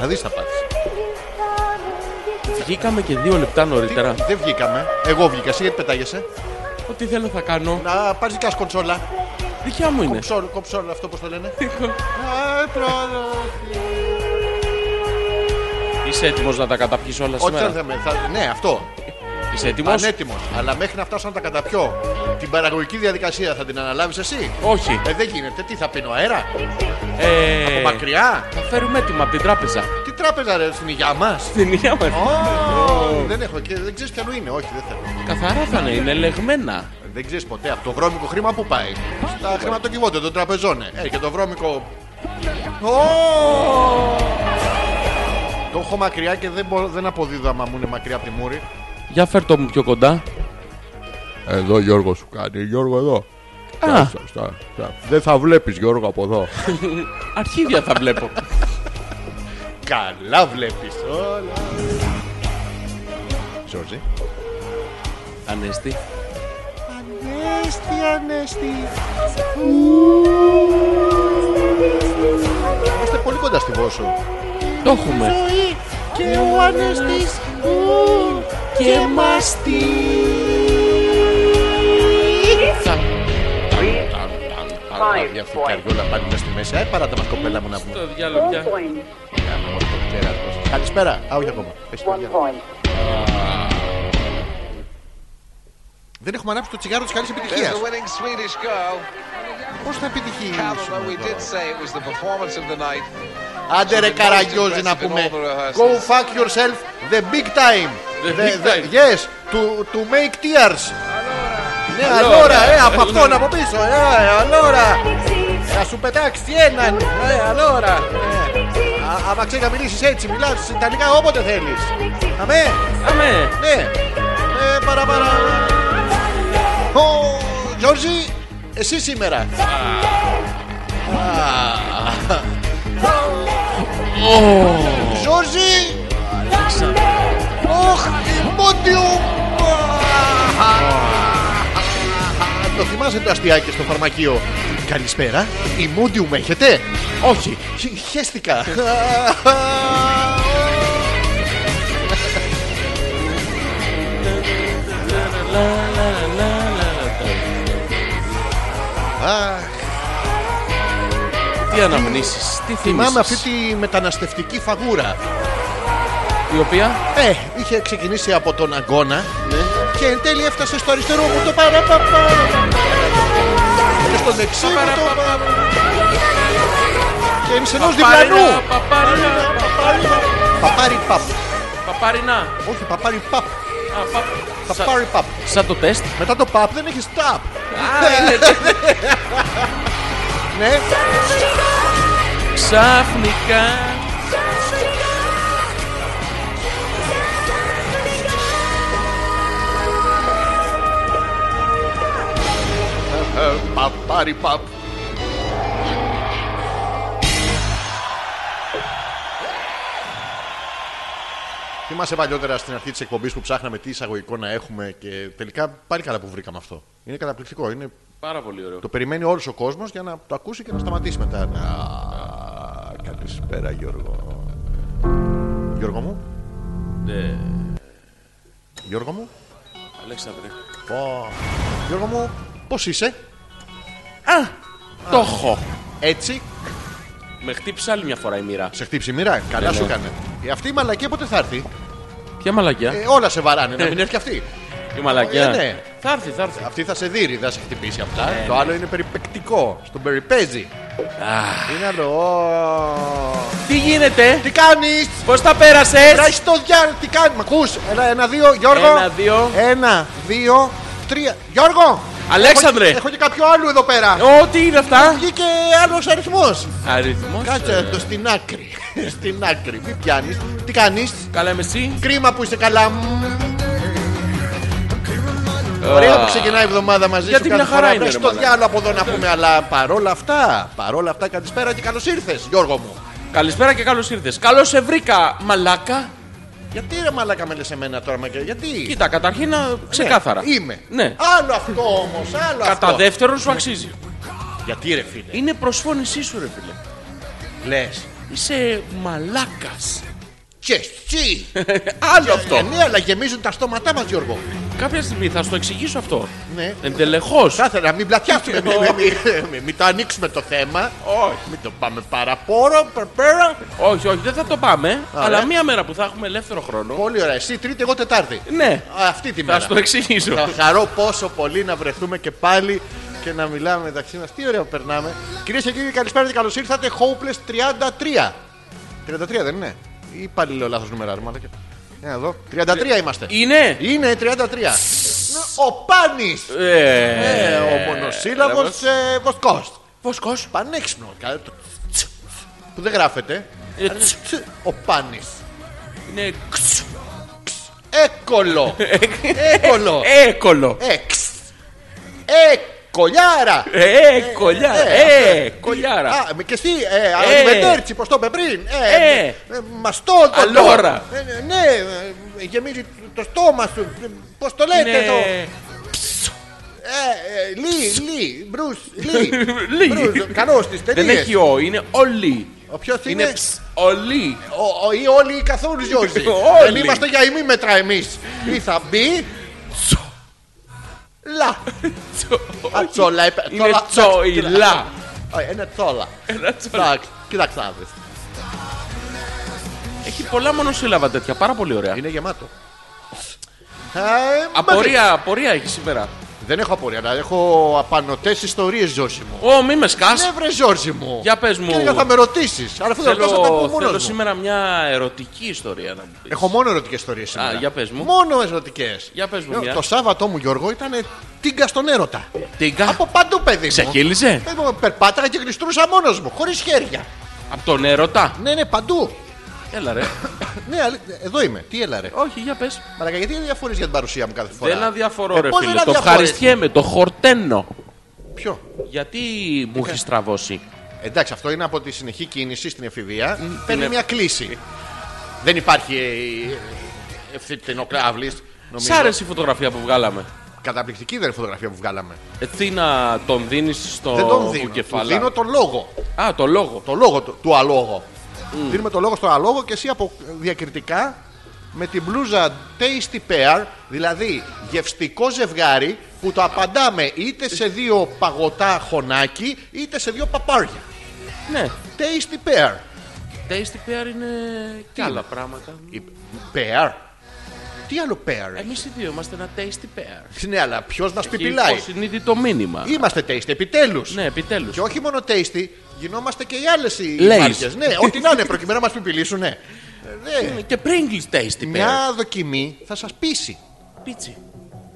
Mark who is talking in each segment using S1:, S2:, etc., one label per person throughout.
S1: Θα δει θα πάθει.
S2: Βγήκαμε και δύο λεπτά νωρίτερα.
S1: Δεν βγήκαμε. Εγώ βγήκα. Εσύ γιατί πετάγεσαι.
S2: Ό,τι θέλω θα κάνω.
S1: Να πάρεις δικιά σου
S2: Ναι.
S1: κονσόλα.
S2: Δικιά μου είναι.
S1: Κοψόλ, κοψόλ, αυτό πώς το λένε. Α, πρόεδρο.
S2: Είσαι έτοιμος να τα καταπιείς όλα
S1: Όχι,
S2: σήμερα.
S1: δεν θα με- θα- Ναι, αυτό.
S2: Είσαι έτοιμος.
S1: Ανέτοιμος. Αλλά μέχρι να φτάσω να τα καταπιώ, την παραγωγική διαδικασία θα την αναλάβεις εσύ.
S2: Όχι.
S1: Ε, δεν γίνεται. Τι θα πίνω αέρα.
S2: Ε,
S1: Μακριά.
S2: θα φέρουμε έτοιμα από την τράπεζα.
S1: Τι τράπεζα ρε στην υγειά μας.
S2: Στην υγεία μας.
S1: Δεν έχω και δεν ξέρεις ποιανού είναι. Όχι, δεν θέλω.
S2: Καθαρά θα είναι, είναι λεγμένα.
S1: Δεν ξέρεις ποτέ από το βρώμικο χρήμα που πάει. Στα χρηματοκιβώτια των τραπεζών. ε. Έρχεται το βρώμικο. Ω! Το έχω μακριά και δεν, μπο- δεν αποδίδω άμα μου είναι μακριά από τη μούρη.
S2: Για φέρ το μου πιο κοντά.
S3: Εδώ Γιώργο σου κάνει, Γιώργο εδώ.
S2: Α,
S3: Στα- στα- στα. Δεν θα βλέπεις Γιώργο από εδώ.
S2: αρχίδια θα βλέπω.
S1: Καλά βλέπεις όλα. Ζόρζι.
S2: Ανέστη.
S1: Ανέστη, ανέστη. Είμαστε πολύ κοντά στη βόσο.
S2: Το έχουμε.
S1: Και ο ανέστης
S2: Και μας
S1: Αλλά μια φουκαριόλα πάλι μέσα στη μέση. Ε, παράτα μας κοπέλα μου να πούμε.
S2: Το διάλογο πια.
S1: Μια μόρφη κέρατος. Καλησπέρα. Α, όχι ακόμα. Πες το διάλογο. Δεν έχουμε ανάψει το τσιγάρο της καλής επιτυχίας.
S4: There's the winning Swedish goal.
S1: Πώς θα επιτυχεί
S4: Although we did say it was the performance of the night.
S1: Άντε ρε καραγκιόζη να πούμε. Go fuck yourself the big time.
S2: The big time.
S1: Yes, to, to make tears. Ναι, αλόρα, ε, από αυτόν από πίσω. Ε, αλόρα. Θα σου πετάξει έναν. Ε, αλόρα. Ε, α- Άμα ξέρει να μιλήσεις έτσι, μιλάς ιταλικά όποτε θέλεις. Αμέ,
S2: Αμέ.
S1: ναι. Ε, παραπαρα. Ο Γιώργη, εσύ σήμερα. Α. Ζόρζι! Οχ, Μόντιου! Το θυμάσαι το αστιάκι στο φαρμακείο. Καλησπέρα, η Μόντιου έχετε. Όχι, χ- χέστηκα. Αχ,
S2: Τι αναμνήσεις, τι
S1: Θυμάμαι αυτή
S2: θύμισες.
S1: τη μεταναστευτική φαγούρα.
S2: Η οποία
S1: Ε, είχε ξεκινήσει από τον αγώνα και εν τέλει έφτασε στο αριστερό μου το παραπαπα. Και στο δεξί μου το Και ενός ενός διπλανού.
S2: Παπαρίνα, παπαρίνα,
S1: Παπάρι παπ.
S2: παπαρίνα.
S1: Όχι, παπάρι παπ.
S2: Α, πα- Σα-
S1: Παπάρι παπ.
S2: Σαν το τεστ.
S1: Μετά το παπ δεν έχεις ταπ. Ναι,
S2: Ξαφνικά.
S1: παπάρι παπ. Θυμάσαι παλιότερα στην αρχή της εκπομπής που ψάχναμε τι εισαγωγικό να έχουμε και τελικά πάλι καλά που βρήκαμε αυτό. Είναι καταπληκτικό. Είναι
S2: Πάρα πολύ ωραίο.
S1: Το περιμένει όλος ο κόσμος για να το ακούσει και να σταματήσει μετά. Να... Καλησπέρα, Γιώργο. Γιώργο μου.
S2: Ναι.
S1: Γιώργο μου.
S2: Αλέξανδρε.
S1: Πω. Γιώργο μου, πώς είσαι,
S2: Το έχω.
S1: έτσι.
S2: Με χτύπησε άλλη μια φορά η μοίρα.
S1: Σε χτύψει η μοίρα, καλά
S2: Ναι,
S1: σου
S2: ναι.
S1: έκανε. Ε, αυτή η μαλακία πότε θα έρθει.
S2: Ποια μαλακιά.
S1: Ε, όλα σε βαράνε,
S2: Ναι.
S1: να μην έρθει αυτή.
S2: Η μαλακιά.
S1: ε, ναι.
S2: Θα έρθει, θα έρθει.
S1: Αυτή θα σε δει, δεν θα σε χτυπήσει αυτά.
S2: Ναι,
S1: Το άλλο είναι περιπεκτικό, στον περιπέζει. Είναι άλλο. Ω.
S2: Τι γίνεται.
S1: Τι κάνεις!
S2: Πώς τα πέρασες.
S1: Τράχει το διάλογο, τι κάνεις. Μ' ακούς, ένα, ένα, δύο, Γιώργο.
S2: Ένα, δύο.
S1: Ένα, δύο, τρία. Γιώργο!
S2: Αλέξανδρε.
S1: Έχω, έχω και κάποιο άλλο εδώ πέρα.
S2: Ω, τι είναι αυτά.
S1: Βγήκε άλλος αριθμός.
S2: Αριθμός.
S1: Κάτσε
S2: ε.
S1: εδώ στην άκρη. στην άκρη, μην πιάνεις. Τι κάνεις.
S2: Καλά είμαι εσύ.
S1: Κρίμα που είσαι καλά. Ωραία που ξεκινάει η εβδομάδα μαζί
S2: Γιατί
S1: σου.
S2: μια
S1: κάθε
S2: χαρά
S1: φορά.
S2: είναι,
S1: Βρες
S2: ρε
S1: το
S2: μαλάκα.
S1: διάλογο από εδώ να πούμε, αλλά παρόλα αυτά, παρόλα αυτά, καλησπέρα και καλώς ήρθες, Γιώργο μου.
S2: Καλησπέρα και καλώς ήρθες. Καλώς σε βρήκα, μαλάκα.
S1: Γιατί ρε μαλάκα με λες εμένα τώρα, μα και γιατί.
S2: Κοίτα, καταρχήν α, ξεκάθαρα.
S1: Ναι, είμαι.
S2: Ναι.
S1: Άλλο αυτό όμως, άλλο
S2: Κατά
S1: αυτό.
S2: δεύτερον σου αξίζει.
S1: Γιατί ρε φίλε.
S2: Είναι προσφώνησή σου, ρε φίλε.
S1: Λες.
S2: Είσαι μαλάκας.
S1: Και εσύ.
S2: Άλλο
S1: Ε,
S2: αυτό.
S1: Ναι, αλλά γεμίζουν τα στόματά μας, Γιώργο.
S2: Κάποια στιγμή θα σου το εξηγήσω αυτό.
S1: Ναι.
S2: Εντελεχώς.
S1: Θα ήθελα να μην πλατιάσουμε. μην, μην, μην- μην- μην το ανοίξουμε το θέμα.
S2: Όχι.
S1: Μην το πάμε παραπόρο. Πέρα.
S2: Όχι, όχι, δεν θα το πάμε.
S1: Ωραία.
S2: Αλλά μία μέρα που θα έχουμε ελεύθερο χρόνο.
S1: Πολύ ωραία. Εσύ Τρίτη, εγώ Τετάρτη.
S2: Ναι,
S1: Α, Αυτή τη
S2: θα
S1: μέρα.
S2: σου το εξηγήσω.
S1: Θα χαρώ πόσο πολύ να βρεθούμε και πάλι και να μιλάμε μεταξύ μας. Τι ωραία που περνάμε. Κυρίες και κύριοι, καλησπέρα και καλώς ήρθατε. Hopeless 33. 33 δεν είναι. Ή πάλι λέω λάθος νούμερο, μάλλον. Για να δω. 33 είμαστε.
S2: Είναι.
S1: Είναι 33. Ναι, Ο Πάνης.
S2: Ε,
S1: Ε, ο μονοσύλλαβο Βοσκός.
S2: Βοσκός.
S1: Πανέξυπνο. Καλά, το τσ, Που δεν γράφεται.
S2: Ε,
S1: Αλλά
S2: τσ.
S1: τσ, Ο Πάνης.
S2: Είναι ξ.
S1: Έκολο. Έκολο.
S2: Έκολο.
S1: Εξ. Ε, κολιάρα.
S2: Ε, κολιάρα. Ε,
S1: αυτό.
S2: κολιάρα.
S1: Α, και εσύ, ε, αλμεντέρτσι, πώ το είπε πριν. Ε,
S2: Ε.
S1: ε, μαστόδοντο.
S2: Αλόρα.
S1: Ε, ναι, ναι, ε, γεμίζει το στόμα σου. Πώς το λέτε
S2: Ναι.
S1: εδώ.
S2: Είναι.
S1: Ε, ε, Λί, Λί, Μπρουσ, Λί.
S2: Λί.
S1: Μπρουζ, Καλό στι ταινίε.
S2: Δεν έχει ο, είναι όλοι.
S1: Ο ποιος είναι.
S2: Είναι ψ, όλοι.
S1: Ο, ο, ή όλοι ή καθόλου Ζιώζη.
S2: Όλοι.
S1: Δεν είμαστε για ημίμετρα εμείς. Ή θα μπει. Λα. Α, τσόλα, είπε-
S2: Είναι
S1: τσόλα,
S2: τσοϊλά.
S1: Ε, Ένα τσόλα.
S2: Ένα τσολ.
S1: Εντάξει, Κοίταξε να δεις.
S2: Έχει πολλά μονοσύλλαβα τέτοια, πάρα πολύ ωραία.
S1: Είναι γεμάτο. Ε, μαζί.
S2: Απορία, απορία έχει σήμερα.
S1: Δεν έχω απορία, αλλά έχω απανωτέ ιστορίε, Ζόρζι μου.
S2: Ω, μη με σκάς.
S1: Ναι, βρε, Ζόρζι μου.
S2: Για πες μου.
S1: Και θα με ρωτήσεις. Αλλά αφού δεν ρωτάς, θα τα πω
S2: Θέλω,
S1: μόνο.
S2: θέλω σήμερα μια ερωτική ιστορία να μου πεις.
S1: Έχω μόνο ερωτικές ιστορίες σήμερα.
S2: για πες μου.
S1: Μόνο ερωτικές.
S2: Για πες μου μια.
S1: Το Σάββατό μου, Γιώργο, ήταν τίγκα στον έρωτα.
S2: Τίγκα.
S1: Από παντού, παιδί μου.
S2: Ξεχύλιζε.
S1: Εγώ περπάταγα και γλιστρούσα μόνος μου, χωρίς χέρια.
S2: Από τον έρωτα.
S1: Ναι, ναι, παντού.
S2: Έλα ρε.
S1: Ναι, αλη- εδώ είμαι. Τι έλα, ρε.
S2: Όχι, για πες.
S1: Μαλακα, γιατί διαφορεί για την παρουσία μου κάθε φορά.
S2: Δεν αδιαφορώ Ε.
S1: Ε,
S2: ρε
S1: πώς δεν
S2: φίλε. Το
S1: αδιαφορείς?
S2: ευχαριστιέμαι, το χορταίνω.
S1: Ποιο.
S2: Γιατί μου έχεις τραβώσει.
S1: Εντάξει, αυτό είναι από τη συνεχή κίνηση στην εφηβεία. Παίρνει
S2: ναι.
S1: μια κλίση. Δεν υπάρχει ε, ευθυτενοκλάβλη.
S2: Σ' άρεσε η φωτογραφία που βγάλαμε.
S1: Καταπληκτική δεν είναι φωτογραφία που βγάλαμε.
S2: Ε, Τι να τον δίνεις στο
S1: δεν τον δίνω. Του
S2: κεφαλά.
S1: δίνω τον λόγο.
S2: Α, το λόγο.
S1: Το λόγο του, του αλόγο. Δίνουμε το λόγο στο αλόγο και εσύ από διακριτικά με την μπλούζα tasty pair, δηλαδή γευστικό ζευγάρι που το απαντάμε είτε σε δύο παγωτά χονάκι είτε σε δύο παπάρια.
S2: Ναι.
S1: Tasty pair.
S2: Tasty pair είναι και άλλα πράγματα.
S1: Η- Pair. Τι άλλο pair. έχει?
S2: Εμεί οι δύο είμαστε ένα tasty pair.
S1: Ναι, αλλά ποιος μας
S2: Και
S1: πιπιλάει.
S2: Υποσυνείδητο μήνυμα.
S1: Είμαστε tasty, επιτέλους.
S2: Ναι, επιτέλους.
S1: Και όχι μόνο tasty, γινόμαστε και οι άλλες οι
S2: Lays.
S1: μάρκες. Ναι, ό,τι να είναι, προκειμένου να μας πιπιλήσουν. Ναι. Ναι.
S2: Και Pringles tasty pair.
S1: Μια δοκιμή θα σας πείσει
S2: Πίτσι.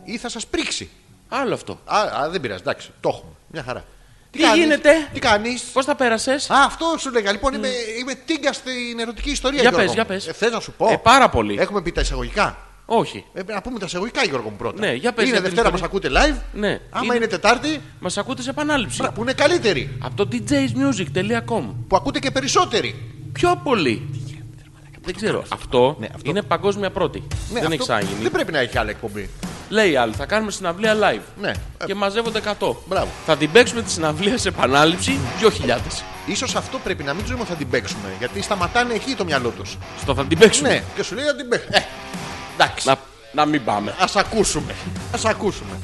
S1: ή θα σας πρίξει.
S2: Άλλο αυτό.
S1: Α, α, δεν πειράζει, εντάξει, το έχουμε. Μια χαρά. Τι,
S2: γίνεται?
S1: Τι κάνεις.
S2: Πώς τα πέρασες.
S1: Α, αυτό σου λέγα. Λοιπόν, είμαι, είμαι τίγκα στην ερωτική ιστορία.
S2: Για
S1: Γιώργο
S2: πες,
S1: μου.
S2: για πες.
S1: Ε, θες να σου πω.
S2: Ε, πάρα πολύ.
S1: Έχουμε πει τα εισαγωγικά.
S2: Όχι.
S1: Ε, να πούμε τα εισαγωγικά, Γιώργο μου πρώτα.
S2: Ναι, για πες,
S1: είναι
S2: για την
S1: Δευτέρα, μα
S2: ιστορία.
S1: ακούτε live.
S2: Ναι.
S1: Άμα είναι,
S2: Είναι-
S1: Τετάρτη,
S2: Μας ακούτε σε επανάληψη.
S1: που είναι καλύτερη.
S2: Από το djsmusic.com.
S1: Που ακούτε και περισσότεροι.
S2: Πιο πολύ. Δεν ξέρω. Αυτό,
S1: Ναι, αυτό-
S2: είναι παγκόσμια πρώτη.
S1: Ναι,
S2: δεν
S1: αυτό
S2: έχει ξαναγίνει.
S1: Δεν πρέπει να έχει άλλη εκπομπή.
S2: Λέει άλλο, θα κάνουμε συναυλία live.
S1: Ναι. Ε,
S2: Και μαζεύονται 100.
S1: Μπράβο.
S2: Θα την παίξουμε τη συναυλία σε επανάληψη 2.000.
S1: Ίσως αυτό πρέπει να μην τους ότι θα την παίξουμε. Γιατί σταματάνε εκεί το μυαλό τους.
S2: Στο θα την παίξουμε.
S1: Ναι, και σου λέει να την παίξουμε. Ε, εντάξει.
S2: Να, να μην πάμε.
S1: Ας ακούσουμε. Ας ακούσουμε.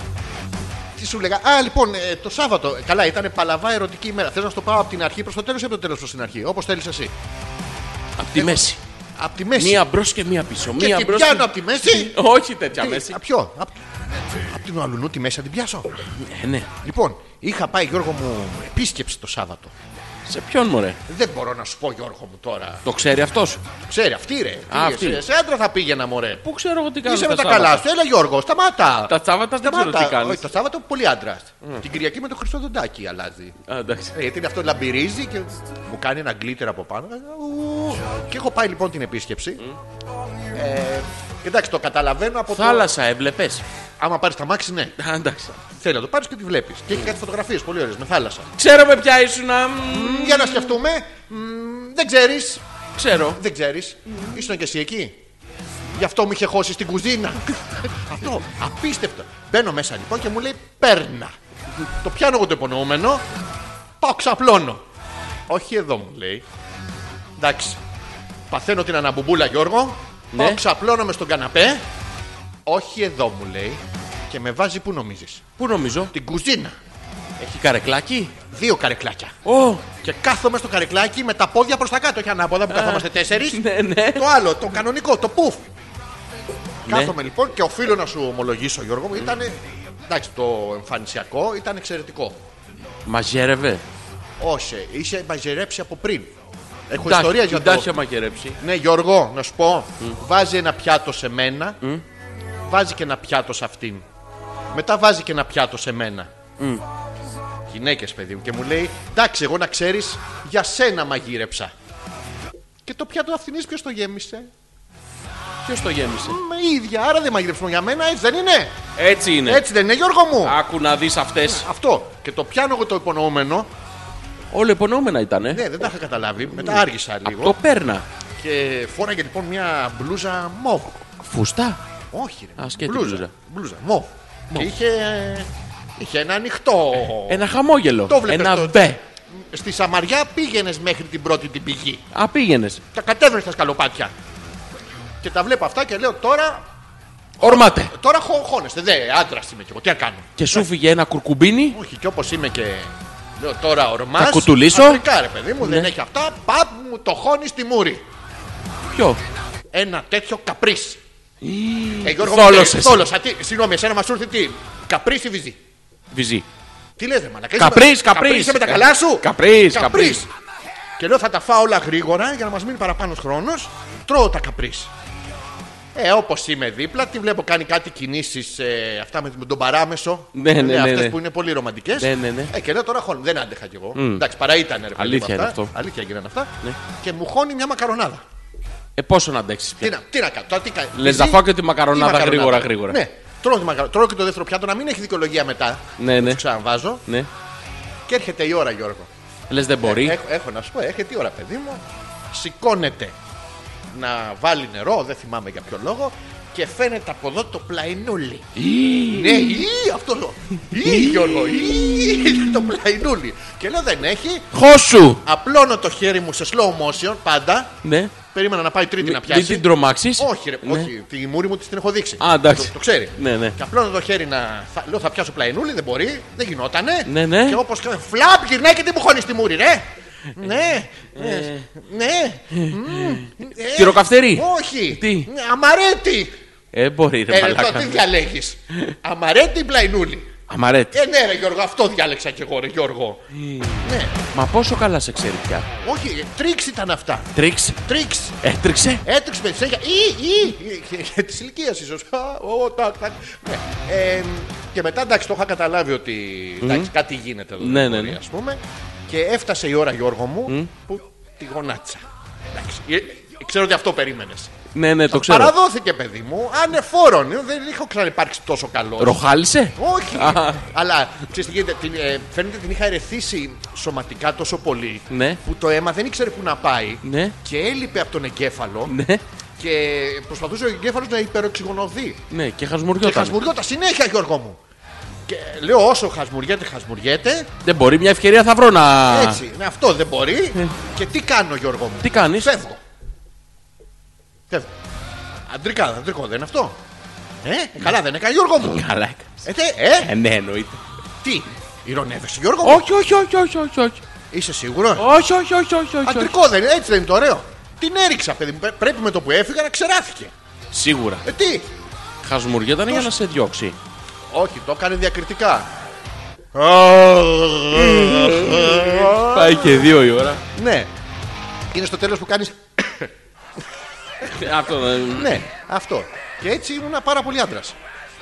S1: Τι σου λέγα. Α, λοιπόν, ε, το Σάββατο. ε, Καλά, ήταν παλαβά ερωτική ημέρα. Θες να στο πάω από την αρχή προς το τέλος ή από το τέλος προς την αρχή. Όπως θέλεις εσύ.
S2: Απ' τη μέση.
S1: Από τη μέση.
S2: Μία μπρος και μία πίσω.
S1: Ε, και
S2: μία
S1: την
S2: μπρος
S1: πιάνω από τη μέση.
S2: Όχι τέτοια
S1: Τι,
S2: μέση.
S1: απ' ποιο. Απ' απ' την αλουνού τη μέση να την πιάσω.
S2: Ε, ναι.
S1: Λοιπόν, είχα πάει Γιώργο μου επίσκεψη το Σάββατο.
S2: Σε ποιον μωρέ.
S1: Δεν μπορώ να σου πω Γιώργο μου τώρα.
S2: Το ξέρει αυτός.
S1: Ξέρει αυτή ρε. Τι,
S2: αυτή.
S1: εσύ, Σε άντρα θα πήγαινα μωρέ.
S2: Πού ξέρω εγώ τι κάνω.
S1: Είσαι με τα
S2: Σάββατα.
S1: καλά σου. Έλα Γιώργο, σταμάτα.
S2: Τα Σάββατα δεν ξέρω τι κάνεις.
S1: Όχι, το Σάββατο πολύ άντρα. Την Κυριακή με το Χριστό Δοντάκι αλλάζει.
S2: Εντάξει.
S1: Ε, Γιατί είναι αυτό λαμπυρίζει και μου κάνει ένα γκλίτερ από πάνω. Ε, Ου. Και έχω πάει λοιπόν την επίσκεψη. Ε, εντάξει, το καταλαβαίνω από το.
S2: Θάλασσα, έβλεπες.
S1: Άμα πάρεις τα μάξι, ναι.
S2: Εντάξει.
S1: Θέλει να το πάρεις και τη βλέπεις. Και έχει κάτι φωτογραφίες πολύ ωραίες με θάλασσα.
S2: Ξέρω με ποια ήσουν.
S1: Μ, Για να σκεφτούμε. Μ, Δεν ξέρεις.
S2: Ξέρω.
S1: Δεν ξέρεις. Ήσουν και εσύ εκεί. Γι' αυτό μου είχε χώσει στην κουζίνα. αυτό. Απίστευτο. Μπαίνω μέσα λοιπόν και μου λέει Παίρνα. το πιάνω εγώ το υπονοούμενο. Πάω ξαπλώνω. Όχι εδώ μου λέει. Εντάξει. Παθαίνω την αναμπομπούλα, Γιώργο.
S2: Ναι.
S1: Πάω, ξαπλώνομαι στον καναπέ. Όχι εδώ, μου λέει. Και με βάζει που νομίζεις.
S2: Πού νομίζω.
S1: Την κουζίνα.
S2: Έχει καρεκλάκι.
S1: Δύο καρεκλάκια.
S2: Ω,
S1: Και κάθομαι στο καρεκλάκι με τα πόδια προς τα κάτω. Όχι ανάποδα που καθόμαστε τέσσερις.
S2: ναι, ναι.
S1: Το άλλο, το κανονικό, το πουφ. Κάθομαι λοιπόν και οφείλω να σου ομολογήσω, Γιώργο μου, ήταν. Εντάξει, το εμφανισιακό ήταν εξαιρετικό.
S2: Μαγέρευε.
S1: Όχι, είσαι μαζερέψει από πριν. Έχω
S2: Κοιτά-
S1: ιστορία για το.
S2: Κοιτάξτε, μαγειρέψει.
S1: Ναι, Γιώργο, να σου πω. Βάζει ένα πιάτο σε μένα. Βάζει και ένα πιάτο σε αυτήν. Μετά βάζει και ένα πιάτο σε μένα. Γυναίκες, παιδί μου. Και μου λέει, εντάξει, εγώ να ξέρεις, για σένα μαγείρεψα. Και το πιάτο αυτήν ποιος το γέμισε.
S2: Ποιος το γέμισε.
S1: Με ίδια, άρα δεν μαγειρέψουμε για μένα, έτσι δεν είναι.
S2: Έτσι είναι.
S1: Έτσι Ναι. δεν είναι, Γιώργο μου.
S2: Άκου να δεις αυτές.
S1: Αυτό. Και το πιάνω εγώ το υπονοούμενο.
S2: Όλα υπονοούμενα ήταν.
S1: Ναι, δεν τα είχα καταλάβει.
S2: Ναι.
S1: Μετά άργησα λίγο.
S2: Το παίρνα.
S1: Και φόραγε λοιπόν μια μπλούζα μοβ.
S2: Φουστά.
S1: Όχι, ρε.
S2: Α, σκέτη μπλούζα.
S1: Μπλούζα, μοβ. Και είχε, είχε ένα ανοιχτό.
S2: Ένα χαμόγελο.
S1: Το βλέπες
S2: Ένα
S1: το-
S2: μπε.
S1: Στη Σαμαριά πήγαινες μέχρι την πρώτη την πηγή.
S2: Α, πήγαινες.
S1: Τα κατέβαινες στα σκαλοπάτια. Και τα βλέπω αυτά και λέω τώρα.
S2: Ορμάτε.
S1: Τώρα χω- χώνεστε. Δε, άντρας είμαι κι εγώ. Τι να κάνω.
S2: Και σου φύγε ένα κουρκουμπίνι.
S1: Όχι, και όπως είμαι και. Λέω τώρα ορμάς.
S2: Θα κουτουλήσω.
S1: Αφρικά, ρε παιδί μου, δεν
S2: Ναι.
S1: έχει αυτά. Παπ, μου το χώνεις στη μούρη.
S2: Ποιο.
S1: Ένα τέτοιο καπρίσι. Ε, Γιώργο,
S2: θόλωσες.
S1: μου, θόλωσα. Τι- Συγγνώμη, εσένα μας ήρθε τι. Καπρίσι βυζί.
S2: Βυζί.
S1: Τι λες ρε μαλακά.
S2: Καπρίς,
S1: είσαι-
S2: καπρίς.
S1: Είσαι με τα καλά σου.
S2: Καπρίς, καπρίς.
S1: Και λέω θα τα φάω όλα γρήγορα για να μας μείνει παραπάνω χρόνος. Τρώω τα καπρίς. Ε, όπως είμαι δίπλα, τη βλέπω κάνει κάτι κινήσεις ε, αυτά με, με τον παράμεσο. Ε,
S2: Ναι, ναι, ναι,
S1: Αυτές
S2: ναι.
S1: που είναι πολύ ρομαντικές.
S2: Ναι, ναι, ναι.
S1: Ε, και λέω τώρα χώνει. Δεν άντεχα κι εγώ. Εντάξει, παρά ήταν ρε παιδί μου,
S2: Αλήθεια είναι
S1: αυτά.
S2: αυτό. Ναι.
S1: Αλήθεια έγιναν αυτά. Και μου χώνει μια μακαρονάδα.
S2: Ε, πόσο να αντέξεις
S1: Τι
S2: πια.
S1: να, τι να κάνω. τώρα τι κα-
S2: Λες
S1: τι-
S2: να φάω και τη
S1: τι
S2: μακαρονάδα γρήγορα, γρήγορα.
S1: Ναι, τρώω, τη μακαρο- τρώω και το δεύτερο πιάτο να μην έχει δικαιολογία μετά.
S2: Ναι, ναι.
S1: Το ξαναβάζω
S2: Ναι.
S1: και έρχεται η ώρα, Γιώργο.
S2: Λες δεν μπορεί.
S1: Ε, Έχω, έχω να σου πω, έρχεται η ώρα, παιδί μου. Σηκώνεται να βάλει νερό, δεν θυμάμαι για ποιο λόγο, και φαίνεται από εδώ το πλαϊνούλι. ναι, ή, αυτό λέω. Ή, Γιώργο, ή, το πλαϊνούλι. Και λέω δεν έχει.
S2: Χώσου.
S1: Απλώνω το χέρι μου σε slow motion πάντα.
S2: Ναι.
S1: Περίμενα να πάει τρίτη να
S2: Μην
S1: πιάσει.
S2: την τρομάξεις.
S1: Όχι, ρε,
S2: Ναι.
S1: όχι, τη μούρη μου της την έχω δείξει.
S2: Α, εντάξει.
S1: Το, το ξέρει.
S2: Ναι, ναι.
S1: Και απλώνω το χέρι να. Θα, λέω θα πιάσω πλαϊνούλι, δεν μπορεί, δεν γινότανε.
S2: Ναι, ναι.
S1: Και όπως. Φλαπ, γυρνάει και τι μου χώνει τη μούρη, ρε! ναι,
S2: Ε,
S1: ναι, ναι. μμ, ε,
S2: Κυροκαυτερή.
S1: Όχι.
S2: Τι?
S1: Ναι, Αμαρέτη.
S2: Ε, μπορεί, ρε
S1: Ε, ρε, τώρα τι
S2: μαλάκα.
S1: διαλέγεις. Αμαρέτη ή πλαϊνούλι.
S2: Αμαρέτη.
S1: Ε, ναι, ρε Γιώργο, αυτό διάλεξα κι εγώ, ρε Γιώργο.
S2: Ε.
S1: ναι,
S2: Μα πόσο καλά σε ξέρει πια.
S1: όχι, τρίξ ήταν αυτά.
S2: Τρίξ.
S1: Τρίξ.
S2: Έτριξε.
S1: Έτρεξε με τη συνέχεια. Ή, ή, τη ηλικία ίσω. Ω, τάκ, τάκ. Ναι. Ε, Και μετά εντάξει, το είχα καταλάβει ότι εντάξει, κάτι γίνεται εδώ.
S2: Ναι, ναι, ναι.
S1: Ας πούμε. Και έφτασε η ώρα, Γιώργο μου, που τη γονάτσα. Εντάξει. Ε, Ξέρω ότι αυτό περίμενες.
S2: Ναι, ναι, το ξέρω.
S1: Παραδόθηκε, παιδί μου, ανεφόρον. Ε, Δεν είχα ξαναυπάρξει τόσο καλό.
S2: Ροχάλισε.
S1: Όχι.
S2: Α.
S1: Αλλά ξέρεις τι γίνεται, την, ε, φαίνεται την είχα ερεθίσει σωματικά τόσο πολύ
S2: Ναι.
S1: που το αίμα δεν ήξερε που να πάει
S2: Ναι.
S1: και έλειπε από τον εγκέφαλο.
S2: Ναι.
S1: Και προσπαθούσε ο εγκέφαλος να υπεροξυγονωθεί.
S2: Ναι, και
S1: Και
S2: χασμουριόταν.
S1: χασμουριόταν συνέχεια, Γιώργο μου. Και λέω όσο χασμουριέται, χασμουριέται.
S2: Δεν μπορεί, μια ευκαιρία θα βρω να.
S1: Έτσι, ναι, αυτό δεν μπορεί. Και τι κάνω, Γιώργο μου.
S2: Ε. Τι κάνεις?
S1: Φεύγω. Φεύγω. Αντρικά, αντρικό δεν είναι αυτό. Ε, καλά δεν έκανε, Γιώργο μου.
S2: Καλά έκανες.
S1: Ε, τε, ε,
S2: Ε, ναι, εννοείται.
S1: τι. Ηρωνεύεσαι, Γιώργο μου.
S2: Όχι, όχι, όχι, όχι, όχι, όχι.
S1: Είσαι σίγουρος.
S2: Όχι, όχι, όχι, όχι, όχι.
S1: Αντρικό δεν είναι, έτσι δεν είναι το ωραίο. Την έριξα, παιδί μου. Πρέ- Πρέπει με το που έφυγα να ξεράθηκε.
S2: Σίγουρα.
S1: Ε, τι.
S2: Χασμουριόταν για να σε διώξει.
S1: Όχι, το έκανε διακριτικά.
S2: Πάει και δύο η ώρα.
S1: Ναι. Είναι στο τέλος που κάνεις.
S2: Αυτό ε, δεν.
S1: Ναι, αυτό. Και έτσι ήμουν πάρα πολύ άντρας.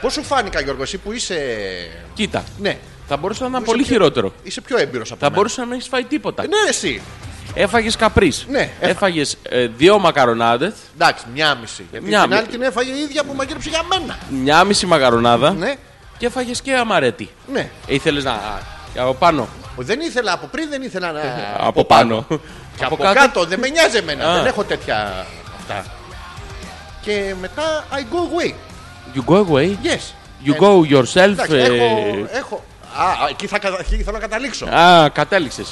S1: Πώς σου φάνηκα, Γιώργος, εσύ που είσαι.
S2: Κοίτα.
S1: Ναι,
S2: Θα μπορούσε να ήταν
S1: Είσαι
S2: πολύ
S1: πιο-
S2: χειρότερο.
S1: είσαι πιο έμπειρος από
S2: Θα
S1: μένα.
S2: μπορούσε να μην έχεις φάει τίποτα.
S1: Ε, Ναι, ρε, εσύ.
S2: Έφαγες καπρίς.
S1: Ναι, έφα-
S2: Έφαγες ε, δύο μακαρονάδες,
S1: Εντάξει, μια μισή. Γιατί
S2: Μια
S1: την άλλη
S2: μι-
S1: την έφαγε η ίδια που μαγείρεψε για μένα.
S2: μια μισή μακαρονάδα
S1: Ναι,
S2: και έφαγες και αμαρέτη.
S1: ναι.
S2: Ήθελες να. α, Από πάνω.
S1: Δεν ήθελα από πριν, δεν ήθελα να.
S2: Από πάνω.
S1: Και από, κάτω. δεν με νοιάζει εμένα.
S2: Ε, Α.
S1: Δεν έχω τέτοια αυτά. Και μετά I go away.
S2: You go away.
S1: Yes.
S2: You
S1: Ε,
S2: go yourself.
S1: Εντάξει,
S2: ε,
S1: έχω. έχω... Α, εκεί θα, κατα- εκεί θέλω να καταλήξω.
S2: Α, κατέληξες.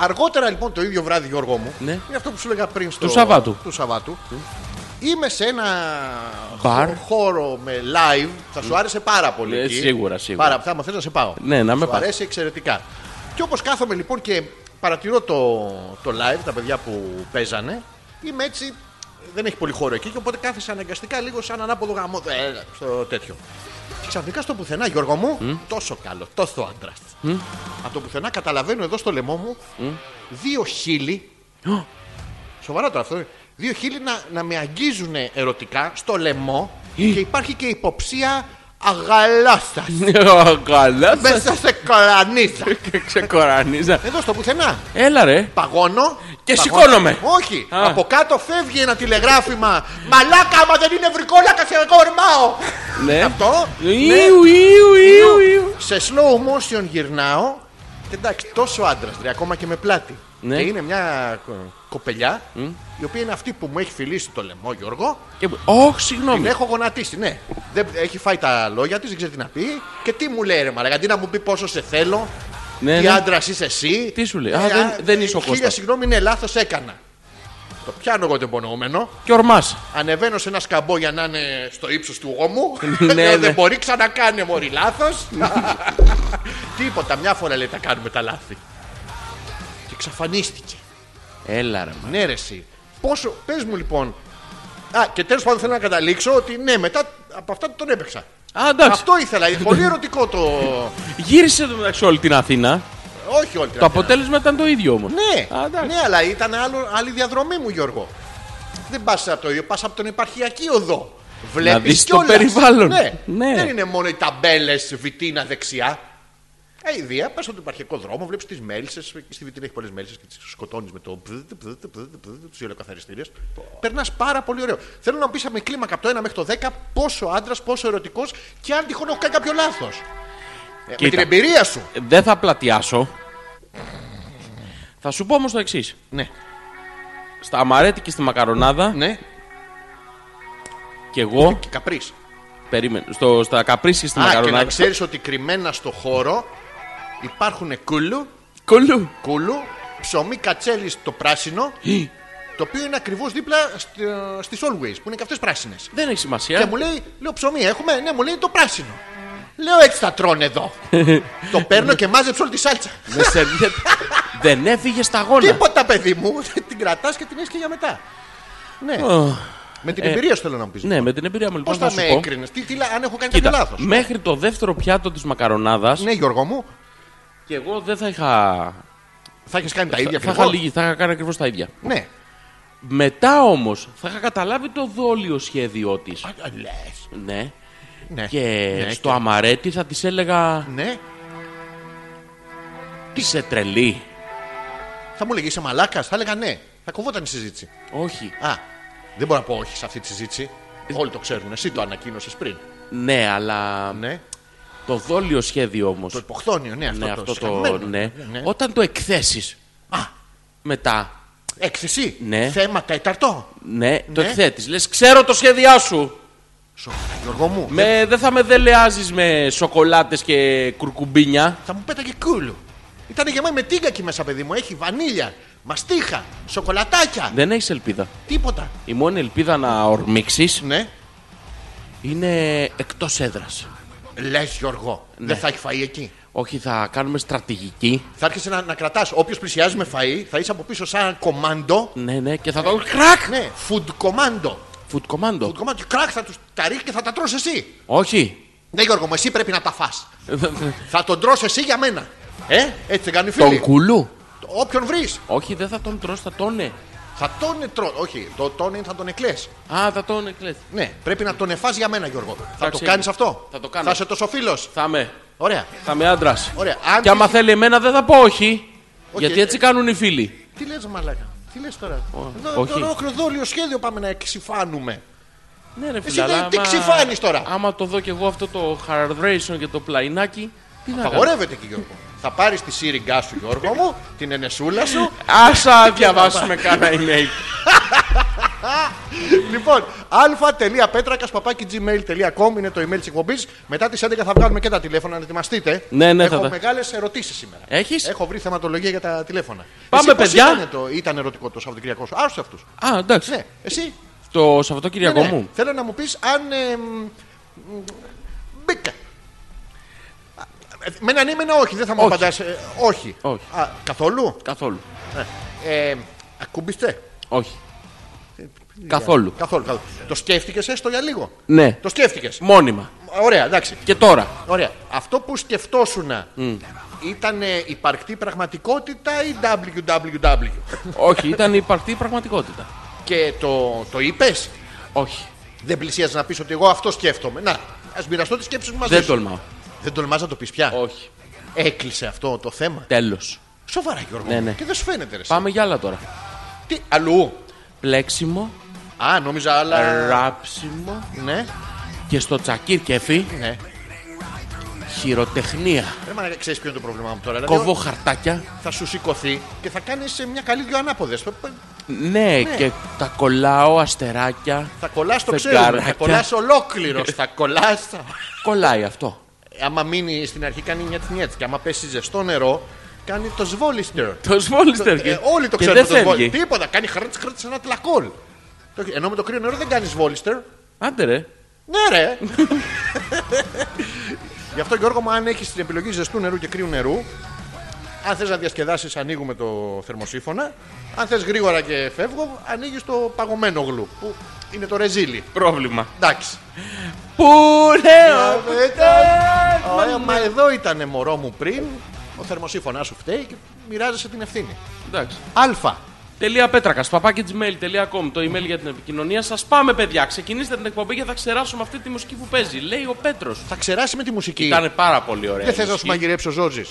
S1: Αργότερα λοιπόν το ίδιο βράδυ, Γιώργο μου,
S2: Ναι.
S1: είναι αυτό που σου λέγα πριν στο...
S2: Του Σαββάτου.
S1: Του Σαββάτου. Είμαι σε ένα
S2: Μπαρ.
S1: χο- χώρο με live. Θα σου άρεσε πάρα πολύ.
S2: Ε,
S1: εκεί.
S2: σίγουρα, σίγουρα.
S1: Πάρα, θα θες να σε πάω.
S2: Ναι, να με
S1: Σου
S2: πας.
S1: αρέσει εξαιρετικά. Και όπως κάθομαι λοιπόν και παρατηρώ το, το live, τα παιδιά που παίζανε, είμαι έτσι. Δεν έχει πολύ χώρο εκεί και οπότε κάθεσαι αναγκαστικά λίγο σαν ανάποδο γαμό. ε, στο τέτοιο. Και ξαφνικά στο πουθενά, Γιώργο μου, τόσο καλό, τόσο άντρας. Από το πουθενά καταλαβαίνω εδώ στο λαιμό μου δύο χείλη. Σοβαρά τώρα αυτό. ε. Δύο χείλη να, να με αγγίζουν ερωτικά στο λαιμό και υπάρχει και υποψία αγαλάστας.
S2: Ω, Καλά.
S1: Μέσα σε κορανίζα.
S2: Ξεκορανίζα.
S1: Εδώ στο πουθενά.
S2: Έλα ρε.
S1: Παγώνω.
S2: Και
S1: παγώνω.
S2: σηκώνομαι.
S1: Όχι.
S2: Α.
S1: Από κάτω φεύγει ένα τηλεγράφημα. Μαλάκα, άμα δεν είναι βρικόλακα, σε κορμάω.
S2: Ναι.
S1: Αυτό.
S2: Ιου, ιου, ιου,
S1: Ναι.
S2: ιου.
S1: Σε slow motion γυρνάω. Και εντάξει, τόσο άντρας, ρε, ακόμα και με πλάτη.
S2: Ναι.
S1: Και είναι μια κο- κοπελιά, η οποία είναι αυτή που μου έχει φιλήσει το λαιμό, Γιώργο.
S2: Και- Ωχ,
S1: Την
S2: συγγνώμη.
S1: έχω γονατίσει, ναι. Δεν, έχει φάει τα λόγια της, δεν ξέρει τι να πει. Και τι μου λέει, ρε Μαλάκα, αντί να μου πει πόσο σε θέλω,
S2: Ναι,
S1: τι
S2: ναι.
S1: άντρας είσαι εσύ. Ε,
S2: Τι σου λέει, α, δεν- δεν είσαι ο
S1: Χίλια
S2: Κώστας.
S1: συγγνώμη, είναι λάθος έκανα. Το πιάνω εγώ το υπονοούμενο.
S2: Και ορμάς.
S1: Ανεβαίνω σε ένα σκαμπό για να είναι στο ύψος του γόμου.
S2: Ναι,
S1: Λέω,
S2: ναι.
S1: Δεν μπορεί, ξανακάνε μωρή λάθος. Τίποτα, μια φορά λέει τα κάνουμε τα λάθη. Και εξαφανίστηκε.
S2: Έλα ρε. μα.
S1: Ναι, ρε, εσύ. Πόσο. Πες μου λοιπόν. Α, και τέλος πάντων θέλω να καταλήξω ότι ναι, μετά από αυτά τον έπαιξα.
S2: Α, εντάξει.
S1: Αυτό ήθελα. Είναι πολύ ερωτικό το.
S2: Γύρισε το μεταξύ όλη την Αθήνα.
S1: Όχι όλη την
S2: Το
S1: Αθήνα.
S2: αποτέλεσμα ήταν το ίδιο όμως.
S1: Ναι,
S2: Α, εντάξει.
S1: ναι, αλλά ήταν άλλο, άλλη διαδρομή μου, Γιώργο. Δεν πας από το ίδιο, πας από τον επαρχιακή οδό. Βλέπει
S2: δεις το περιβάλλον.
S1: Ναι.
S2: Ναι.
S1: Δεν είναι μόνο οι ταμπέλες βιτίνα δεξιά. Ε, η Δία, πας στον επαρχιακό δρόμο, βλέπεις τις μέλισσες. Στη βιτίνα έχει πολλές μέλισσες και τις σκοτώνεις με το. του ηλιοκαθαριστήρε. Περνάς πάρα πολύ ωραίο. Θέλω να μου πεις με κλίμακα από το 1 μέχρι το 10 πόσο άντρας, πόσο ερωτικός και αν τυχόν έχω κάνει κάποιο λάθος. Με
S2: Κοίτα.
S1: την εμπειρία σου.
S2: Δεν θα πλατιάσω. Θα σου πω όμως το εξής.
S1: Ναι.
S2: Στα αμαρέτη και στη μακαρονάδα
S1: Ναι.
S2: και εγώ
S1: Και καπρίς.
S2: περίμενε. Στο, στα καπρίσια στη
S1: Α, και να
S2: μακαρονάδα.
S1: ξέρεις ότι κρυμμένα στο χώρο υπάρχουν κούλου,
S2: Κολλού.
S1: κούλου, ψωμί κατσέλι στο πράσινο, το οποίο είναι ακριβώς δίπλα στις Always, που είναι και αυτές πράσινες.
S2: Δεν έχει
S1: Και
S2: σημασία.
S1: μου λέει, λέω ψωμί έχουμε, ναι, μου λέει το πράσινο. Λέω έτσι θα τρώνε εδώ. το παίρνω και μάζεψε όλη τη σάλτσα.
S2: Με σερβιέτα. Δεν έφυγε στα γόνα.
S1: Τίποτα, παιδί μου, την κρατάς και την έχει και για μετά. Ναι.
S2: Ω,
S1: με την εμπειρία σου θέλω να μου πεις.
S2: Ναι, με την εμπειρία μου
S1: Πώ
S2: λοιπόν θα
S1: θα
S2: σου
S1: με
S2: πω.
S1: έκρινες, τι, τι, λα- αν έχω κάνει
S2: Κοίτα,
S1: κάποιο λάθος.
S2: μέχρι το δεύτερο πιάτο της μακαρονάδας
S1: Ναι, Γιώργο μου,
S2: και εγώ δεν θα είχα.
S1: θα έχει κάνει τα ίδια
S2: θα, είχα
S1: ακριβώς.
S2: λύγει, θα είχα κάνει ακριβώς τα ίδια.
S1: Ναι.
S2: Μετά όμως θα είχα καταλάβει το δόλιο σχέδιό της.
S1: Α, λες.
S2: Ναι.
S1: Ναι.
S2: Και
S1: Ναι,
S2: στο αμαρέτη θα της έλεγα.
S1: Ναι,
S2: Είσαι τρελή.
S1: θα μου λέγε είσαι μαλάκας, θα έλεγα ναι. Θα κοβόταν η συζήτηση.
S2: Όχι.
S1: Α, δεν μπορώ να πω όχι σε αυτή τη συζήτηση. Όλοι το ξέρουν, εσύ το ανακοίνωσες πριν.
S2: Ναι, αλλά
S1: Ναι.
S2: το δόλιο σχέδιο όμως.
S1: Το υποχθόνιο, ναι, αυτό
S2: Ναι,
S1: το,
S2: αυτό το.
S1: σκαμμένο.
S2: Ναι. Όταν το εκθέσεις.
S1: Α.
S2: Μετά.
S1: Έκθεση.
S2: Ναι.
S1: Θέμα τέταρτο.
S2: Ναι, το
S1: Ναι.
S2: εκθέτεις. Λες, ξέρω το σχέδιά σου.
S1: Σοβαρά, Γιώργο μου.
S2: Με, δεν θα με δελεάζεις με σοκολάτες και κουρκουμπίνια.
S1: Θα μου πέταγε κούλου. Ήταν γεμάτη με τίγκα εκεί μέσα, παιδί μου. Έχει βανίλια, μαστίχα, σοκολατάκια.
S2: Δεν έχεις ελπίδα.
S1: Τίποτα.
S2: Η μόνη ελπίδα να ορμήξεις
S1: Ναι.
S2: είναι εκτός έδρας.
S1: Λες, Γιώργο,
S2: Ναι.
S1: δεν θα έχει φαΐ εκεί.
S2: Όχι, θα κάνουμε στρατηγική.
S1: Θα άρχισε να, να κρατάς. Όποιος πλησιάζει με φαΐ, θα είσαι από πίσω σαν κομάντο.
S2: Ναι, ναι, και θα το. Κρακ!
S1: Ναι, food commando.
S2: Food commando.
S1: Το κομμάτι κράκ θα τους τα ρίχνει και θα τα τρως εσύ.
S2: Όχι.
S1: Ναι, Γιώργο, μου εσύ πρέπει να τα φας. θα τον τρως εσύ για μένα. Ε, έτσι δεν κάνει
S2: Τον
S1: φίλη.
S2: κουλού.
S1: Όποιον βρεις.
S2: Όχι, δεν θα τον τρως, θα τον
S1: Θα τον τρώ. Όχι, το τον είναι θα τον εκλές.
S2: Α, θα τον εκλέσει.
S1: Ναι, πρέπει να τον εφάς για μένα, Γιώργο. θα το
S2: ξέρει.
S1: κάνει αυτό.
S2: Θα το κάνω.
S1: Θα είσαι τόσο φίλος.
S2: Θα με.
S1: Ωραία.
S2: Θα με άντρας.
S1: Ωραία. Αν
S2: Και άμα
S1: τύχει-
S2: θέλει εμένα δεν θα πω όχι.
S1: Όχι,
S2: Γιατί έτσι
S1: ε,
S2: κάνουν οι φίλοι.
S1: Τι λες μαλάκα. Τι λες τώρα.
S2: όχι.
S1: Το ολόκληρο σχέδιο πάμε να εξυφάνουμε.
S2: Ναι, ρε
S1: Εσύ
S2: φίλε.
S1: δεν
S2: αλλά
S1: τι
S2: άμα-
S1: ξυφάνεις τώρα.
S2: Άμα το δω κι εγώ αυτό το hardration και το πλαϊνάκι. Τι να κάνω.
S1: Απαγορεύεται και Γιώργο. Θα πάρεις τη σύριγγά σου, Γιώργο μου, την ενεσούλα σου
S2: Άσα διαβάσουμε κανένα email.
S1: λοιπόν, α.πέτρακα.gmail.com είναι το email της εκπομπής. Μετά τις 11 θα βγάλουμε και τα τηλέφωνα, να ετοιμαστείτε.
S2: Ναι, ναι, θα
S1: Έχω
S2: τα-
S1: μεγάλες ερωτήσεις σήμερα.
S2: Έχεις?
S1: Έχω βρει θεματολογία για τα τηλέφωνα.
S2: Πάμε,
S1: Εσύ πώς
S2: παιδιά.
S1: Ήταν, το, ήταν ερωτικό το Σαββατοκυριακό σου. Άστο αυτούς.
S2: Α, εντάξει.
S1: Ναι, εσύ.
S2: Το
S1: Ναι,
S2: Σαββατοκύριακο
S1: ναι.
S2: μου.
S1: Θέλω να μου πεις αν. ε, μ, μ, μπήκα. Α, ε, Με ένα ναι, με ένα όχι, δεν θα μου
S2: Όχι.
S1: απαντάς. όχι.
S2: Όχι.
S1: Α, καθόλου.
S2: Καθόλου.
S1: Ε, ακούμπηστε.
S2: Όχι.
S1: Ε,
S2: Καθόλου.
S1: Καθόλου, καθόλου. Το σκέφτηκες έστω για λίγο.
S2: Ναι.
S1: Το σκέφτηκες.
S2: Μόνιμα.
S1: Ωραία, εντάξει.
S2: Και τώρα.
S1: Ωραία. Αυτό που σκεφτόσουν ήταν ε, υπαρκτή πραγματικότητα ή WWW.
S2: Όχι, ήταν υπαρκτή πραγματικότητα.
S1: και το, το είπες.
S2: Όχι.
S1: Δεν πλησίαζε να πεις ότι εγώ αυτό σκέφτομαι. Να, ας μοιραστώ τις σκέψεις μου μαζί.
S2: Δεν
S1: σου.
S2: τολμάω.
S1: Δεν τολμάς να το πεις πια.
S2: Όχι.
S1: Έκλεισε αυτό το θέμα.
S2: Τέλος.
S1: Σοβαρά, Γιώργο.
S2: Ναι, ναι.
S1: Και δεν σου φαίνεται, ρε.
S2: Πάμε για άλλα τώρα.
S1: Τι, αλλού.
S2: Πλέξιμο,
S1: Α, νόμιζα άλλα.
S2: ράψιμο
S1: Ναι,
S2: και στο τσακίρ κεφί
S1: ναι.
S2: χειροτεχνία.
S1: Ρε, μα ξέρεις ποιο είναι το πρόβλημά μου τώρα. Δηλαδή,
S2: Κόβω χαρτάκια.
S1: θα σου σηκωθεί και θα κάνεις μια καλή δυο ανάποδες.
S2: Ναι,
S1: Ναι.
S2: και τα κολλάω αστεράκια.
S1: Θα κολλάς το ξέρουμε.
S2: Φεγγαράκια.
S1: Θα κολλάς ολόκληρος. θα κολλάς.
S2: Κολλάει αυτό.
S1: Άμα μείνει στην αρχή, κάνει μια τνιέτ. Και άμα πέσει ζεστό νερό, κάνει το σβόλιστερ.
S2: Το σβόλιστερ.
S1: Ε, όλοι το
S2: και
S1: ξέρουν
S2: δεν
S1: το σβόλιστερ.
S2: φεύγει.
S1: Τίποτα. Κάνει χράτ χράτ σαν ένα τλακόλ. Το- Ενώ με το κρύο νερό δεν κάνει σβόλιστερ.
S2: Άντε ρε.
S1: Ναι, ρε. Γι' αυτό Γιώργο μου, αν έχεις την επιλογή ζεστού νερού και κρύου νερού, αν θες να διασκεδάσεις, ανοίγουμε το θερμοσύφωνα. Αν θες γρήγορα και φεύγω, ανοίγεις το παγωμένο γλου που είναι το ρεζίλι.
S2: Πρόβλημα.
S1: Εντάξει.
S2: Πού ναι, ο-
S1: Ωραία, μα
S2: ναι.
S1: εδώ ήταν μωρό μου πριν. Ο θερμοσύφωνα σου φταίει και μοιράζεσαι την ευθύνη.
S2: Εντάξει.
S1: Α.
S2: Τελεία πέτρακας, gmail.com, το email για την επικοινωνία. Σας πάμε, παιδιά. Ξεκινήστε την εκπομπή και θα ξεράσουμε αυτή τη μουσική που παίζει. Λέει ο Πέτρος.
S1: Θα ξεράσει με τη μουσική.
S2: Ήταν πάρα πολύ ωραία.
S1: Δεν
S2: η
S1: θες να σου
S2: μουσική.
S1: μαγειρέψει ο Ζόρζης.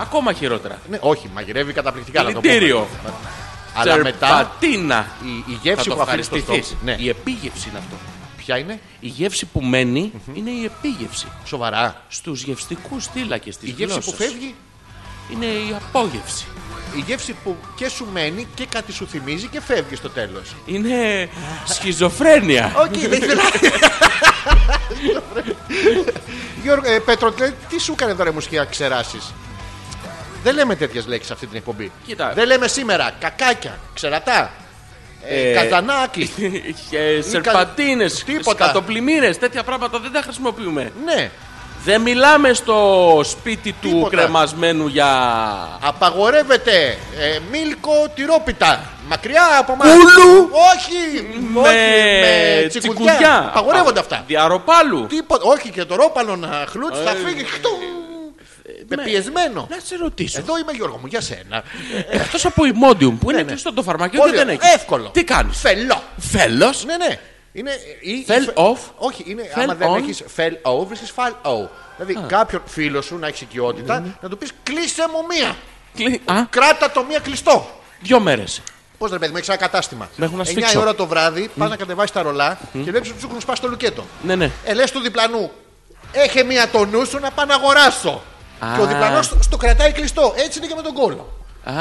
S2: Ακόμα χειρότερα.
S1: Ναι, όχι, μαγειρεύει καταπληκτικά. να το πούμε.
S2: Δηλητήριο.
S1: Αλλά μετά
S2: Τσερπατίνα.
S1: η, η
S2: Θα
S1: γεύση
S2: το
S1: που αφήνει στο
S2: ευχαριστηθείς.
S1: στόμα. Ναι,
S2: Η επίγευση είναι αυτό.
S1: ποια είναι.
S2: Η γεύση που μενει είναι η επίγευση.
S1: Σοβαρά.
S2: Στους γευστικούς θύλακες της
S1: Η γεύση που φεύγει,
S2: είναι η απόγευση.
S1: η γεύση που και σου μένει και κάτι σου θυμίζει και φεύγει στο τέλος.
S2: Είναι σχιζοφρένεια.
S1: Όχι, δεν ήθελα. Γιώργο, ε, Πέτρο, τι- τι σου έκανε τώρα η μουσική να ξεράσει. Δεν λέμε τέτοιες λέξεις σε αυτή την εκπομπή.
S2: Κοίτα.
S1: Δεν λέμε σήμερα κακάκια, ξερατά, ε,
S2: Ε,
S1: καζανάκι.
S2: Σερπατίνες,
S1: Τίποτα.
S2: κατοπλημμύρε, τέτοια πράγματα δεν τα χρησιμοποιούμε.
S1: ναι,
S2: Δεν μιλάμε στο σπίτι του
S1: Τίποτα.
S2: κρεμασμένου για.
S1: απαγορεύεται ε, μίλκο τυρόπιτα. Μακριά από μας.
S2: Κούλου.
S1: Όχι! όχι, με τσικουδιά. Απαγορεύονται αυτά.
S2: Διαροπάλου.
S1: Τίποτα. Όχι και το ρόπαλο να χλούτς θα φύγει. Χτου. Με
S2: Ε. ναι.
S1: πιεσμένο.
S2: Να σε ρωτήσω.
S1: Εδώ είμαι Γιώργο μου, για σένα.
S2: Εκτό από Imodium που είναι
S1: Ε, ναι.
S2: κλειστό το φαρμακείο και
S1: Πολύ
S2: δεν έχει.
S1: Εύκολο.
S2: Τι κάνεις.
S1: Φελό.
S2: Φέλος.
S1: Ναι, ναι. Είναι, ή,
S2: Fell
S1: ή φε-
S2: off.
S1: Όχι, είναι
S2: Fell
S1: άμα δεν
S2: on.
S1: έχει fell off, βρίσκει fall off. Δηλαδή κάποιον φίλο σου να έχει οικειότητα να του πεις κλείσε μου μία.
S2: Α,
S1: Κράτα το μία κλειστό.
S2: δύο μέρες.
S1: Πώς ρε παιδί, μου, έχεις ένα κατάστημα.
S2: Με έχουν να
S1: 9 η
S2: σφίξω.
S1: ώρα το βράδυ πας να κατεβάσεις τα ρολά και βλέπεις ότι σου έχουν σπάσει το λουκέτο.
S2: Ναι, ναι.
S1: Ε, λες του διπλανού, έχε μία το νου σου να πάω να αγοράσω.
S2: Α.
S1: Και ο διπλανός στο κρατάει κλειστό. Έτσι είναι και με τον κόλλο.
S2: Α,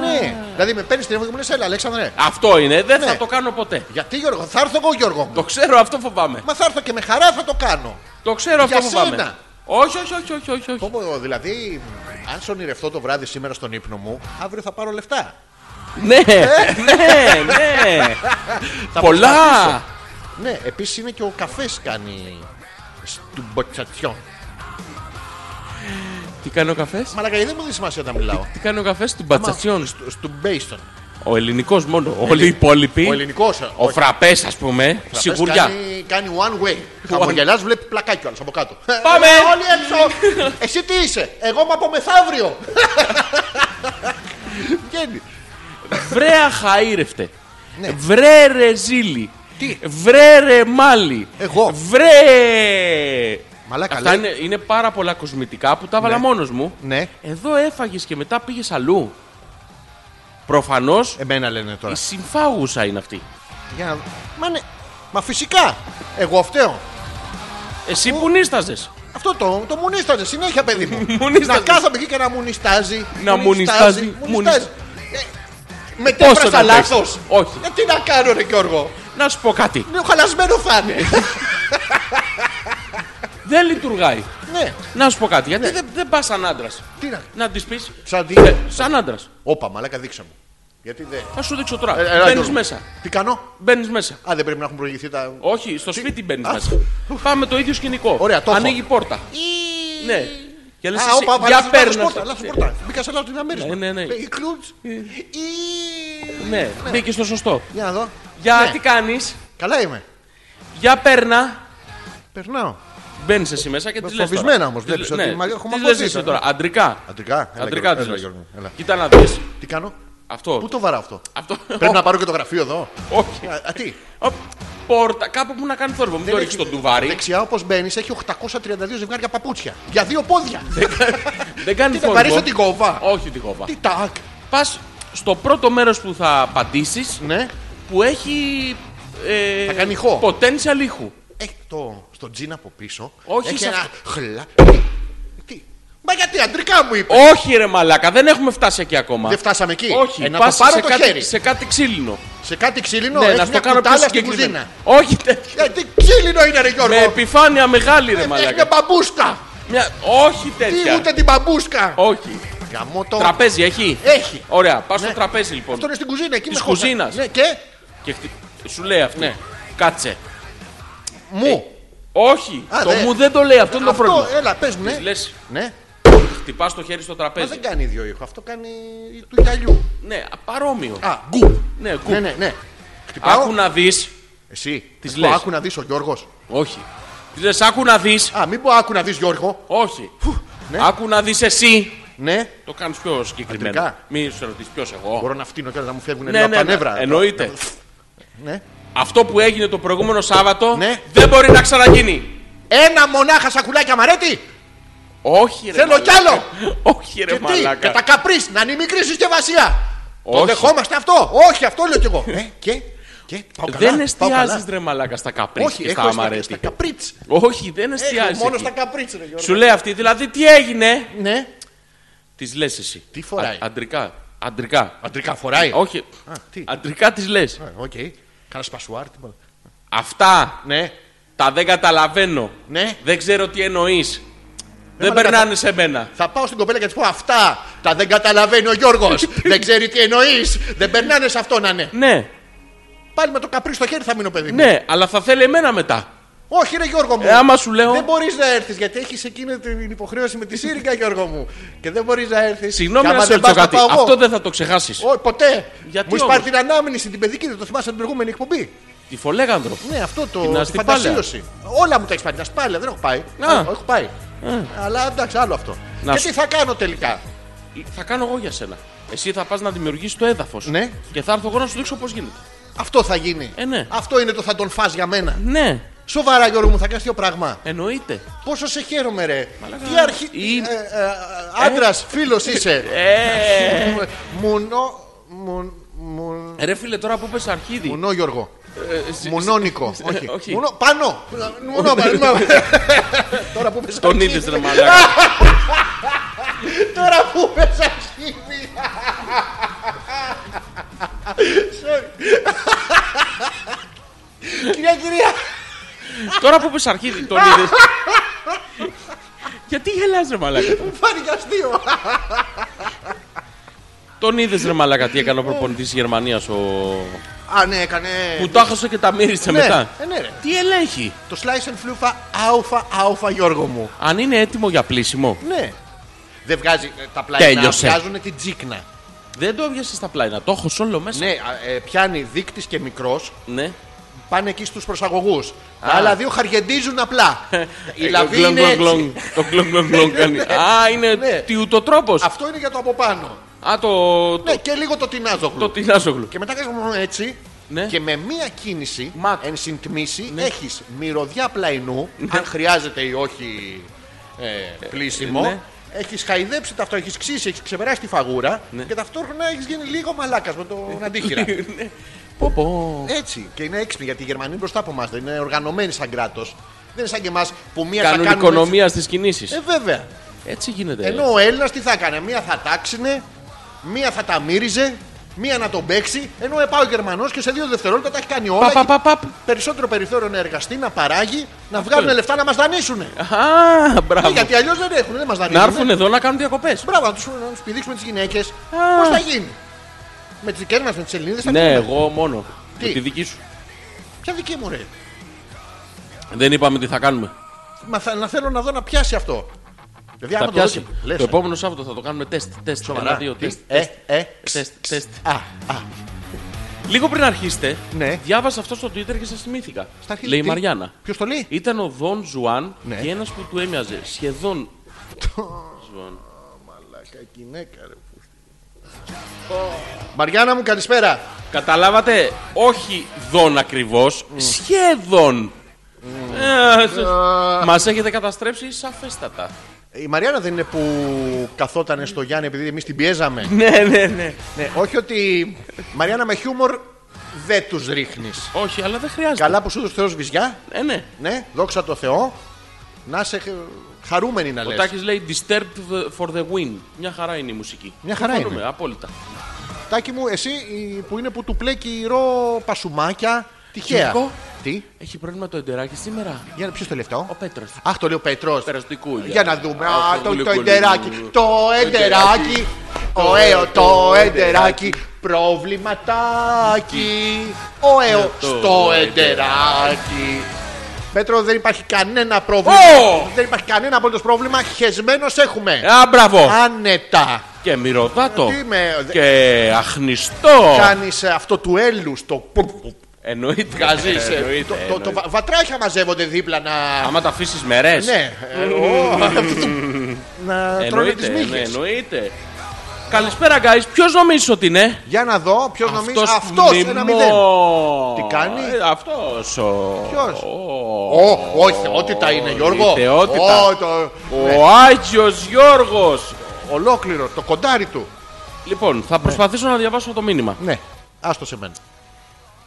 S1: Ναι. Δηλαδή με παίρνεις τηλέφωνο και μου λες, Ελά, Αλέξανδρε.
S2: Αυτό είναι, δεν
S1: Ναι.
S2: θα το κάνω ποτέ.
S1: Γιατί Γιώργο, θα έρθω εγώ Γιώργο. μου.
S2: Το ξέρω, αυτό φοβάμαι.
S1: Μα θα έρθω και με χαρά θα το κάνω.
S2: Το ξέρω αυτό
S1: Για
S2: φοβάμαι.
S1: σένα.
S2: Όχι, όχι, όχι, όχι, όχι. όχι.
S1: Πω, πω, δηλαδή, αν σε ονειρευτώ το βράδυ σήμερα στον ύπνο μου, αύριο θα πάρω λεφτά.
S2: ναι, ναι, ναι.
S1: Θα προσπαθήσω.
S2: Πολλά.
S1: Ναι, επίσης είναι και ο καφές κάνει. Του μποτσατσιόν.
S2: Τι κάνει ο καφέ.
S1: Μαλακά, δεν μου δίνει σημασία όταν μιλάω.
S2: Τι κάνει ο καφέ του μπατσατσιόν.
S1: Στου Μπέιστον.
S2: Ο ελληνικός μόνο. Όλοι οι υπόλοιποι.
S1: Ο ελληνικός.
S2: Ο φραπές, ας πούμε. Σιγουριά.
S1: Κάνει, κάνει one way. Χαμογελάς, βλέπει πλακάκι όλο από κάτω.
S2: Πάμε!
S1: Ε, Όλοι έξω! Εσύ τι είσαι, εγώ είμαι από μεθαύριο. Βγαίνει.
S2: Βρε αχαήρευτε.
S1: Ναι.
S2: Βρε ρεζίλι.
S1: Τι?
S2: Βρε ρεμάλι.
S1: Εγώ.
S2: Βρε.
S1: Μαλάκα,
S2: Αυτά
S1: λέει.
S2: είναι, είναι πάρα πολλά κοσμητικά που τα έβαλα μόνος μου.
S1: Ναι.
S2: Εδώ έφαγες και μετά πήγες αλλού. Προφανώς
S1: Εμένα λένε τώρα.
S2: η συμφάγουσα είναι αυτή.
S1: Για να... δω. Μα, ναι. Μα φυσικά. Εγώ φταίω.
S2: Εσύ που νίσταζες.
S1: Αυτό το, το μουνίσταζε συνέχεια, παιδί μου.
S2: Μουνίσταζε.
S1: να κάθομαι εκεί και να μουνιστάζει.
S2: Να μουνιστάζει,
S1: Μουνιστάζει.
S2: μουνιστάζει.
S1: Ε, Μετέφρασα
S2: να παίξει.
S1: λάθος.
S2: Όχι.
S1: Ε, Τι να κάνω, ρε Γιώργο.
S2: Να σου πω κάτι.
S1: Ναι, χαλασμένος θα είναι.
S2: Δεν λειτουργάει.
S1: ναι,
S2: Να σου πω κάτι. Γιατί δεν, δεν πας σαν άντρας.
S1: τι να.
S2: Να της πεις.
S1: Σαν τι.
S2: Σαν άντρας.
S1: Όπα, μαλάκα, δείξε μου. Γιατί δεν.
S2: Θα σου δείξω τώρα.
S1: Ε, ε,
S2: Μπαίνεις
S1: Γιώργο.
S2: μέσα.
S1: Τι κάνω.
S2: Μπαίνεις μέσα.
S1: Α, δεν πρέπει να έχουν προηγηθεί τα.
S2: Όχι, στο σπίτι μπαίνεις
S1: Α.
S2: μέσα. Πάμε το ίδιο σκηνικό.
S1: Ωραία, το έχω.
S2: Ανοίγει πόρτα. Ναι. Και λες
S1: Α,
S2: εσύ,
S1: όπα, όπα,
S2: για
S1: λάθος
S2: Ναι. παίρνω.
S1: πόρτα. Λάθος πόρτα. Μπήκα σε λάθος την αμέρισμα.
S2: Ναι, ναι, ναι.
S1: Η κλουτς. Η-
S2: Ναι, μπήκε στο σωστό.
S1: Για να δω.
S2: Για
S1: Ναι.
S2: τι κάνεις,
S1: Καλά είμαι.
S2: για παίρνα.
S1: Περνάω.
S2: Μπαίνεις εσύ μέσα και τη λε.
S1: Φοβισμένα όμως, βλέπεις ότι μα- έχουμε
S2: Τι λε
S1: αποδείξει,
S2: εσύ τώρα, αντρικά.
S1: Αντρικά. Έλα,
S2: Αντρικά
S1: Γιώργο,
S2: τη
S1: έλα,
S2: λες.
S1: Γιώργο, έλα.
S2: Κοίτα να δεις.
S1: Τι κάνω.
S2: Αυτό.
S1: Πού το βαρά αυτό.
S2: Αυτό.
S1: Πρέπει να πάρω και το γραφείο εδώ.
S2: Όχι.
S1: Α, α, τι.
S2: Οπ, Πόρτα, κάπου που να κάνει θόρυβο. Μην
S1: Δεν
S2: το
S1: έχει-
S2: ρίξει τον τουβάρι.
S1: Δεξιά όπως μπαίνεις έχει 832 ζευγάρια παπούτσια. Για δύο πόδια.
S2: Δεν κάνει
S1: Τι θα
S2: θόρυβο.
S1: παρήσω την κόβα.
S2: Όχι την κόβα.
S1: Τι τάκ.
S2: Πας στο πρώτο μέρος που θα πατήσεις
S1: Ναι.
S2: που έχει. Ε,
S1: Θα κάνει ηχό.
S2: Potential ήχου.
S1: Έχει το. Στον τζιν από πίσω.
S2: Όχι,
S1: Έχει
S2: σε
S1: ένα
S2: αυτό.
S1: χλα. Τι. Μα γιατί αντρικά μου είπε.
S2: Όχι ρε μαλάκα, δεν έχουμε φτάσει εκεί ακόμα.
S1: Δεν φτάσαμε εκεί.
S2: Όχι,
S1: Ε, να
S2: πας
S1: το πάρω
S2: σε,
S1: το
S2: κάτι,
S1: χέρι.
S2: σε κάτι ξύλινο.
S1: Σε κάτι ξύλινο
S2: ναι,
S1: έχεις
S2: να στο
S1: μια
S2: κάνω πιο
S1: κουτάλα στην
S2: συγκεκριμένο.
S1: κουζίνα.
S2: Όχι τέτοιο.
S1: Ε, τι ξύλινο είναι ρε Γιώργο.
S2: Με επιφάνεια μεγάλη ρε
S1: Ε, Έχεις μια
S2: μαλάκα.
S1: μπαμπούσκα.
S2: Μια... Όχι
S1: Τι
S2: τέτοια.
S1: ούτε την μπαμπούσκα.
S2: Όχι.
S1: Γαμώ το.
S2: Τραπέζι έχει.
S1: Έχει.
S2: Ωραία, πας στο
S1: Ναι.
S2: τραπέζι λοιπόν.
S1: Αυτό είναι στην κουζίνα εκεί
S2: Της
S1: με χώσα.
S2: κουζίνας.
S1: Ναι, και
S2: Και χτυ- σου λέει αυτό. ναι. Κάτσε.
S1: μου.
S2: Όχι,
S1: Α, ναι.
S2: το
S1: δε.
S2: μου δεν το λέει, Ε, αυτό είναι το πρόβλημα.
S1: έλα, πες μου, ναι.
S2: Λες,
S1: Ναι.
S2: χτυπάς το χέρι στο
S1: Μα
S2: τραπέζι.
S1: δεν κάνει ίδιο ήχο, αυτό κάνει του γυαλιού.
S2: Ναι, α, παρόμοιο.
S1: Α, γκου.
S2: Ναι, κου.
S1: Ναι, ναι, ναι. Χτυπάω.
S2: Άκου να δεις.
S1: Εσύ.
S2: Της
S1: Εγώ,
S2: λες.
S1: Άκου να δεις ο Γιώργος.
S2: Όχι. Τη λες, άκου να δεις.
S1: Α, μην πω άκου να δεις Γιώργο.
S2: Όχι.
S1: ναι.
S2: Άκου να δεις εσύ.
S1: Ναι.
S2: Το κάνεις πιο συγκεκριμένο.
S1: Αντρικά.
S2: Μην σου ρωτήσεις ποιος εγώ.
S1: Μπορώ να φτύνω κιόλα να μου φεύγουν
S2: Ναι,
S1: ναι,
S2: ναι,
S1: τα
S2: ναι.
S1: νεύρα.
S2: Εννοείται.
S1: Ναι.
S2: Αυτό που έγινε το προηγούμενο Σάββατο
S1: Ναι.
S2: δεν μπορεί να ξαναγίνει.
S1: Ένα μονάχα σακουλάκι μαρέτη.
S2: Όχι, ρε.
S1: Θέλω
S2: μαλάκα.
S1: κι άλλο.
S2: Όχι, ρε,
S1: Και τι,
S2: μαλάκα.
S1: και τα καπρίς, να είναι η μικρή συσκευασία. Το
S2: Όχι.
S1: δεχόμαστε αυτό. Όχι, αυτό λέω κι εγώ. Ε, και, και, πάω καλά,
S2: Δεν
S1: πάω
S2: εστιάζεις,
S1: καλά.
S2: ρε μαλάκα, στα καπρίτσια
S1: Όχι,
S2: και
S1: έχω
S2: στα
S1: στα,
S2: αμαρέτη.
S1: στα καπρίτς.
S2: Όχι, δεν εστιάζει.
S1: Έχω μόνο
S2: εκεί.
S1: στα καπρίτς, ρε Γιώργο.
S2: Σου λέει αυτή, δηλαδή τι έγινε.
S1: Ναι.
S2: Τη λες εσύ.
S1: Τι φοράει?
S2: Α, αντρικά. Αντρικά.
S1: Αντρικά φοράει.
S2: Όχι.
S1: Α, τι.
S2: Αντρικά τη λες.
S1: Α, Οκ. Κάνα σπασουάρ, τίποτα.
S2: Αυτά
S1: Ναι.
S2: τα δεν καταλαβαίνω.
S1: Ναι.
S2: Δεν ξέρω τι εννοείς. Δεν
S1: μαλάκα,
S2: περνάνε σε μένα.
S1: Θα πάω στην κοπέλα και της πω αυτά. Τα δεν καταλαβαίνει ο Γιώργος. δεν ξέρει τι εννοείς. Δεν περνάνε σε αυτό να είναι.
S2: Ναι,
S1: Πάλι με το καπρί στο χέρι θα μείνω, παιδί μου.
S2: ναι, αλλά θα θέλει εμένα μετά.
S1: Όχι, ρε Γιώργο μου.
S2: Ε, άμα σου λέω.
S1: Δεν μπορείς να έρθεις γιατί έχεις εκείνη την υποχρέωση με τη Σύριγκα, Γιώργο μου. Και δεν μπορείς να έρθεις.
S2: Συγγνώμη να σε ρωτήσω κάτι. Αυτό δεν θα το ξεχάσεις.
S1: Όχι, ποτέ.
S2: Γιατί
S1: μου έχεις πάρει
S2: όμως?
S1: την ανάμνηση την παιδική, δεν το θυμάσαι την προηγούμενη εκπομπή.
S2: Τη φολέγανδρο.
S1: Ναι, αυτό το.
S2: Την
S1: Την
S2: αστυπάλαια.
S1: φαντασίωση. Όλα μου τα έχεις πάρει. Την ασπάλια δεν έχω πάει.
S2: Α.
S1: Έχω έχω πάει. Αλλά εντάξει, άλλο αυτό.
S2: Να
S1: και
S2: σου-
S1: τι θα κάνω τελικά.
S2: Ε, Θα κάνω εγώ για σένα. Εσύ θα πας να δημιουργήσεις το έδαφος.
S1: Ναι.
S2: Και θα έρθω εγώ να σου δείξω πώς γίνεται.
S1: Αυτό θα γίνει.
S2: Ε, ναι.
S1: Αυτό είναι το θα τον φας για μένα.
S2: Ναι,
S1: Σοβαρά, Γιώργο μου, θα κάνεις δύο πράγμα.
S2: εννοείται.
S1: Πόσο σε χαίρομαι, ρε. Τι Ε, αρχή.
S2: Η-
S1: Άντρα, φίλος είσαι.
S2: Ε,
S1: Μουνό. μουν- μουν-
S2: ρε φίλε, τώρα που πες αρχίδι.
S1: Μουνό, Γιώργο.
S2: ε, σ-
S1: Μουνόνικο.
S2: ε,
S1: Όχι.
S2: όχι.
S1: Μουνό, πάνω. Μουνό, πάνω. Τώρα που πες
S2: Τον
S1: αρχίδι.
S2: είδες ρε μαλάκα.
S1: Τώρα που πες αρχίδι. Sorry. Κυρία, κυρία.
S2: Τώρα που πες αρχίδι, τον είδες. Γιατί γελάς ρε μαλάκα.
S1: Μου φάνηκε αστείο.
S2: Τον είδες ρε μαλάκα τι έκανε ο προπονητής της Γερμανίας ο.
S1: Α, ναι, έκανε.
S2: που το άχασε και τα μύρισε
S1: Ναι,
S2: μετά.
S1: ε, ναι, ρε.
S2: Τι ελέγχει.
S1: Το slice and flufa άουφα άουφα Γιώργο μου.
S2: Αν είναι έτοιμο για πλήσιμο.
S1: Ναι. Δεν βγάζει ε, τα πλάινα,
S2: Τέλειωσε.
S1: βγάζουν την τσίκνα.
S2: Δεν το έβγασε στα πλάινα, το έχω σ' όλο μέσα.
S1: Ναι, α, ε, πιάνει δείκτης και μικρός,
S2: Ναι.
S1: πάνε εκεί στους προσαγωγούς. Τα άλλα δύο χαργεντίζουν απλά. Ε, Η λαβή είναι έτσι.
S2: Το κλονγκ κλονγκ κλονγκ κάνει. Α,
S1: Ναι.
S2: είναι τιούτο τρόπο.
S1: Αυτό είναι για το από πάνω.
S2: Α, το. το-
S1: Ναι, και λίγο το τεινάζοχλου.
S2: Το τεινάζογλου.
S1: Και μετά κάνεις έτσι.
S2: Ναι.
S1: Και με μία κίνηση,
S2: Μα-
S1: εν συντμήσει, έχεις μυρωδιά πλαϊνού,
S2: Ναι.
S1: αν χρειάζεται ή όχι ε, πλήσιμο.
S2: ναι.
S1: Έχεις χαϊδέψει τα αυτό, έχεις ξύσει, έχεις ξεπεράσει τη φαγούρα και ταυτόχρονα έχεις γίνει λίγο μαλάκας με τον αντίχειρα.
S2: Ναι. Πω πω.
S1: Έτσι. Και είναι έξυπνοι γιατί οι Γερμανοί είναι μπροστά από εμάς. Δεν είναι οργανωμένοι σαν κράτος. Δεν είναι σαν και εμάς που μία θα
S2: Κάνουν
S1: κάνουμε
S2: οικονομία στι
S1: έτσι. Ε,
S2: κινήσει.
S1: βέβαια.
S2: Έτσι γίνεται.
S1: Ενώ ο Έλληνας τι θα έκανε. Μία θα τάξινε, μία θα τα μύριζε μία να τον παίξει, ενώ ε, πάει ο Γερμανός και σε δύο δευτερόλεπτα τα έχει κάνει όλα.
S2: Παπ,
S1: και
S2: παπ, παπ, παπ.
S1: Περισσότερο περιθώριο να εργαστεί, να παράγει, να βγάλουν
S2: είναι.
S1: λεφτά να μας δανείσουν.
S2: Α, μπράβο.
S1: Ναι, Γιατί αλλιώς δεν έχουν, δεν μας
S2: Να
S1: δανείζουν.
S2: έρθουν εδώ να κάνουν διακοπές.
S1: Μπράβο, να τους πηδήξουμε τις γυναίκες. Πώς θα γίνει. Με τις δικές μας, με τις Ελληνίδες.
S2: Ναι, εγώ μόνο.
S1: Τι?
S2: Με τη δική σου.
S1: Ποια δική μου, ρε.
S2: Δεν είπαμε τι θα κάνουμε.
S1: Μα θα, να θέλω να δω να πιάσει αυτό. Δηλαδή, άμα
S2: Θα
S1: το
S2: πιάσει.
S1: δω, λες,
S2: Το επόμενο Σάββατο θα το κάνουμε τεστ. Τεστ.
S1: σοβαρά.
S2: Ένα, δύο,
S1: Τι,
S2: τεστ.
S1: Ε, ε,
S2: Τεστ, τεστ.
S1: α, α,
S2: Λίγο πριν αρχίσετε,
S1: Ναι.
S2: διάβασα αυτό στο Twitter και σας θυμήθηκα.
S1: στα αρχίδια.
S2: Λέει η
S1: Τι-
S2: Μαριάννα.
S1: Ποιος το λέει.
S2: Ήταν ο Δον Ζουάν
S1: Ναι.
S2: και ένας που του έμοιαζε σχεδόν.
S1: Μαλάκα γυναίκα, ρε. πούστη. Μαριάννα μου, καλησπέρα.
S2: Καταλάβατε, όχι Δον ακριβώς,
S1: Mm.
S2: σχεδόν.
S1: Ε.
S2: Μας έχετε καταστρέψει σαφέστατα.
S1: Η Μαριάννα δεν είναι που καθόταν στο Γιάννη επειδή εμείς την πιέζαμε.
S2: Ναι, ναι, ναι.
S1: ναι, όχι ότι. Μαριάννα με χιούμορ δεν τους ρίχνεις.
S2: Όχι, αλλά δεν χρειάζεται.
S1: Καλά που σου έδωσε Θεός βυζιά.
S2: Ε, ναι.
S1: Ναι, δόξα τω Θεό. Να είσαι χε- χαρούμενη να
S2: Ο
S1: λες.
S2: Τάκης λέει Disturbed for the win. Μια χαρά είναι η μουσική.
S1: Μια χαρά
S2: Συμφωνούμε,
S1: είναι.
S2: Απόλυτα.
S1: Τάκη μου, εσύ η- που είναι που του πλέκει ρο πασουμάκια. Τυχαία.
S2: Γιώργο.
S1: Τι,
S2: Έχει πρόβλημα το εντεράκι σήμερα.
S1: για να ποιος το λεφτό.
S2: Ο Πέτρος.
S1: Αχ, το λέει ο Πέτρος.
S2: Περαστικού.
S1: Για να δούμε. Α, το, το
S2: γλυκούλι
S1: εντεράκι.
S2: μου.
S1: Το εντεράκι. Ο αίο, το εντεράκι. Προβληματάκι. Ο αίο,
S2: το
S1: στο εντεράκι. Πέτρο, δεν υπάρχει κανένα πρόβλημα.
S2: Ω!
S1: Δεν υπάρχει κανένα απολύτως πρόβλημα. Χεσμένος έχουμε.
S2: Α, μπράβο.
S1: Άνετα.
S2: Και μυρωδάτο.
S1: Τι με-
S2: Ε, Και αχνηστό.
S1: Κάνει αυτό του έλου. Το που- που-
S2: Εννοείται. Καζείς,
S1: ε, το- το- το βα- βατράχια μαζεύονται δίπλα να.
S2: Άμα τα αφήσεις μερέ.
S1: Ναι. ε, ω, Να τρώνε τις
S2: εννοείται. ναι,
S1: μύχε.
S2: εννοείται. Καλησπέρα, guys. Ποιος νομίζεις ότι είναι.
S1: Για να δω ποιος νομίζεις. Αυτός ένα μηδέν.
S2: μηδέν.
S1: Τι κάνει?
S2: Αυτό Ε, ο.
S1: Ποιος?
S2: ο-
S1: Ω, όχι, θεότητα είναι Γιώργο.
S2: Η θεότητα.
S1: Ω, το... Ναι.
S2: Ο Άγιος Γιώργος.
S1: Ολόκληρο, το κοντάρι του.
S2: Λοιπόν, θα προσπαθήσω να διαβάσω το μήνυμα.
S1: Ναι, άστο σε μένα.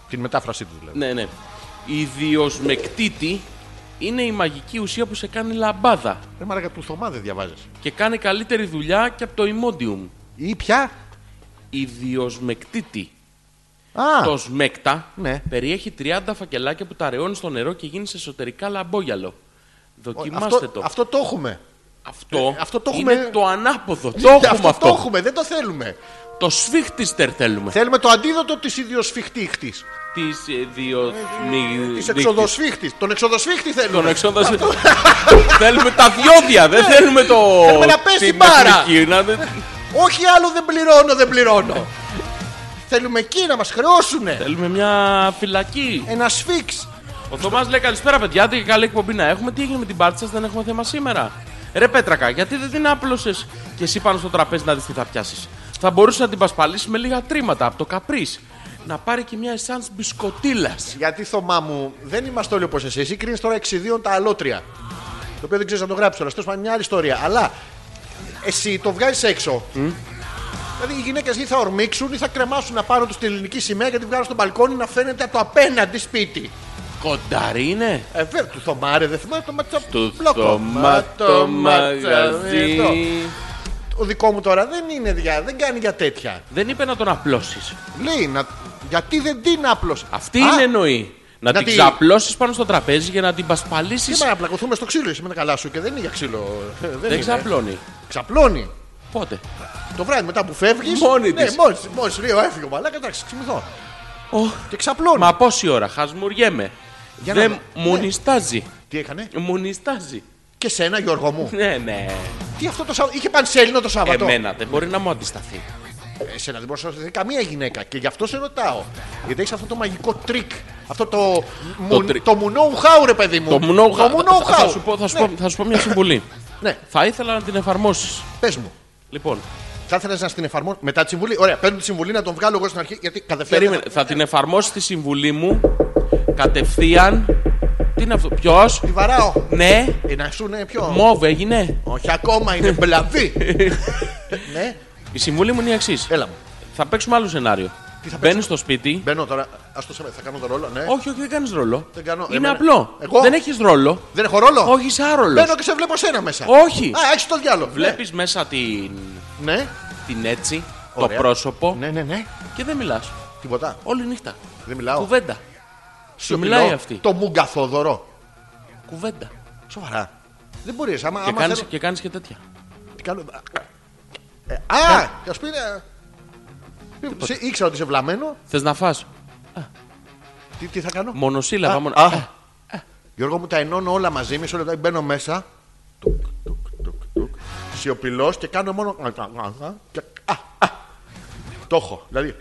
S1: Την μετάφρασή του δηλαδή.
S2: Ναι, ναι. Η διοσμεκτίτη είναι η μαγική ουσία που σε κάνει λαμπάδα
S1: Ρε μάρακα του Θωμά δεν διαβάζεις.
S2: και κάνει καλύτερη δουλειά και από το ημόντιουμ.
S1: Ή πια.
S2: Η διοσμεκτίτη.
S1: Α,
S2: Το σμέκτα
S1: Ναι.
S2: περιέχει 30 φακελάκια που τα ρεώνει στο νερό και γίνεις σε εσωτερικά λαμπόγιαλο. Δοκιμάστε
S1: αυτό,
S2: το.
S1: αυτό το έχουμε.
S2: Αυτό,
S1: ε, αυτό το
S2: είναι
S1: έχουμε-
S2: το ανάποδο. Το έχουμε
S1: Ναι, Το
S2: αυτό.
S1: έχουμε, δεν το θέλουμε.
S2: Το σφίχτιστερ θέλουμε.
S1: Θέλουμε το αντίδοτο της ιδιοσφιχτήχτης.
S2: Της ε,
S1: Της
S2: διοσμεκτίτης.
S1: εξοδοσφίχτης. Τον εξοδοσφίχτη θέλουμε.
S2: Τον εξόδασε. θέλουμε τα διόδια, δεν θέλουμε το.
S1: Ναι. Θέλουμε να πέσει
S2: την
S1: μπάρα.
S2: εθνική, να δεν-
S1: Όχι άλλο δεν πληρώνω, δεν πληρώνω. θέλουμε εκεί να μας χρεώσουνε.
S2: Θέλουμε μια φυλακή.
S1: Ένα σφίξ.
S2: Ο Θωμάς λέει καλησπέρα, παιδιά. Τι καλή εκπομπή να έχουμε. Τι έγινε με την πάρτι σα, δεν έχουμε θέμα σήμερα. Ρε Πέτρακα, γιατί δεν την άπλωσες και εσύ πάνω στο τραπέζι να δεις τι θα πιάσεις. Θα μπορούσες να την πασπαλίσεις με λίγα τρίματα από το καπρίς. Να πάρει και μια εσάν μπισκοτήλας.
S1: Γιατί Θωμά μου, δεν είμαστε όλοι όπως εσύ. Εσύ κρίνεις τώρα εξ ιδίων τα αλότρια. Το οποίο δεν ξέρεις να το γράψεις τώρα. πάντων μια άλλη ιστορία. Αλλά εσύ το βγάζεις έξω. Δηλαδή οι γυναίκες ή θα ορμήξουν ή θα κρεμάσουν να πάρουν τους την ελληνική σημαία και τη βγάλουν στο μπαλκόνι να φαίνεται από το απέναντι σπίτι.
S2: Κονταρή είναι.
S1: Ε, βέβαια, του Θωμά, ρε, δεν θυμάμαι το ματσα...
S2: Του
S1: μπλόκο.
S2: Θωμά το μαγαζί.
S1: Ε, Αυτό. Ο δικό μου τώρα δεν είναι, δια- δεν κάνει για τέτοια.
S2: Δεν είπε να τον απλώσεις.
S1: Λέει, να... γιατί δεν την άπλωσε.
S2: Αυτή
S1: Α,
S2: είναι εννοεί. Να
S1: να
S2: την
S1: τη-
S2: ξαπλώσεις πάνω στο τραπέζι για να την
S1: τι
S2: πασπαλίσει.
S1: μα, να πλακωθούμε στο ξύλο, εσύ με τα καλά σου και δεν είναι για ξύλο. ε, Δεν,
S2: Δεν
S1: είναι.
S2: ξαπλώνει.
S1: Ξαπλώνει.
S2: Πότε.
S1: Το βράδυ μετά που φεύγεις.
S2: Μόνη
S1: ναι,
S2: της.
S1: μόνη της. Μόνη της λέει, «Ω, έφυγε ο μαλάκας, εντάξει, ξυπνηθώ.
S2: Ω,
S1: Και ξαπλώνει.
S2: Μα πόση ώρα, χασμουριέμαι.
S1: Για να
S2: Δεν
S1: δω.
S2: μου
S1: Ναι.
S2: νιστάζει.
S1: Τι έκανε.
S2: Μου νιστάζει.
S1: Και σένα, Γιώργο μου.
S2: Ναι, ναι.
S1: Τι αυτό το Σάββατο. Είχε πανσέλινο το Σάββατο.
S2: Εμένα δεν μπορεί να μου αντισταθεί.
S1: Εσένα δεν μπορούσε να σου καμία γυναίκα. Και γι' αυτό σε ρωτάω. Γιατί έχεις αυτό το μαγικό τρίκ. Αυτό το. μου-
S2: τρίκ.
S1: Το μου know how, ρε παιδί μου.
S2: Το μου know
S1: Το μου know
S2: Θα- Θα
S1: how.
S2: σου πω, θα σου
S1: Ναι,
S2: πω- θα σου πω μια συμβουλή.
S1: Ναι,
S2: Θα ήθελα να την εφαρμόσεις.
S1: πες μου.
S2: Λοιπόν,
S1: Θα ήθελες να στην εφαρμόσει μετά τη συμβουλή. Ωραία, παίρνω τη συμβουλή να τον βγάλω εγώ στην αρχή. Γιατί
S2: περίμενε.
S1: κατευθείαν.
S2: Θα την εφαρμόσεις τη συμβουλή μου κατευθείαν. Τι είναι αυτό, ποιος.
S1: Τη βαράω.
S2: Ναι,
S1: Ε, να σου είναι πιο.
S2: μόβ έγινε.
S1: Όχι ακόμα, είναι μπλαβή. ναι,
S2: Η συμβουλή μου είναι η εξής.
S1: έλα μου.
S2: Θα παίξουμε άλλο σενάριο.
S1: Ε. Τι θα
S2: Μπαίνει
S1: παίξουμε?
S2: στο σπίτι.
S1: Μπαίνω τώρα. Ας το σε θα κάνω το ρόλο, ναι.
S2: Όχι, όχι, δεν κάνεις ρόλο.
S1: Δεν κάνω.
S2: Είναι
S1: Εμένα-
S2: απλό.
S1: Εγώ?
S2: Δεν έχεις ρόλο.
S1: Δεν έχω ρόλο.
S2: Όχι, είσαι άρρολο.
S1: Μπαίνω και σε βλέπω σένα μέσα.
S2: Όχι.
S1: Α, έχεις το διάλογο.
S2: Βλέπεις μέσα την,
S1: Ναι. ναι.
S2: την έτσι, το
S1: Ωραία.
S2: πρόσωπο
S1: Ναι, ναι, ναι.
S2: και δεν μιλάς.
S1: Τίποτα.
S2: Όλη νύχτα.
S1: Δεν μιλάω.
S2: Κουβέντα. Σου
S1: Σιωπηλό.
S2: μιλάει αυτή.
S1: Το μουγκαθοδωρό.
S2: Κουβέντα.
S1: Σοβαρά. Δεν μπορείς. Άμα,
S2: Και
S1: άμα
S2: κάνεις
S1: θέλω-
S2: και, κάνεις και τέτοια.
S1: Τι κάνω. Ε, Α! Και ας πει. ε, σε- Ήξερα ότι είσαι βλαμμένο.
S2: Θες να φά.
S1: Τι, τι θα κάνω.
S2: Μονοσύλλαβα.
S1: Α,
S2: Μονο...
S1: α.
S2: Α,
S1: Γιώργο μου τα ενώνω όλα μαζί. Μισό λεπτό μπαίνω μέσα. Τουκ, τουκ, τουκ, τουκ. Σιωπηλός και κάνω μόνο. Και- Α, α. Το έχω. Δηλαδή.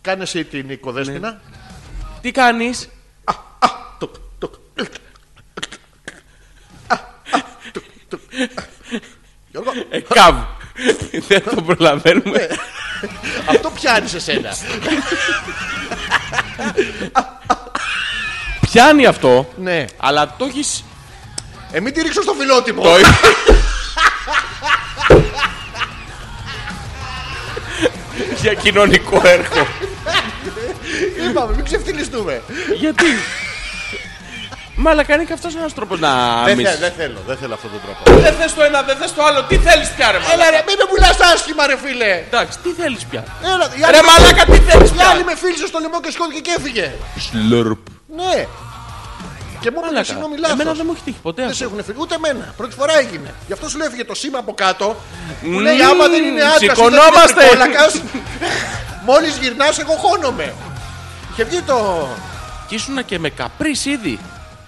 S1: Κάνε εσύ την οικοδέσποινα.
S2: Τι κάνεις.
S1: Τουκ, τουκ. Γιώργο,
S2: Ε, καβ. δεν το προλαβαίνουμε.
S1: αυτό πιάνεις εσένα.
S2: Πιάνει αυτό.
S1: Ναι.
S2: Αλλά το έχεις.
S1: Ε, μην τη ρίξω στο φιλότιμο.
S2: για κοινωνικό έργο.
S1: Είπαμε, μην ξεφτυλιστούμε.
S2: Γιατί. Μα αλλά κάνει και αυτός ένας τρόπος να
S1: Δεν
S2: μισείς.
S1: θε- δεν θέλω, δεν θέλω αυτόν τον τρόπο.
S2: Δεν θες το ένα, δεν θες το άλλο. Τι θέλεις πια, ρε μαλάκα.
S1: Έλα ρε, μην με πουλάς άσχημα ρε φίλε.
S2: Εντάξει, τι θέλεις πια.
S1: Έλα, η
S2: Ρε
S1: άλλη-
S2: μαλάκα, τι θέλεις
S1: η άλλη
S2: πια.
S1: με φίλησε στο λαιμό και σκότηκε και έφυγε.
S3: Σλουρπ.
S1: Ναι. Και μου
S2: Μαλάκα,
S1: έκανε συγγνώμη λάθος.
S2: Εμένα δεν μου έχει τύχει ποτέ
S1: Δεν σε
S2: αυτό.
S1: έχουν φύγει, ούτε εμένα. Πρώτη φορά έγινε. Γι' αυτό σου λέει έφυγε το σήμα από κάτω. Που
S2: Μμμ,
S1: λέει άμα δεν είναι άντρας,
S2: σηκωνόμαστε.
S1: Μόλις γυρνάς, εγώ χώνομαι. Και βγει το.
S2: Και ήσουν και με καπρίς ήδη.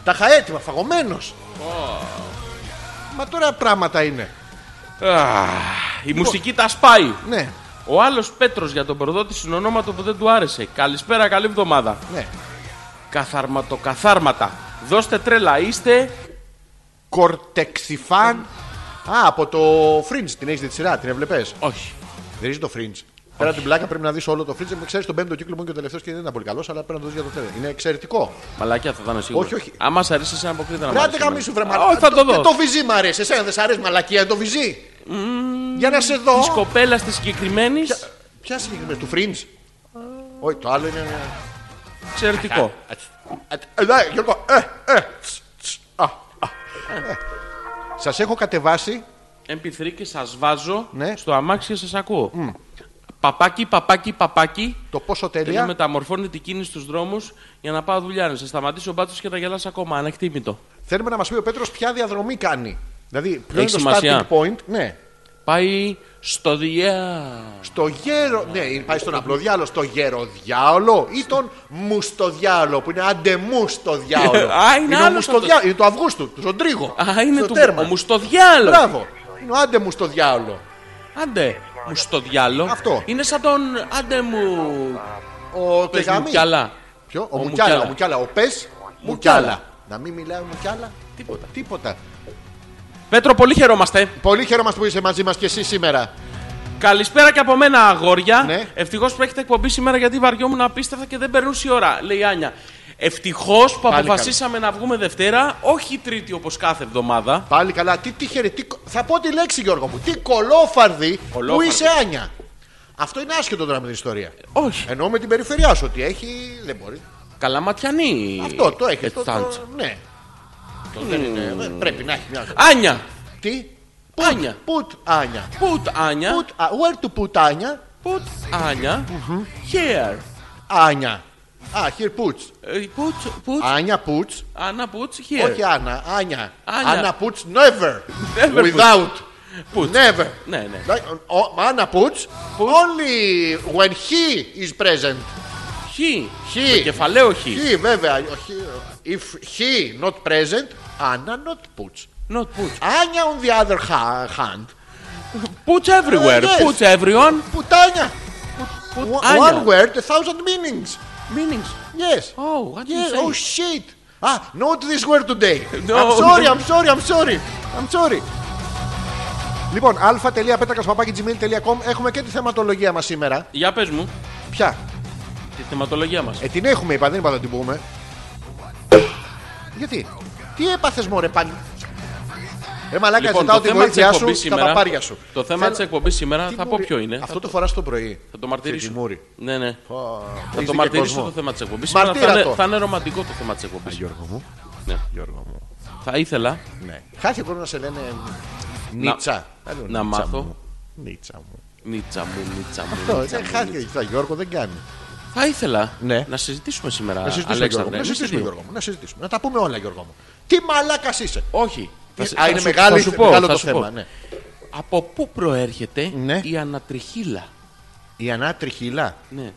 S1: Τα είχα έτοιμα, φαγωμένος. Μα τώρα πράγματα είναι.
S2: Η
S1: λοιπόν.
S2: μουσική τα σπάει.
S1: Ναι,
S2: Ο άλλος Πέτρος για τον προδότη συνονόματο που δεν του άρεσε. Καλησπέρα, καλή εβδομάδα.
S1: ναι.
S2: Καθαρματοκαθάρματα. Δώστε τρέλα, είστε.
S1: Κορτεξιφάν. Α, από το Fringe την έχεις τη σειρά, την έβλεπες.
S2: Όχι.
S1: Δεν είσαι το Fringe. Πέρα την πλάκα πρέπει να δεις όλο το Fringe. Ξέρεις τον πέμπτο κύκλο μου και ο τελευταίος και δεν ήταν πολύ καλός, αλλά πρέπει να το δεις για το τέλος. Είναι εξαιρετικό.
S2: Μαλάκια θα ήταν σίγουρο.
S1: Όχι, όχι.
S2: Άμα σ' αρέσει, σε αποκλείται να μ'
S1: Κράτε
S2: αρέσει εμένα.
S1: καμί σου, βρε
S2: Α,
S1: μαλάκα.
S2: Όχι, θα το δω.
S1: Και το βυζί μ' αρέσει. Εσένα δεν σ' αρέσει μαλακία, το βυζί. Για να σε δω.
S2: Της κοπέλας της συγκεκριμένης.
S1: Ποια συγκεκριμένη, του Fringe. Όχι, το άλλο είναι.
S2: Εξαιρετικό.
S1: Ε, ναι, Γιώργο, ε, ε, τσ, τσ, α, α, ε. Σας έχω κατεβάσει
S2: MP3 και σα βάζω
S1: Ναι.
S2: στο αμάξι και σα ακούω. Παπάκι, παπάκι, παπάκι.
S1: το πόσο
S2: Τέλεια.
S1: τέλεια.
S2: Μεταμορφώνει την κίνηση στους δρόμους για να πάω δουλειά. Να σε σταματήσει ο μπάτσος και να γελάς ακόμα. Ανεκτήμητο.
S1: Θέλουμε να μας πει ο Πέτρος ποια διαδρομή κάνει. Δηλαδή, ποιο είναι
S2: Έχει
S1: το starting
S2: σημασία.
S1: point. Ναι.
S2: Πάει στο διά.
S1: Στο γέρο. Ναι, πάει στον απλό διάλογο. Στο γεροδιάολο ή τον μουστοδιάολο που είναι άντε μουστοδιάολο.
S2: Α, είναι
S1: ο
S2: άλλος
S1: μουστοδιά- είναι το Αυγούστου, του Ζοντρίγο.
S2: Α, είναι
S1: στο
S2: του
S1: τέρμα.
S2: ο μουστοδιάλο.
S1: Μπράβο. Είναι ο άντε μουστοδιάολο.
S2: Άντε, μουστοδιάλο.
S1: Αυτό.
S2: Είναι σαν τον άντε μου.
S1: Ο
S2: Πες μου
S1: Κεγαμή.
S2: καλά.
S1: Ποιο? Ο,
S2: Ο
S1: Μουκιάλα.
S2: Μουκιάλα.
S1: Ο Μουκιάλα. Ο Πες Μουκιάλα. Να μην μιλάει ο Μουκιάλα. Τίποτα. Τίποτα.
S2: Πέτρο, πολύ χαιρόμαστε.
S1: Πολύ χαίρομαστε που είσαι μαζί μας και εσύ σήμερα.
S2: Καλησπέρα και από μένα, αγόρια.
S1: Ναι.
S2: Ευτυχώς που έχετε εκπομπή σήμερα γιατί βαριόμουν απίστευτα και δεν περνούσε η ώρα, λέει η Άνια. Ευτυχώς που αποφασίσαμε να βγούμε Δευτέρα, όχι Τρίτη όπως κάθε εβδομάδα.
S1: Πάλι καλά. Τι τυχερή. Τι... κο- Θα πω τη λέξη, Γιώργο μου. Τι κολόφαρδη που
S2: Κολόφαρδη.
S1: είσαι, Άνια. Αυτό είναι άσχετο τώρα με την ιστορία.
S2: Όχι.
S1: Εννοώ με την περιφερειά σου ότι έχει. Δεν μπορεί.
S2: Καλαματιανή. Ε,
S1: Αυτό το έχεις.
S2: Έτσι
S1: Το,
S2: θα είναι.
S1: το... Ναι. Το δεν είναι. ε, Πρέπει να έχει μια.
S2: Άνια.
S1: Τι.
S2: Άνια.
S1: Put Άνια.
S2: Put Άνια.
S1: Put, α, where to put Άνια.
S2: Put Άνια. Here.
S1: Άνια. Α, here puts.
S2: Ε, Put. Put.
S1: Άνια puts.
S2: Άννα put here.
S1: Όχι Άννα, Άνια.
S2: Άνια.
S1: Άννα Πουτς never.
S2: Never
S1: Without.
S2: Puts.
S1: Never.
S2: Ναι, ναι.
S1: Like, ο- Άννα Πουτς only when he is present.
S2: Χι.
S1: He.
S2: Με Κεφαλαίο χι.
S1: He βέβαια. όχι, If he not present, Άννα not Πουτς.
S2: Not put.
S1: Άνια on the other ha- hand.
S2: Put
S1: Ε,
S2: everywhere.
S1: Yes.
S2: Put everyone.
S1: Πουτάνια. One-
S2: Άνια.
S1: One word, a thousand meanings.
S2: Meanings.
S1: Yes.
S2: Oh, what you
S1: Yes.
S2: say?
S1: Oh shit. Ah, not this word today.
S2: No.
S1: I'm sorry, I'm sorry, I'm sorry. I'm sorry. Λοιπόν, α.πέτρακα.gmail.com έχουμε και τη θεματολογία μας σήμερα.
S2: Για πες μου
S1: Ποια.
S2: τη θεματολογία μας.
S1: Ε, την έχουμε, είπα, δεν είπα να την πούμε. Γιατί. Τι έπαθες, Μωρέ, πάλι. Ρε μαλάκα, ζητάω τη
S2: Λοιπόν, θέμα της
S1: βοήθειά σου
S2: εκπομπής
S1: στα παπάρια σου.
S2: Το θέμα
S1: Θέλω-
S2: της εκπομπής σήμερα
S1: Τι
S2: θα πω
S1: μουρι-
S2: ποιο είναι. θα,
S1: Αυτό το φοράς το πρωί.
S2: θα το μαρτυρήσω.
S1: Και τη μούρη.
S2: Ναι, ναι. θα
S1: έχεις
S2: το
S1: δει
S2: μαρτυρήσω
S1: κόσμος.
S2: το θέμα της εκπομπής.
S1: Μαρτύρα
S2: Σήμερα Θα, είναι-
S1: το.
S2: θα είναι ρομαντικό το θέμα της εκπομπής.
S1: Γιώργο μου.
S2: Ναι.
S1: Γιώργο μου.
S2: Θα ήθελα
S1: Ναι. Χάθηκε ο κόσμος να σε λένε. Νίτσα. Άλλο
S2: να
S1: Νίτσα
S2: μάθω.
S1: μου. Νίτσα μου.
S2: Νίτσα μου, νίτσα μου.
S1: Αυτό
S2: νίτσα
S1: δεν
S2: μου,
S1: χάθηκε.
S2: νίτσα.
S1: Κοίτα, Γιώργο δεν κάνει.
S2: Θα ήθελα
S1: Ναι.
S2: να συζητήσουμε σήμερα.
S1: Να συζητήσουμε, Γιώργο,
S2: Αλέξανδρε.
S1: μου, να
S2: Εμείς οι
S1: συζητήσουμε,
S2: δύο.
S1: Γιώργο μου, να συζητήσουμε. Να τα πούμε όλα, Γιώργο μου. Τι μαλάκας είσαι.
S2: Όχι. Θα σε-
S1: Α,
S2: θα
S1: είναι
S2: σου-
S1: μεγάλη-
S2: θα σου πω,
S1: μεγάλο
S2: θα
S1: το
S2: σου
S1: θέμα,
S2: πω.
S1: ναι.
S2: Από πού προέρχεται
S1: Ναι.
S2: η ανατριχίλα.
S1: Η ανάτριχυλά.
S2: Ναι.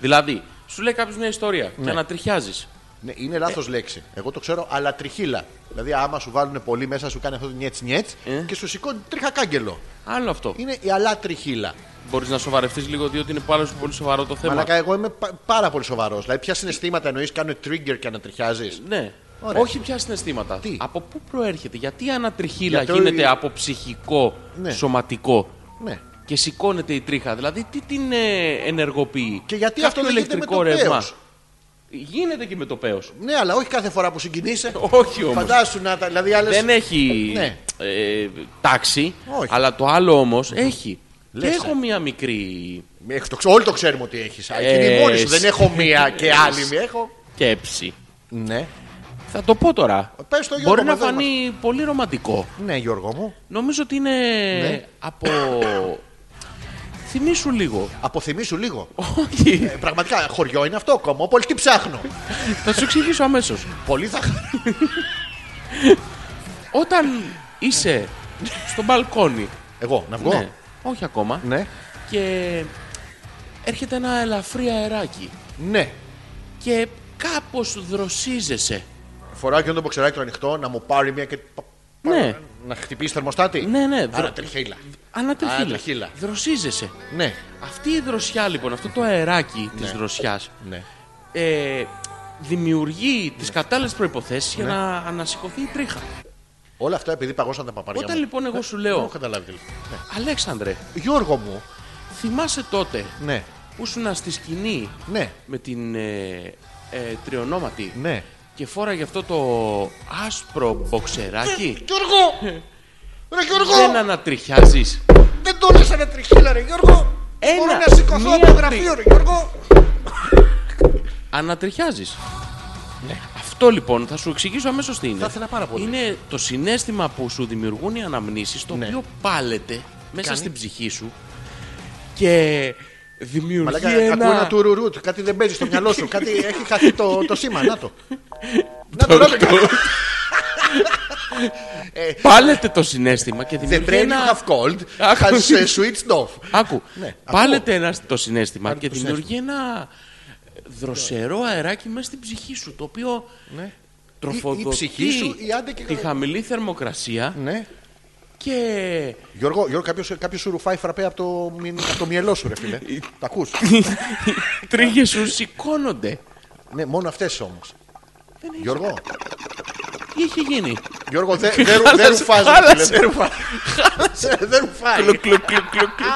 S2: Δηλαδή, σου λέει κάποιος μια ιστορία και ανατριχιάζεις.
S1: Ναι, είναι λάθος
S2: Ε.
S1: λέξη. Εγώ το ξέρω, αλλά τριχύλα. Δηλαδή, άμα σου βάλουν πολύ μέσα, σου κάνει αυτό το νιέτ νιέτ
S2: Ε.
S1: και σου σηκώνει τρίχα κάγκελο.
S2: Άλλο αυτό.
S1: Είναι η αλλά τριχύλα.
S2: Μπορείς να σοβαρευτείς λίγο, διότι είναι πάρα πολύ σοβαρό το θέμα.
S1: Μαλακά, εγώ είμαι πα- πάρα πολύ σοβαρός. Δηλαδή, ποια συναισθήματα εννοείς, κάνουν trigger και ανατριχιάζει.
S2: Ναι.
S1: Ωραία.
S2: Όχι πια συναισθήματα.
S1: Τι?
S2: Από πού προέρχεται, γιατί η ανατριχίλα
S1: Γιατί
S2: γίνεται
S1: ο-
S2: από ψυχικό,
S1: Ναι.
S2: σωματικό
S1: Ναι.
S2: και σηκώνεται η τρίχα. Δηλαδή, τι την ε, ενεργοποιεί.
S1: Και γιατί
S2: Κάποιο
S1: αυτό δεν γίνεται
S2: ηλεκτρικό
S1: με το
S2: ρεύμα.
S1: πέος?
S2: Γίνεται και με το πέος.
S1: Ναι, αλλά όχι κάθε φορά που συγκινείσαι.
S2: Όχι όμως.
S1: Φαντάσου να τα. Δηλαδή, άλλες.
S2: Δεν έχει
S1: Ναι.
S2: ε, τάξη,
S1: Όχι.
S2: αλλά το άλλο όμως έχει.
S1: Λες, ε.
S2: και έχω μία μικρή
S1: Όλοι το ξέρουμε ότι έχεις.
S2: Ε,
S1: Εκείνη μόνη σου. Δεν
S2: εσύ.
S1: έχω μία και άλλη μία. Έχω.
S2: σκέψη.
S1: Ναι.
S2: Θα το πω τώρα.
S1: Πες το, Γιώργο,
S2: Μπορεί
S1: μα
S2: να
S1: δεν
S2: φανεί πολύ ρομαντικό.
S1: Ναι, Γιώργο μου.
S2: Νομίζω ότι είναι
S1: Ναι.
S2: από... Θυμήσου λίγο.
S1: Αποθυμίσου λίγο.
S2: Όχι.
S1: Ε, πραγματικά, χωριό είναι αυτό, Κομόπολη, τι ψάχνω.
S2: Θα σου εξηγήσω αμέσως.
S1: Πολύ θα χαρώ.
S2: Όταν είσαι στο μπαλκόνι.
S1: Εγώ, να βγω.
S2: Ναι, όχι ακόμα.
S1: Ναι.
S2: Και έρχεται ένα ελαφρύ αεράκι.
S1: Ναι.
S2: Και κάπως δροσίζεσαι.
S1: Φοράω και το μποξεράκι το ανοιχτό να μου πάρει μια και. πα- πα-
S2: Ναι.
S1: Να χτυπήσει θερμοστάτη.
S2: Ναι, ναι, δρο-
S1: Άρα τριχύλα.
S2: Ανατριχύλα.
S1: Ανατριχύλα.
S2: Δροσίζεσαι.
S1: Ναι.
S2: Αυτή η δροσιά λοιπόν, αυτό το αεράκι της δροσιάς
S1: Ναι.
S2: ε, δημιουργεί τις κατάλληλες προϋποθέσεις
S1: Ναι.
S2: για να ανασηκωθεί η τρίχα.
S1: Όλα αυτά επειδή παγώσαν τα παπάρια.
S2: Όταν
S1: μου.
S2: λοιπόν εγώ σου
S1: Δεν
S2: λέω,
S1: έχω καταλάβει. τελικά. Ναι.
S2: Αλέξανδρε,
S1: Γιώργο μου.
S2: θυμάσαι τότε
S1: Ναι.
S2: που ήσουν στη σκηνή
S1: Ναι.
S2: με την ε, ε, τριονόματη
S1: Ναι.
S2: και φόραγε αυτό το άσπρο
S1: Ε,
S2: μποξεράκι.
S1: Γιώργο! Ρε Γιώργο!
S2: Δεν ανατριχιάζεις.
S1: Δεν το λες ένα τριχύλα, ρε Γιώργο!
S2: Ένα,
S1: Μπορώ να σηκωθώ
S2: μία,
S1: από το γραφείο, ρε Γιώργο!
S2: Ανατριχιάζεις. Αυτό λοιπόν θα σου εξηγήσω αμέσως τι είναι.
S1: Ναι. Θα ήθελα πάρα πολύ.
S2: Είναι το συνέστημα που σου δημιουργούν οι αναμνήσεις, το
S1: Ναι.
S2: οποίο πάλεται μέσα
S1: Κάνει.
S2: στην ψυχή σου και δημιουργεί
S1: Μαλάκα, ακούω
S2: ένα...
S1: ένα τουρουρούτ, κάτι δεν παίζει στο μυαλό σου, κάτι έχει χαθεί το, το σήμα, να το. να το, να το.
S2: Πάλεται το συνέστημα και
S1: The
S2: δημιουργεί
S1: brain
S2: ένα...
S1: you have called
S2: Άκου.
S1: has uh, switched off.
S2: Άκου,
S1: Ναι,
S2: πάλεται ένα το συνέστημα και
S1: το
S2: δημιουργεί ένα δροσερό αεράκι μέσα στην ψυχή σου, το οποίο
S1: Ναι.
S2: τροφοδοτεί
S1: Η- η ψυχή σου, η άντε και
S2: τη
S1: καλά.
S2: χαμηλή θερμοκρασία
S1: Ναι.
S2: και
S1: Γιώργο, Γιώργο κάποιος, κάποιος σου ρουφάει φραπέ από το, μυ- από το μυελό σου, ρε φίλε. Τα ακούς.
S2: οι τρίχες σου σηκώνονται.
S1: ναι, μόνο αυτές όμως. Γιώργο,
S2: Τι έχει γίνει.
S1: Γιώργο δεν δεν ρου- δεν
S2: Χάλασε,
S1: ρουφάζει. ρε
S2: χάλασε,
S1: φίλε, Δεν ρουφάει. Δεν ρουφάει.
S2: Κλουκ, κλουκ, κλουκ, κλουκ, κλουκ.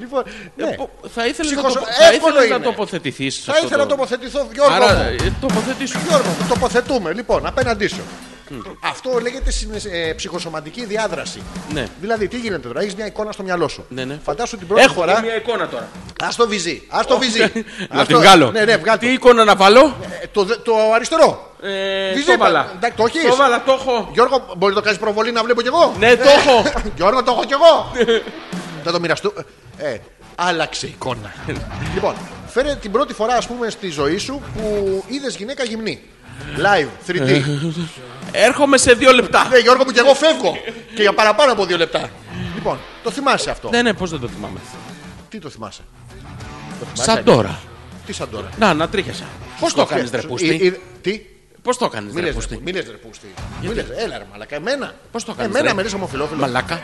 S1: Λοιπόν, ναι.
S2: Ε, Πο- Θα ήθελες να,
S1: Ψυχος-
S2: τοπο- θα
S1: εύκολο
S2: ήθελες να
S1: είναι.
S2: τοποθετηθείς. σε
S1: Θα
S2: αυτό
S1: ήθελα να
S2: το-
S1: τοποθετηθώ, Γιώργο.
S2: Άρα,
S1: μου.
S2: ε, τοποθετήσου.
S1: Γιώργο, μου, τοποθετούμε λοιπόν απέναντί σου. Αυτό λέγεται συνε- ε, ψυχοσωματική διάδραση.
S2: Ναι.
S1: Δηλαδή, τι γίνεται τώρα, έχεις μια εικόνα στο μυαλό σου.
S2: Ναι, ναι.
S1: Φαντάσου την πρώτη
S2: Έχω
S1: φορά.
S2: και μια εικόνα τώρα.
S1: Α το βυζί. Α το βυζί.
S2: Να
S1: Ας
S2: τη
S1: το-
S2: βγάλω.
S1: Ναι, ναι, βγάλ' το.
S2: Τι εικόνα να βάλω.
S1: Ε, το. δε- Το αριστερό.
S2: Ε,
S1: Βυζί
S2: το
S1: είπα.
S2: βάλα.
S1: Εντάξει, το έχεις?
S2: Το βάλα, το έχω.
S1: Γιώργο, μπορεί να το κάνεις προβολή να βλέπω κι εγώ.
S2: Ναι, το έχω.
S1: Γιώργο, το έχω κι εγώ. Δεν το μοιραστού. Ε, άλλαξε η εικόνα. λοιπόν, φέρε την πρώτη φορά, ας πούμε, στη ζωή σου που είδες γυναίκα γυμνή. Live, 3D.
S2: Έρχομαι σε δύο λεπτά.
S1: Ναι, Γιώργο μου και εγώ φεύγω. και για παραπάνω από δύο λεπτά. Λοιπόν, το θυμάσαι αυτό.
S2: Ναι, ναι, πώς δεν το θυμάμαι.
S1: Τι το θυμάσαι. ναι.
S2: Σαν τώρα.
S1: Τι σαν τώρα.
S2: Να, να τρίχεσαι. Πώς το έκανε,
S1: Σου-
S2: Ρεπούστη.
S1: ε, ε, Τι.
S2: Πώς το έκανες,
S1: Μίλε
S2: Ρεπούστη.
S1: ρεπούστη. Μίλε ρεπούστη. Μίλε. Έλα, ρε, μαλακά. Εμένα.
S2: Πώς το κάνεις,
S1: Εμένα
S2: ρε?
S1: με λες ομοφυλόφιλος.
S2: Μαλάκα.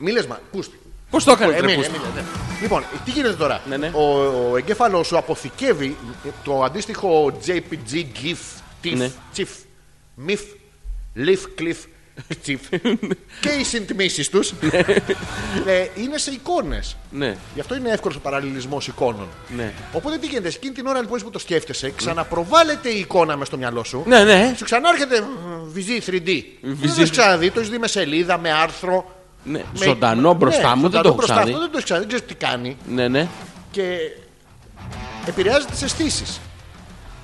S1: Μίλε μα. Πούστη.
S2: Πώς το έκανες,
S1: Ε, μίλε,
S2: Ρεπούστη.
S1: μίλε, ναι. Λοιπόν, τι γίνεται τώρα.
S2: Ναι, ναι.
S1: Ο, ο εγκέφαλος σου αποθηκεύει το αντίστοιχο JPG GIF, TIFF,
S2: Ναι.
S1: CHIF, MIF, LIF, CLIF, CHIF και οι συντιμήσεις τους είναι σε εικόνες.
S2: Ναι,
S1: Γι' αυτό είναι εύκολος ο παραλληλισμός εικόνων.
S2: ναι.
S1: Οπότε τι γίνεται, σε εκείνη την ώρα λοιπόν που το σκέφτεσαι, ξαναπροβάλλεται η εικόνα μες στο μυαλό σου.
S2: Ναι, ναι.
S1: Σου ξανάρχεται μ, βυζί 3D. Δεν το
S2: Βυζί.
S1: έχεις ξαναδεί, το έχεις δει με σελίδα, με άρθρο.
S2: ναι.
S1: με-
S2: Ζωντανό μπροστά
S1: Ναι,
S2: μου, δεν
S1: ζωντανό
S2: το έχω
S1: μπροστά
S2: ξαναδεί.
S1: μου, Δεν το έχεις ξαναδεί, δεν ξέρεις τι κάνει.
S2: Ναι, ναι.
S1: Και επηρεάζει τις αισθήσεις.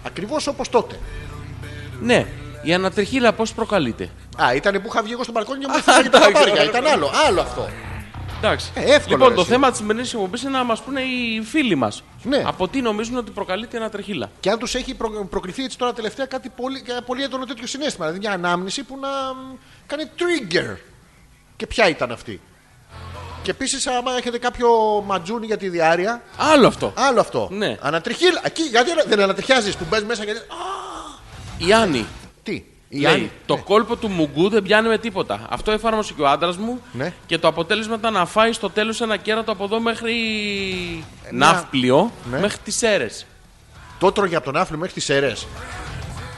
S1: Ακριβώς όπως τότε.
S2: Ναι. Η ανατριχίλα πώς προκαλείται.
S1: Α, ήταν που είχα βγει εγώ στον μπαλκόνι και μου έφυγαν τα
S2: εντάξει.
S1: παπάρια. Ήταν άλλο, άλλο αυτό.
S2: Εντάξει.
S1: Ε, εύκολο,
S2: λοιπόν,
S1: ρε,
S2: το
S1: εσύ.
S2: θέμα της σημερινής εκπομπής είναι να μας πούνε οι φίλοι μας.
S1: Ναι.
S2: Από τι νομίζουν ότι προκαλείται ένα τρεχίλα.
S1: Και αν τους έχει προ- προκληθεί έτσι τώρα τελευταία κάτι πολύ, ένα πολύ έντονο τέτοιο συνέστημα. Δηλαδή μια ανάμνηση που να μ, κάνει trigger. Και ποια ήταν αυτή. Και επίσης, άμα έχετε κάποιο ματζούνι για τη διάρκεια,
S2: Άλλο αυτό.
S1: άλλο αυτό.
S2: Ναι.
S1: Ανατριχίλα. Εκεί γιατί δεν ανατριχιάζεις που μπες μέσα γιατί. Α,
S2: Η Άννη.
S1: τι. Η
S2: Λέει, Ναι.
S1: Άννη.
S2: το κόλπο του Μουγκού δεν πιάνει με τίποτα. Αυτό έφαρμοσε και ο άντρας μου
S1: Ναι.
S2: και το αποτέλεσμα ήταν να φάει στο τέλος ένα κέρατο από εδώ μέχρι Ε, ναύπλιο,
S1: Ναι.
S2: μέχρι τις αίρε.
S1: Το τρώγε από τον άφλιο μέχρι τις αιρέ.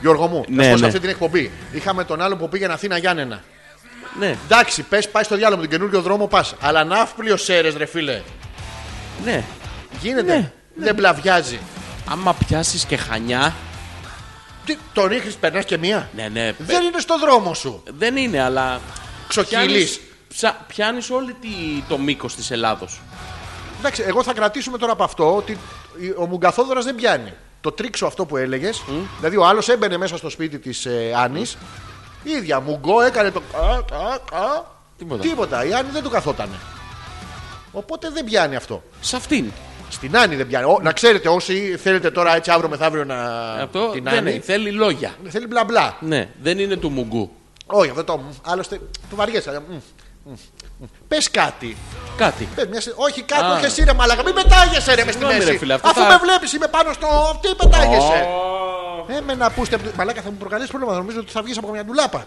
S1: Γιώργο μου,
S2: Ναι,
S1: να σου πω σε
S2: ναι.
S1: αυτή την εκπομπή. Είχαμε τον άλλο που πήγαινε Αθήνα Γιάννενα.
S2: Ναι,
S1: Εντάξει, πες, πάει στο διάλογο με τον καινούριο δρόμο, πας. Αλλά ναύπλιο Σέρε, ρε φίλε.
S2: ναι.
S1: Γίνεται.
S2: Ναι,
S1: Δεν πλαβιάζει.
S2: Άμα πιάσεις και χανιά.
S1: Τι, τον ρίχνει, περνάς και μία.
S2: Ναι, ναι.
S1: Δεν είναι στο δρόμο σου.
S2: Δεν είναι, αλλά.
S1: Ξοχυλή.
S2: Πιάνει όλη τη, το μήκος της Ελλάδος.
S1: Εντάξει, εγώ θα κρατήσουμε τώρα από αυτό ότι ο Μουγκαθόδωρας δεν πιάνει. Το τρίξο αυτό που έλεγες. Δηλαδή, ο άλλος έμπαινε μέσα στο σπίτι της ε, Άννης. Η ίδια μουγκό έκανε το. κα, κα, κα.
S2: Τίποτα.
S1: Η Άννη δεν του καθότανε. Οπότε δεν πιάνει αυτό.
S2: Σε αυτήν.
S1: Στην Άννη δεν πιάνει. Ο- να ξέρετε, όσοι θέλετε τώρα έτσι αύριο μεθαύριο να.
S2: Αυτό
S1: την
S2: δεν
S1: Άννη.
S2: είναι. Θέλει λόγια.
S1: Θέλει μπλα μπλα.
S2: Ναι, δεν είναι του Μουγκού.
S1: Όχι, αυτό το. μ, Άλλωστε, του βαριέσαι. Πες κάτι.
S2: Κάτι.
S1: Πες Ε, μια συ- Όχι, κάτι,
S2: Α.
S1: όχι εσύ ρε μαλακα. Μην πετάγεσαι ρε μες στη
S2: Συγγνώμη,
S1: μέση.
S2: ρε φίλε, αυτό
S1: Αφού
S2: θα-
S1: με βλέπεις, είμαι πάνω στο. Τι πετάγεσαι. Ε, με να πούστε. Μαλάκα θα μου προκαλέσεις πρόβλημα. Νομίζω ότι θα βγεις από καμιά ντουλάπα.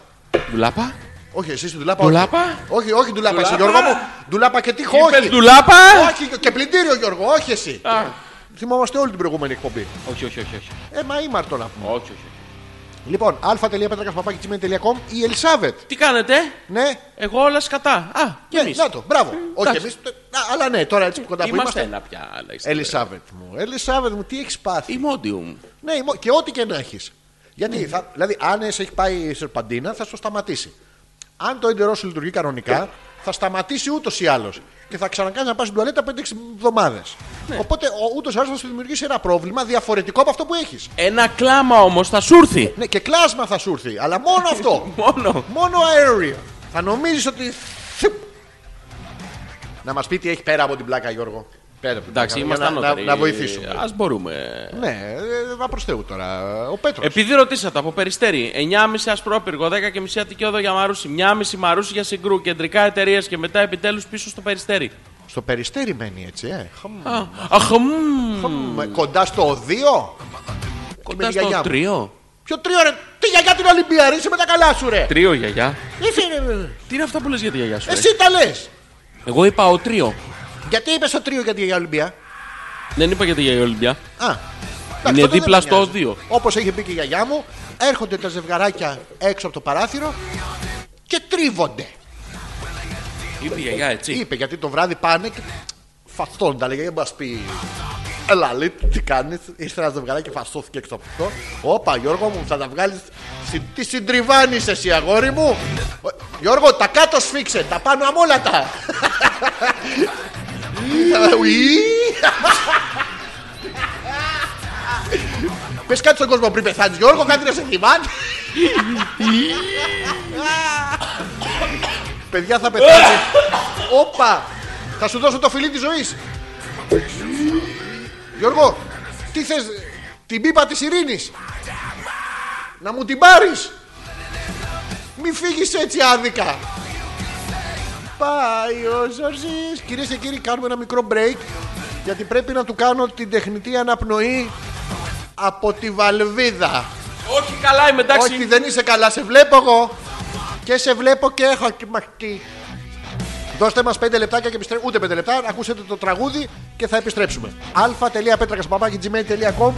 S2: Δουλάπα.
S1: Όχι, εσύ στην ντουλάπα.
S2: Ντουλάπα?
S1: Όχι, όχι, όχι ντουλάπα. Εσύ,
S2: Ντουλάπα?
S1: Γιώργο μου, ντουλάπα και τείχο.
S2: Είπε ε!»
S1: Όχι.
S2: δουλάπα.
S1: όχι, και πλυντήριο, Γιώργο, όχι εσύ.
S2: Α,
S1: Θυμόμαστε όλη την προηγούμενη εκπομπή.
S2: Όχι, όχι, όχι. όχι.
S1: Ε, μα ήμαρτο να πούμε.
S2: Όχι, όχι, όχι.
S1: Λοιπόν, α.πέτρακα.gmail.com η Ελισάβετ.
S2: Τι κάνετε,
S1: Ναι,
S2: εγώ όλα σκατά. Α, και
S1: ναι,
S2: εμείς.
S1: να το, μπράβο. Όχι
S2: εντάξει.
S1: εμεί. Αλλά ναι, τώρα έτσι που κοντά που
S2: Είμαστε
S1: είμαστε.
S2: ένα πια, Αλέξανδρε.
S1: Ελισάβετ μου, Ελισάβετ μου, τι έχεις πάθει.
S2: Η Μόντιουμ.
S1: Ναι, η μο- και ό,τι και να έχεις. Γιατί, θα, δηλαδή, αν εσύ έχει πάει σε παντίνα, θα στο σταματήσει. Αν το έντερό σου λειτουργεί κανονικά, θα σταματήσει ούτως ή άλλως. Και θα ξανακάνεις να πας στην τουαλέτα 5-6 εβδομάδε. Οπότε ούτως ή άλλως θα σου δημιουργήσει ένα πρόβλημα διαφορετικό από αυτό που έχεις.
S2: Ένα κλάμα όμως θα σου έρθει.
S1: Ναι, και κλάσμα θα σου έρθει, αλλά μόνο αυτό.
S2: Μόνο.
S1: μόνο αέριο. Θα νομίζεις ότι. θυπ. Να μας πει τι έχει πέρα από την πλάκα, Γιώργο. Πέρα από την
S2: Εντάξει,
S1: πλάκα,
S2: είμαστε
S1: για να, να,
S2: ανώτεροι.
S1: να βοηθήσουμε.
S2: Ας μπορούμε.
S1: Ναι, ε, θα προς Θεού τώρα. Ο Πέτρος.
S2: Επειδή ρωτήσατε από περιστέρι, 9,5 ασπρόπυργο, 10,5 αττικιόδο για μαρούσι, 1,5 μαρούσι για συγκρού, κεντρικά εταιρείες και μετά επιτέλους πίσω στο περιστέρι.
S1: Στο περιστέρι μένει έτσι, ε. Χαμ.
S2: Α, Αχ, μμμ.
S1: Με- Κοντά στο 2.
S2: Κοντά στο τρίο.
S1: Ποιο τρίο, ρε. Τι γιαγιά την Ολυμπία, ρε. Είσαι με τα καλά σου, ρε.
S2: Τρίο, γιαγιά.
S1: Είσαι, ρε.
S2: Τι είναι αυτά που λες για τη γιαγιά σου. ε?
S1: Εσύ τα λες.
S2: Εγώ είπα ο τρίο.
S1: Γιατί είπες το τρίο για τη γιαγιά Ολυμπία.
S2: Δεν είπα για τη γιαγιά Ολυμπιά.
S1: Α.
S2: Είναι
S1: τότε δεν
S2: δίπλα
S1: με
S2: στο
S1: νοιάζει.
S2: δύο.
S1: Όπως έχει πει και η γιαγιά μου, έρχονται τα ζευγαράκια έξω από το παράθυρο και τρίβονται.
S2: Είπε η γιαγιά, έτσι.
S1: Είπε γιατί το βράδυ πάνε και φαστώνουν τα λέγανε. Μας πει. Ελά, λέει, τι κάνεις. Ήρθε ένα ζευγαράκι και φαστώθηκε έξω από αυτό. Όπα, Γιώργο μου, θα τα βγάλεις. Τι συντριβάνεις εσύ, αγόρι μου. Ο- Γιώργο, τα κάτω σφίξε. Τα πάνω αμόλατα. Πες κάτι στον κόσμο πριν πεθάνεις, Γιώργο, κάτι να σε θυμάται. Παιδιά θα πεθάνεις. Όπα! Θα σου δώσω το φιλί της ζωής. Γιώργο, τι θες, την πίπα της ειρήνης. Να μου την πάρεις. Μη φύγεις έτσι άδικα. Πάει ο Ζορζής. Κυρίες και κύριοι κάνουμε ένα μικρό break γιατί πρέπει να του κάνω την τεχνητή αναπνοή από τη βαλβίδα.
S2: Όχι, καλά είμαι, εντάξει.
S1: Όχι, δεν είσαι καλά, σε βλέπω εγώ. Και σε βλέπω και έχω κοιμαχτεί. Δώστε μας 5 λεπτάκια και επιστρέψουμε. Ούτε 5 λεπτά, ακούσετε το τραγούδι και θα επιστρέψουμε. α.πέτρακα.gmail.com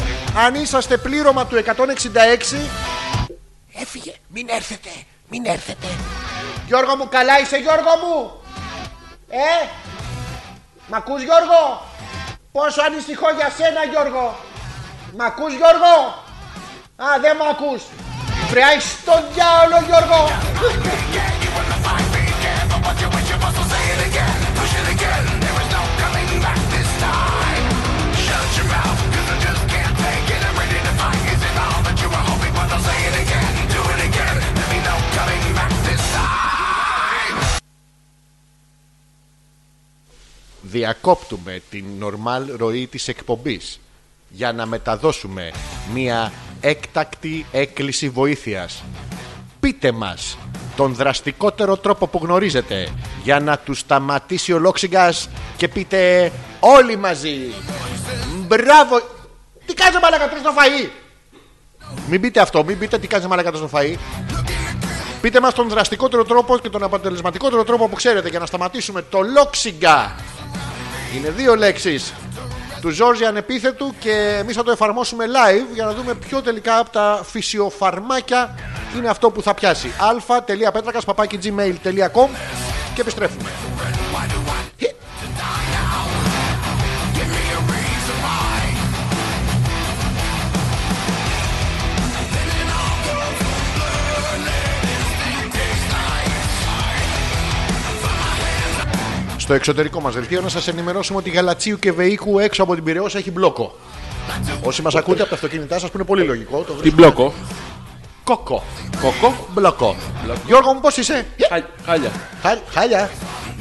S1: Αν είσαστε πλήρωμα του 166. Έφυγε, μην έρθετε, μην έρθετε. Γιώργο μου, καλά είσαι, Γιώργο μου. Ε, μ' ακούς Γιώργο. Πόσο ανησυχώ για σένα, Γιώργο. Μ' ακούς Γιώργο. Α, δεν μ' ακούς. Βρεάει στον διάολο, Γιώργο. διακόπτουμε την νορμάλ ροή της εκπομπής για να μεταδώσουμε μια έκτακτη έκκληση βοήθειας. Πείτε μας τον δραστικότερο τρόπο που γνωρίζετε για να του σταματήσει ο Λόξιγκας και πείτε όλοι μαζί Μπράβο! Τι κάνεις μαλακά τρως το φαΐ! Μην πείτε αυτό, μην πείτε τι κάνεις μαλακά τρως το φαΐ. Πείτε μας τον δραστικότερο τρόπο και τον αποτελεσματικότερο τρόπο που ξέρετε για να σταματήσουμε το λόξιγκα. Είναι δύο λέξεις. Του Ζόρζι ανεπίθετου και εμείς θα το εφαρμόσουμε live για να δούμε ποιο τελικά από τα φυσιοφαρμάκια είναι αυτό που θα πιάσει. α.πέτρακας.gmail.com και επιστρέφουμε. Στο εξωτερικό μας δελτίο να σας ενημερώσουμε ότι γαλατσίου και βεϊκού έξω από την Πυραιό έχει μπλόκο. Όσοι μας ακούτε από τα αυτοκίνητά σας που είναι πολύ λογικό, το
S2: Την
S1: βρίσκουμε.
S2: μπλόκο.
S1: Κόκο.
S2: Κόκο.
S1: Μπλόκο. Γιώργο μου, πώς είσαι.
S2: Χα- Χάλια.
S1: Χα- Χάλια.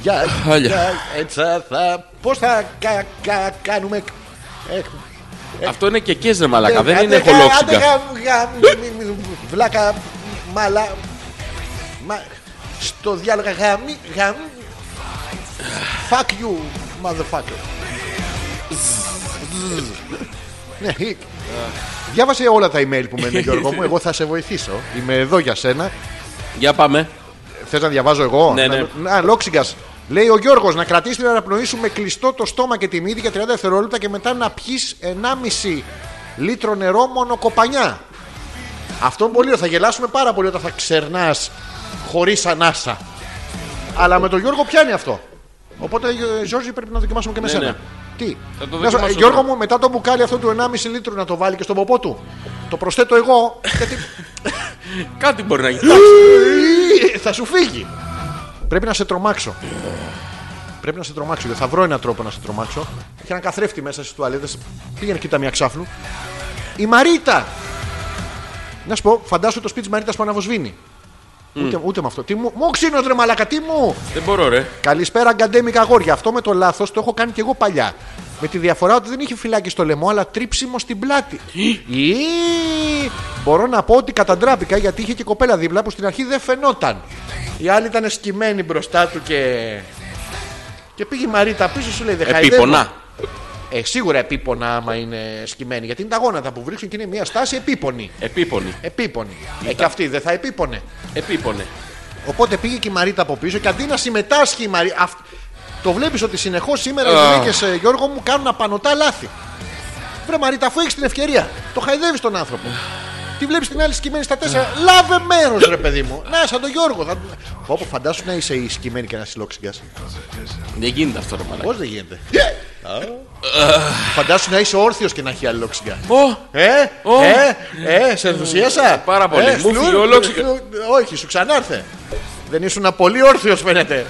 S1: Γεια.
S2: Χάλια.
S1: Γεια. Έτσι θα. Πώς θα κα- κα- κάνουμε. εκ- Ε.
S2: Αυτό είναι και κέζε μαλακά.
S1: Άντε,
S2: Δεν είναι
S1: γα- άντε,
S2: χολόξιγκα.
S1: γα- γα- μ- μ- μ- Βλάκα. Μαλά. μα- Στο διάλογο γαμί. γαμί- Fuck you, motherfucker. Ναι, ε, Διάβασε όλα τα email που μένουν, Γιώργο μου. Εγώ θα σε βοηθήσω. Είμαι εδώ για σένα. ε.
S2: Για πάμε.
S1: Θες να διαβάζω εγώ.
S2: Ναι, ναι.
S1: Να, λόξιγκας. Λέει ο Γιώργος να κρατήσεις την αναπνοή σου με κλειστό το στόμα και τη μύτη για 30 δευτερόλεπτα και μετά να πιεις 1,5 λίτρο νερό μονοκοπανιά. Αυτό είναι πολύ ωραίο. Θα γελάσουμε πάρα πολύ όταν θα ξερνάς χωρίς ανάσα. Αλλά με τον Γιώργο πιάνει αυτό. Οπότε, ε, Γιώργη, πρέπει να δοκιμάσουμε και με
S2: Ναι,
S1: σένα.
S2: ναι.
S1: Τι.
S2: Θα το
S1: Να σου-
S2: δοκιμάσω
S1: ε,
S2: τώρα.
S1: Γιώργο μου, μετά το μπουκάλι αυτό του 1,5 λίτρου να το βάλει και στον ποπό του. Το προσθέτω εγώ. Γιατί
S2: Κάτι μπορεί να
S1: Ε.
S2: γίνει.
S1: θα σου φύγει. Πρέπει να σε τρομάξω. Πρέπει να σε τρομάξω. γιατί Θα βρω έναν τρόπο να σε τρομάξω. Έχει έναν καθρέφτη μέσα στις τουαλέτες. Πήγαινε κοίτα μια ξάφνου. Η Μαρίτα! Να σου πω, φαντάσου το σπίτι της Μαρίτας που αναβοσβήνει. Ούτε, ούτε με αυτό. Τι μου, μου ξύνω ρε μαλακα, τι μου!
S2: Δεν μπορώ, ρε.
S1: Καλησπέρα, αγκαντέμικα αγόρια. Αυτό με το λάθος το έχω κάνει και εγώ παλιά. Με τη διαφορά ότι δεν είχε φυλάκι στο λαιμό, αλλά τρίψιμο στην πλάτη. Ή, Μπορώ να πω ότι καταντράπηκα γιατί είχε και κοπέλα δίπλα που στην αρχή δεν φαινόταν. Η άλλη ήταν σκυμμένη μπροστά του και. Και πήγε η Μαρίτα πίσω, σου λέει: Δεν χαϊδεύω».
S2: Επίπονα.
S1: Ε, σίγουρα επίπονα άμα είναι σκυμμένη. Γιατί είναι τα γόνατα που βρίσκουν και είναι μια στάση επίπονη.
S2: Επίπονη.
S1: Επίπονη. Ε, και αυτή δεν θα επίπονε.
S2: Επίπονε.
S1: Οπότε πήγε και η Μαρίτα από πίσω και αντί να συμμετάσχει η Μαρίτα. Αυ... Το βλέπεις ότι συνεχώς σήμερα οι γυναίκε, Γιώργο μου, κάνουν απανοτά λάθη. Βρε Μαρίτα, αφού έχεις την ευκαιρία, το χαϊδεύεις τον άνθρωπο. Τη βλέπεις την άλλη σκημένη στα τέσσερα. Λάβε μέρος, ρε παιδί μου. Να, σαν τον Γιώργο. Θα... Πω, πω, φαντάσου να είσαι η σκημένη και να συλλόξιγκα.
S2: Δεν γίνεται αυτό, ρε μαλακά.
S1: Πώς δεν γίνεται. Φαντάσου να είσαι όρθιος και να έχει άλλη λόξιγκα.
S2: Ω,
S1: Ε,
S2: Ω.
S1: ε, ε, σε ενθουσίασα. Ε,
S2: Πάρα πολύ. Μου
S1: φλουρ,
S2: φύγει ολόκληρο.
S1: φλουρ, Όχι, σου ξανάρθε. Δεν ήσουν πολύ όρθιος, φαίνεται.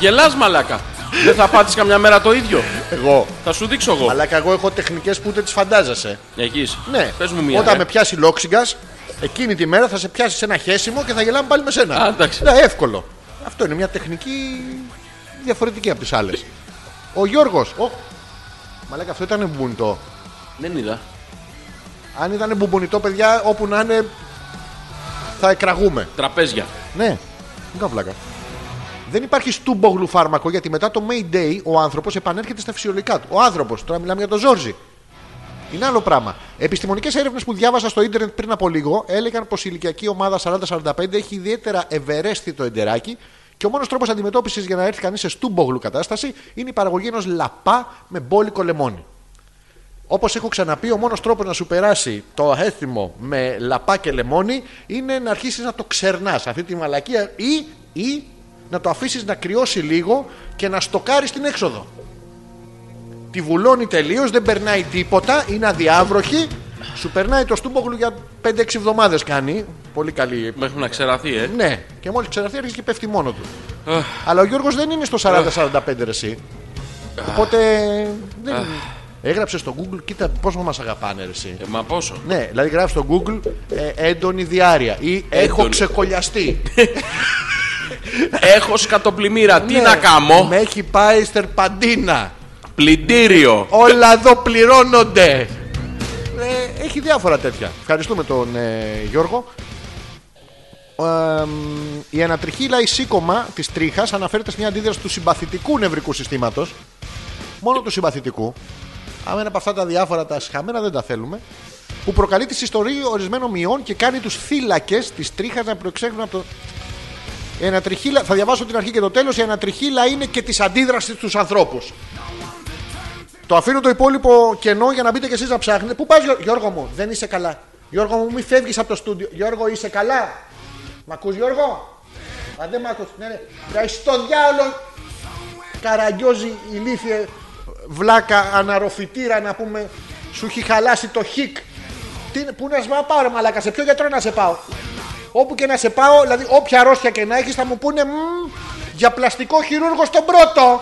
S2: γελάς μαλακά. Δεν θα πάτεις καμιά μέρα το ίδιο.
S1: Εγώ.
S2: Θα σου δείξω εγώ.
S1: Αλλά και εγώ έχω τεχνικές που ούτε τις φαντάζεσαι.
S2: Εκεί.
S1: Ναι.
S2: Πες μου μία.
S1: Όταν
S2: ε.
S1: με πιάσει λόξιγκας, εκείνη τη μέρα θα σε πιάσει σε ένα χέσιμο και θα γελάμε πάλι με σένα.
S2: Α, εντάξει.
S1: Ναι, εύκολο. Αυτό είναι μια τεχνική διαφορετική από τις άλλες. Ο Γιώργος. Ο... Μαλάκα, αυτό ήταν μπουνιτό.
S2: Δεν είδα.
S1: Αν ήταν μπουμπουνιτό, παιδιά, όπου να είναι. Θα εκραγούμε.
S2: Τραπέζια.
S1: Ναι, μην κάνω πλάκα. Δεν υπάρχει στούμπογλου φάρμακο γιατί μετά το Mayday ο άνθρωπος επανέρχεται στα φυσιολογικά του. Ο άνθρωπος, τώρα μιλάμε για τον Ζόρζι. Είναι άλλο πράγμα. Επιστημονικές έρευνες που διάβασα στο ίντερνετ πριν από λίγο έλεγαν πως η ηλικιακή ομάδα 40-45 έχει ιδιαίτερα ευερέστητο εντεράκι και ο μόνος τρόπος αντιμετώπισης για να έρθει κανείς σε στούμπογλου κατάσταση είναι η παραγωγή ενός λαπά με μπόλικο λεμόνι. Όπως έχω ξαναπεί, ο μόνος τρόπος να σου περάσει το έθιμο με λαπά και λεμόνι είναι να αρχίσεις να το ξερνάς αυτή τη μαλακία ή, ή να το αφήσεις να κρυώσει λίγο και να στοκάρεις την έξοδο. Τη βουλώνει τελείως, δεν περνάει τίποτα, είναι αδιάβροχη. Σου περνάει το στούμπογλου για 5-6 εβδομάδες κάνει. Πολύ καλή.
S2: Μέχρι να ξεραθεί, ε.
S1: Ναι, και μόλις ξεραθεί αρχίζει και πέφτει μόνο του. Αλλά ο Γιώργος δεν είναι στο 40-45 ρε εσύ. Οπότε. δεν- Έγραψες στο Google, κοίτα πόσο μας αγαπάνε ρε εσύ.
S2: Ε, Μα πόσο.
S1: Ναι, δηλαδή γράφεις στο Google ε, έντονη διάρκεια ή έχω
S2: Έντονη.
S1: ξεκολλιαστεί.
S2: Έχω σκατοπλημμύρα.
S1: Ναι.
S2: Τι να κάνω.
S1: Με έχει πάει στερπαντίνα.
S2: Πλυντήριο.
S1: Όλα εδώ πληρώνονται. Ε, έχει διάφορα τέτοια. Ευχαριστούμε τον ε, Γιώργο. Ε, μ, η ανατριχίλα ή σήκωμα της τρίχας αναφέρεται σε μια αντίδραση του συμπαθητικού νευρικού συστήματος. Μόνο του συμπαθητικού. Άμα είναι από αυτά τα διάφορα τα σχαμμένα δεν τα θέλουμε. Που προκαλεί τη συστορή ορισμένων μειών και κάνει τους θύλακες της τρίχας να προεξέχουν από το. Η ανατριχίλα, θα διαβάσω την αρχή και το τέλος. Η ανατριχίλα είναι και της αντίδρασης στους ανθρώπους. Το αφήνω το υπόλοιπο κενό για να μπείτε κι εσείς να ψάχνετε. Πού πας, Γιώργο μου, δεν είσαι καλά. Γιώργο μου, μη φεύγεις από το στούντιο. Γιώργο, είσαι καλά. Μ' ακούς, Γιώργο. Αν δεν μ' ακούς, ναι, ναι. Ρε, στο διάολο. Καραγκιόζη, ηλίθιε, βλάκα, αναρροφητήρα να πούμε. Σου έχει χαλάσει το χικ. Τι, πού να σε πάω, ρε μαλάκα, σε ποιο γιατρό να σε πάω. Όπου και να σε πάω, δηλαδή όποια αρρώστια και να έχεις, θα μου πούνε «Μμμ, για πλαστικό χειρούργο στον πρώτο.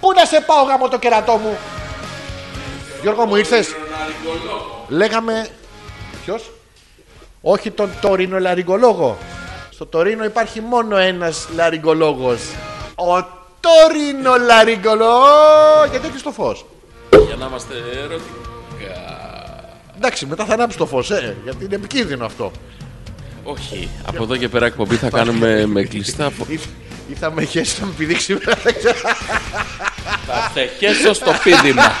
S1: Πού να σε πάω γάμο το κερατό μου Γιώργο μου ήρθες Λέγαμε Ποιος Όχι τον τωρινο λαριγκολόγο Στο τωρινο υπάρχει μόνο ένας λαριγκολόγος Ο τωρινο λαριγκολόγο Γιατί έχεις το φως
S2: Για να είμαστε ερωτικοί.
S1: Εντάξει μετά θα ανάψει το φως ε, Γιατί είναι επικίνδυνο αυτό
S2: Όχι. Από εδώ και πέρα εκπομπή θα κάνουμε με κλειστά. φω-
S1: Ή- Ή θα με χέσει να με πηδήξει σήμερα δεν ξέρω.
S2: Θα σε χέσω στο πίδημα.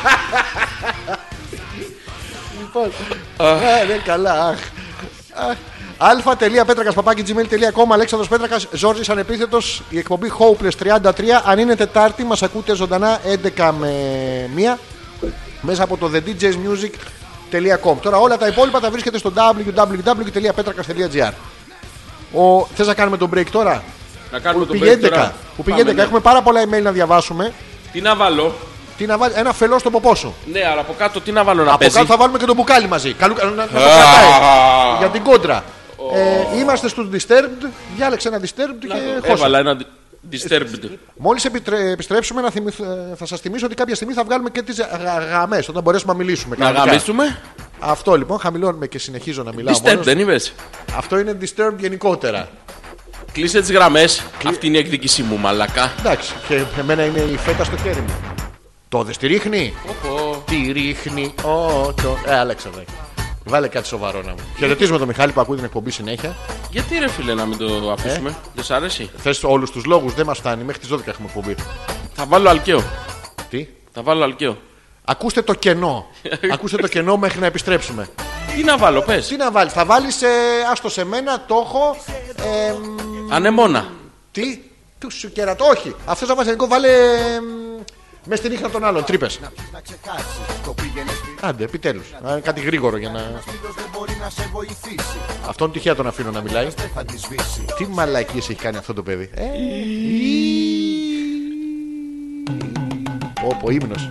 S1: Λοιπόν. Α, ναι, καλά. αχ. Αχ. α.πέτρακα.gmail.com Αλέξανδρος Πέτρακας, Ζόρζης Ανεπίθετος Η εκπομπή Hopeless 33 Αν είναι Τετάρτη μας ακούτε ζωντανά 11 με 1 Μέσα από το thedjsmusic.com Τώρα όλα τα υπόλοιπα τα βρίσκεται στο www.petrakas.gr Ο... Θες να κάνουμε τον break τώρα
S2: Να κάνουμε
S1: Που
S2: τον
S1: πήγε
S2: break
S1: 11,
S2: τώρα.
S1: που πήγε
S2: Πάμε,
S1: 11.
S2: ναι.
S1: Έχουμε πάρα πολλά email να διαβάσουμε
S2: Τι να βάλω.
S1: Τι να βάλει- Ένα φελό στο ποπό σου
S2: Ναι, αλλά από κάτω τι να βάλω να
S1: από
S2: παίζει.
S1: κάτω θα βάλουμε και το μπουκάλι μαζί. Καλού, να, να το κρατάει. για την κόντρα. Ε, είμαστε στους Disturbed. Διάλεξε ένα Disturbed και χώσε.
S2: Έβαλα ένα δι- disturbed.
S1: Μόλις επιτρε- επιστρέψουμε, να θυμηθ- ε, θα σας θυμίσω ότι κάποια στιγμή θα βγάλουμε και τις γα- γαμές όταν μπορέσουμε να μιλήσουμε.
S2: Να
S1: κανονικά.
S2: γαμίσουμε.
S1: Αυτό λοιπόν, χαμηλώνουμε και συνεχίζω να μιλάω.
S2: Disturbed,
S1: μόνος.
S2: δεν είπες.
S1: Αυτό είναι Disturbed γενικότερα.
S2: Κλείσε τις γραμμές. Αυτή είναι η εκδίκησή μου, μαλακά.
S1: Εντάξει, και εμένα είναι η φέτα στο χέρι μου. Το δε τη ρίχνει. Τη ρίχνει. Ω, το. Ε, Αλέξανδρε. Βάλε κάτι σοβαρό να μου. Χαιρετίζουμε τον Μιχάλη που ακούει την εκπομπή συνέχεια.
S2: Γιατί ρε φίλε να μην το αφήσουμε.
S1: Ε?
S2: Δεν σ' αρέσει.
S1: Θες όλους τους λόγους, δεν μας φτάνει. Μέχρι τις 12 έχουμε εκπομπή.
S2: Θα βάλω αλκαίο.
S1: Τι.
S2: Θα βάλω αλκαίο.
S1: Ακούστε το κενό. Ακούστε το κενό μέχρι να επιστρέψουμε.
S2: Τι να βάλω, πες.
S1: Τι να βάλεις, θα βάλεις. Ε, άστο σε μένα, το έχω. Ε, μ,
S2: Ανεμόνα.
S1: τι. Του σου κερατό, όχι. Αυτό να βάζει ελληνικό, βάλε. Με στη νύχτα των άλλων, τρύπες.
S5: Να ξεχάσει το πήγαινε στη
S1: Άντε, επιτέλους. Κάτι γρήγορο για να.
S5: σπίτος δεν μπορεί να σε βοηθήσει.
S1: Αυτόν τυχαία τον αφήνω να μιλάει.
S5: Δεν θα της σβήσει.
S1: Τι μαλακίες έχει κάνει αυτό το παιδί. Ε. Όπω ύμνος.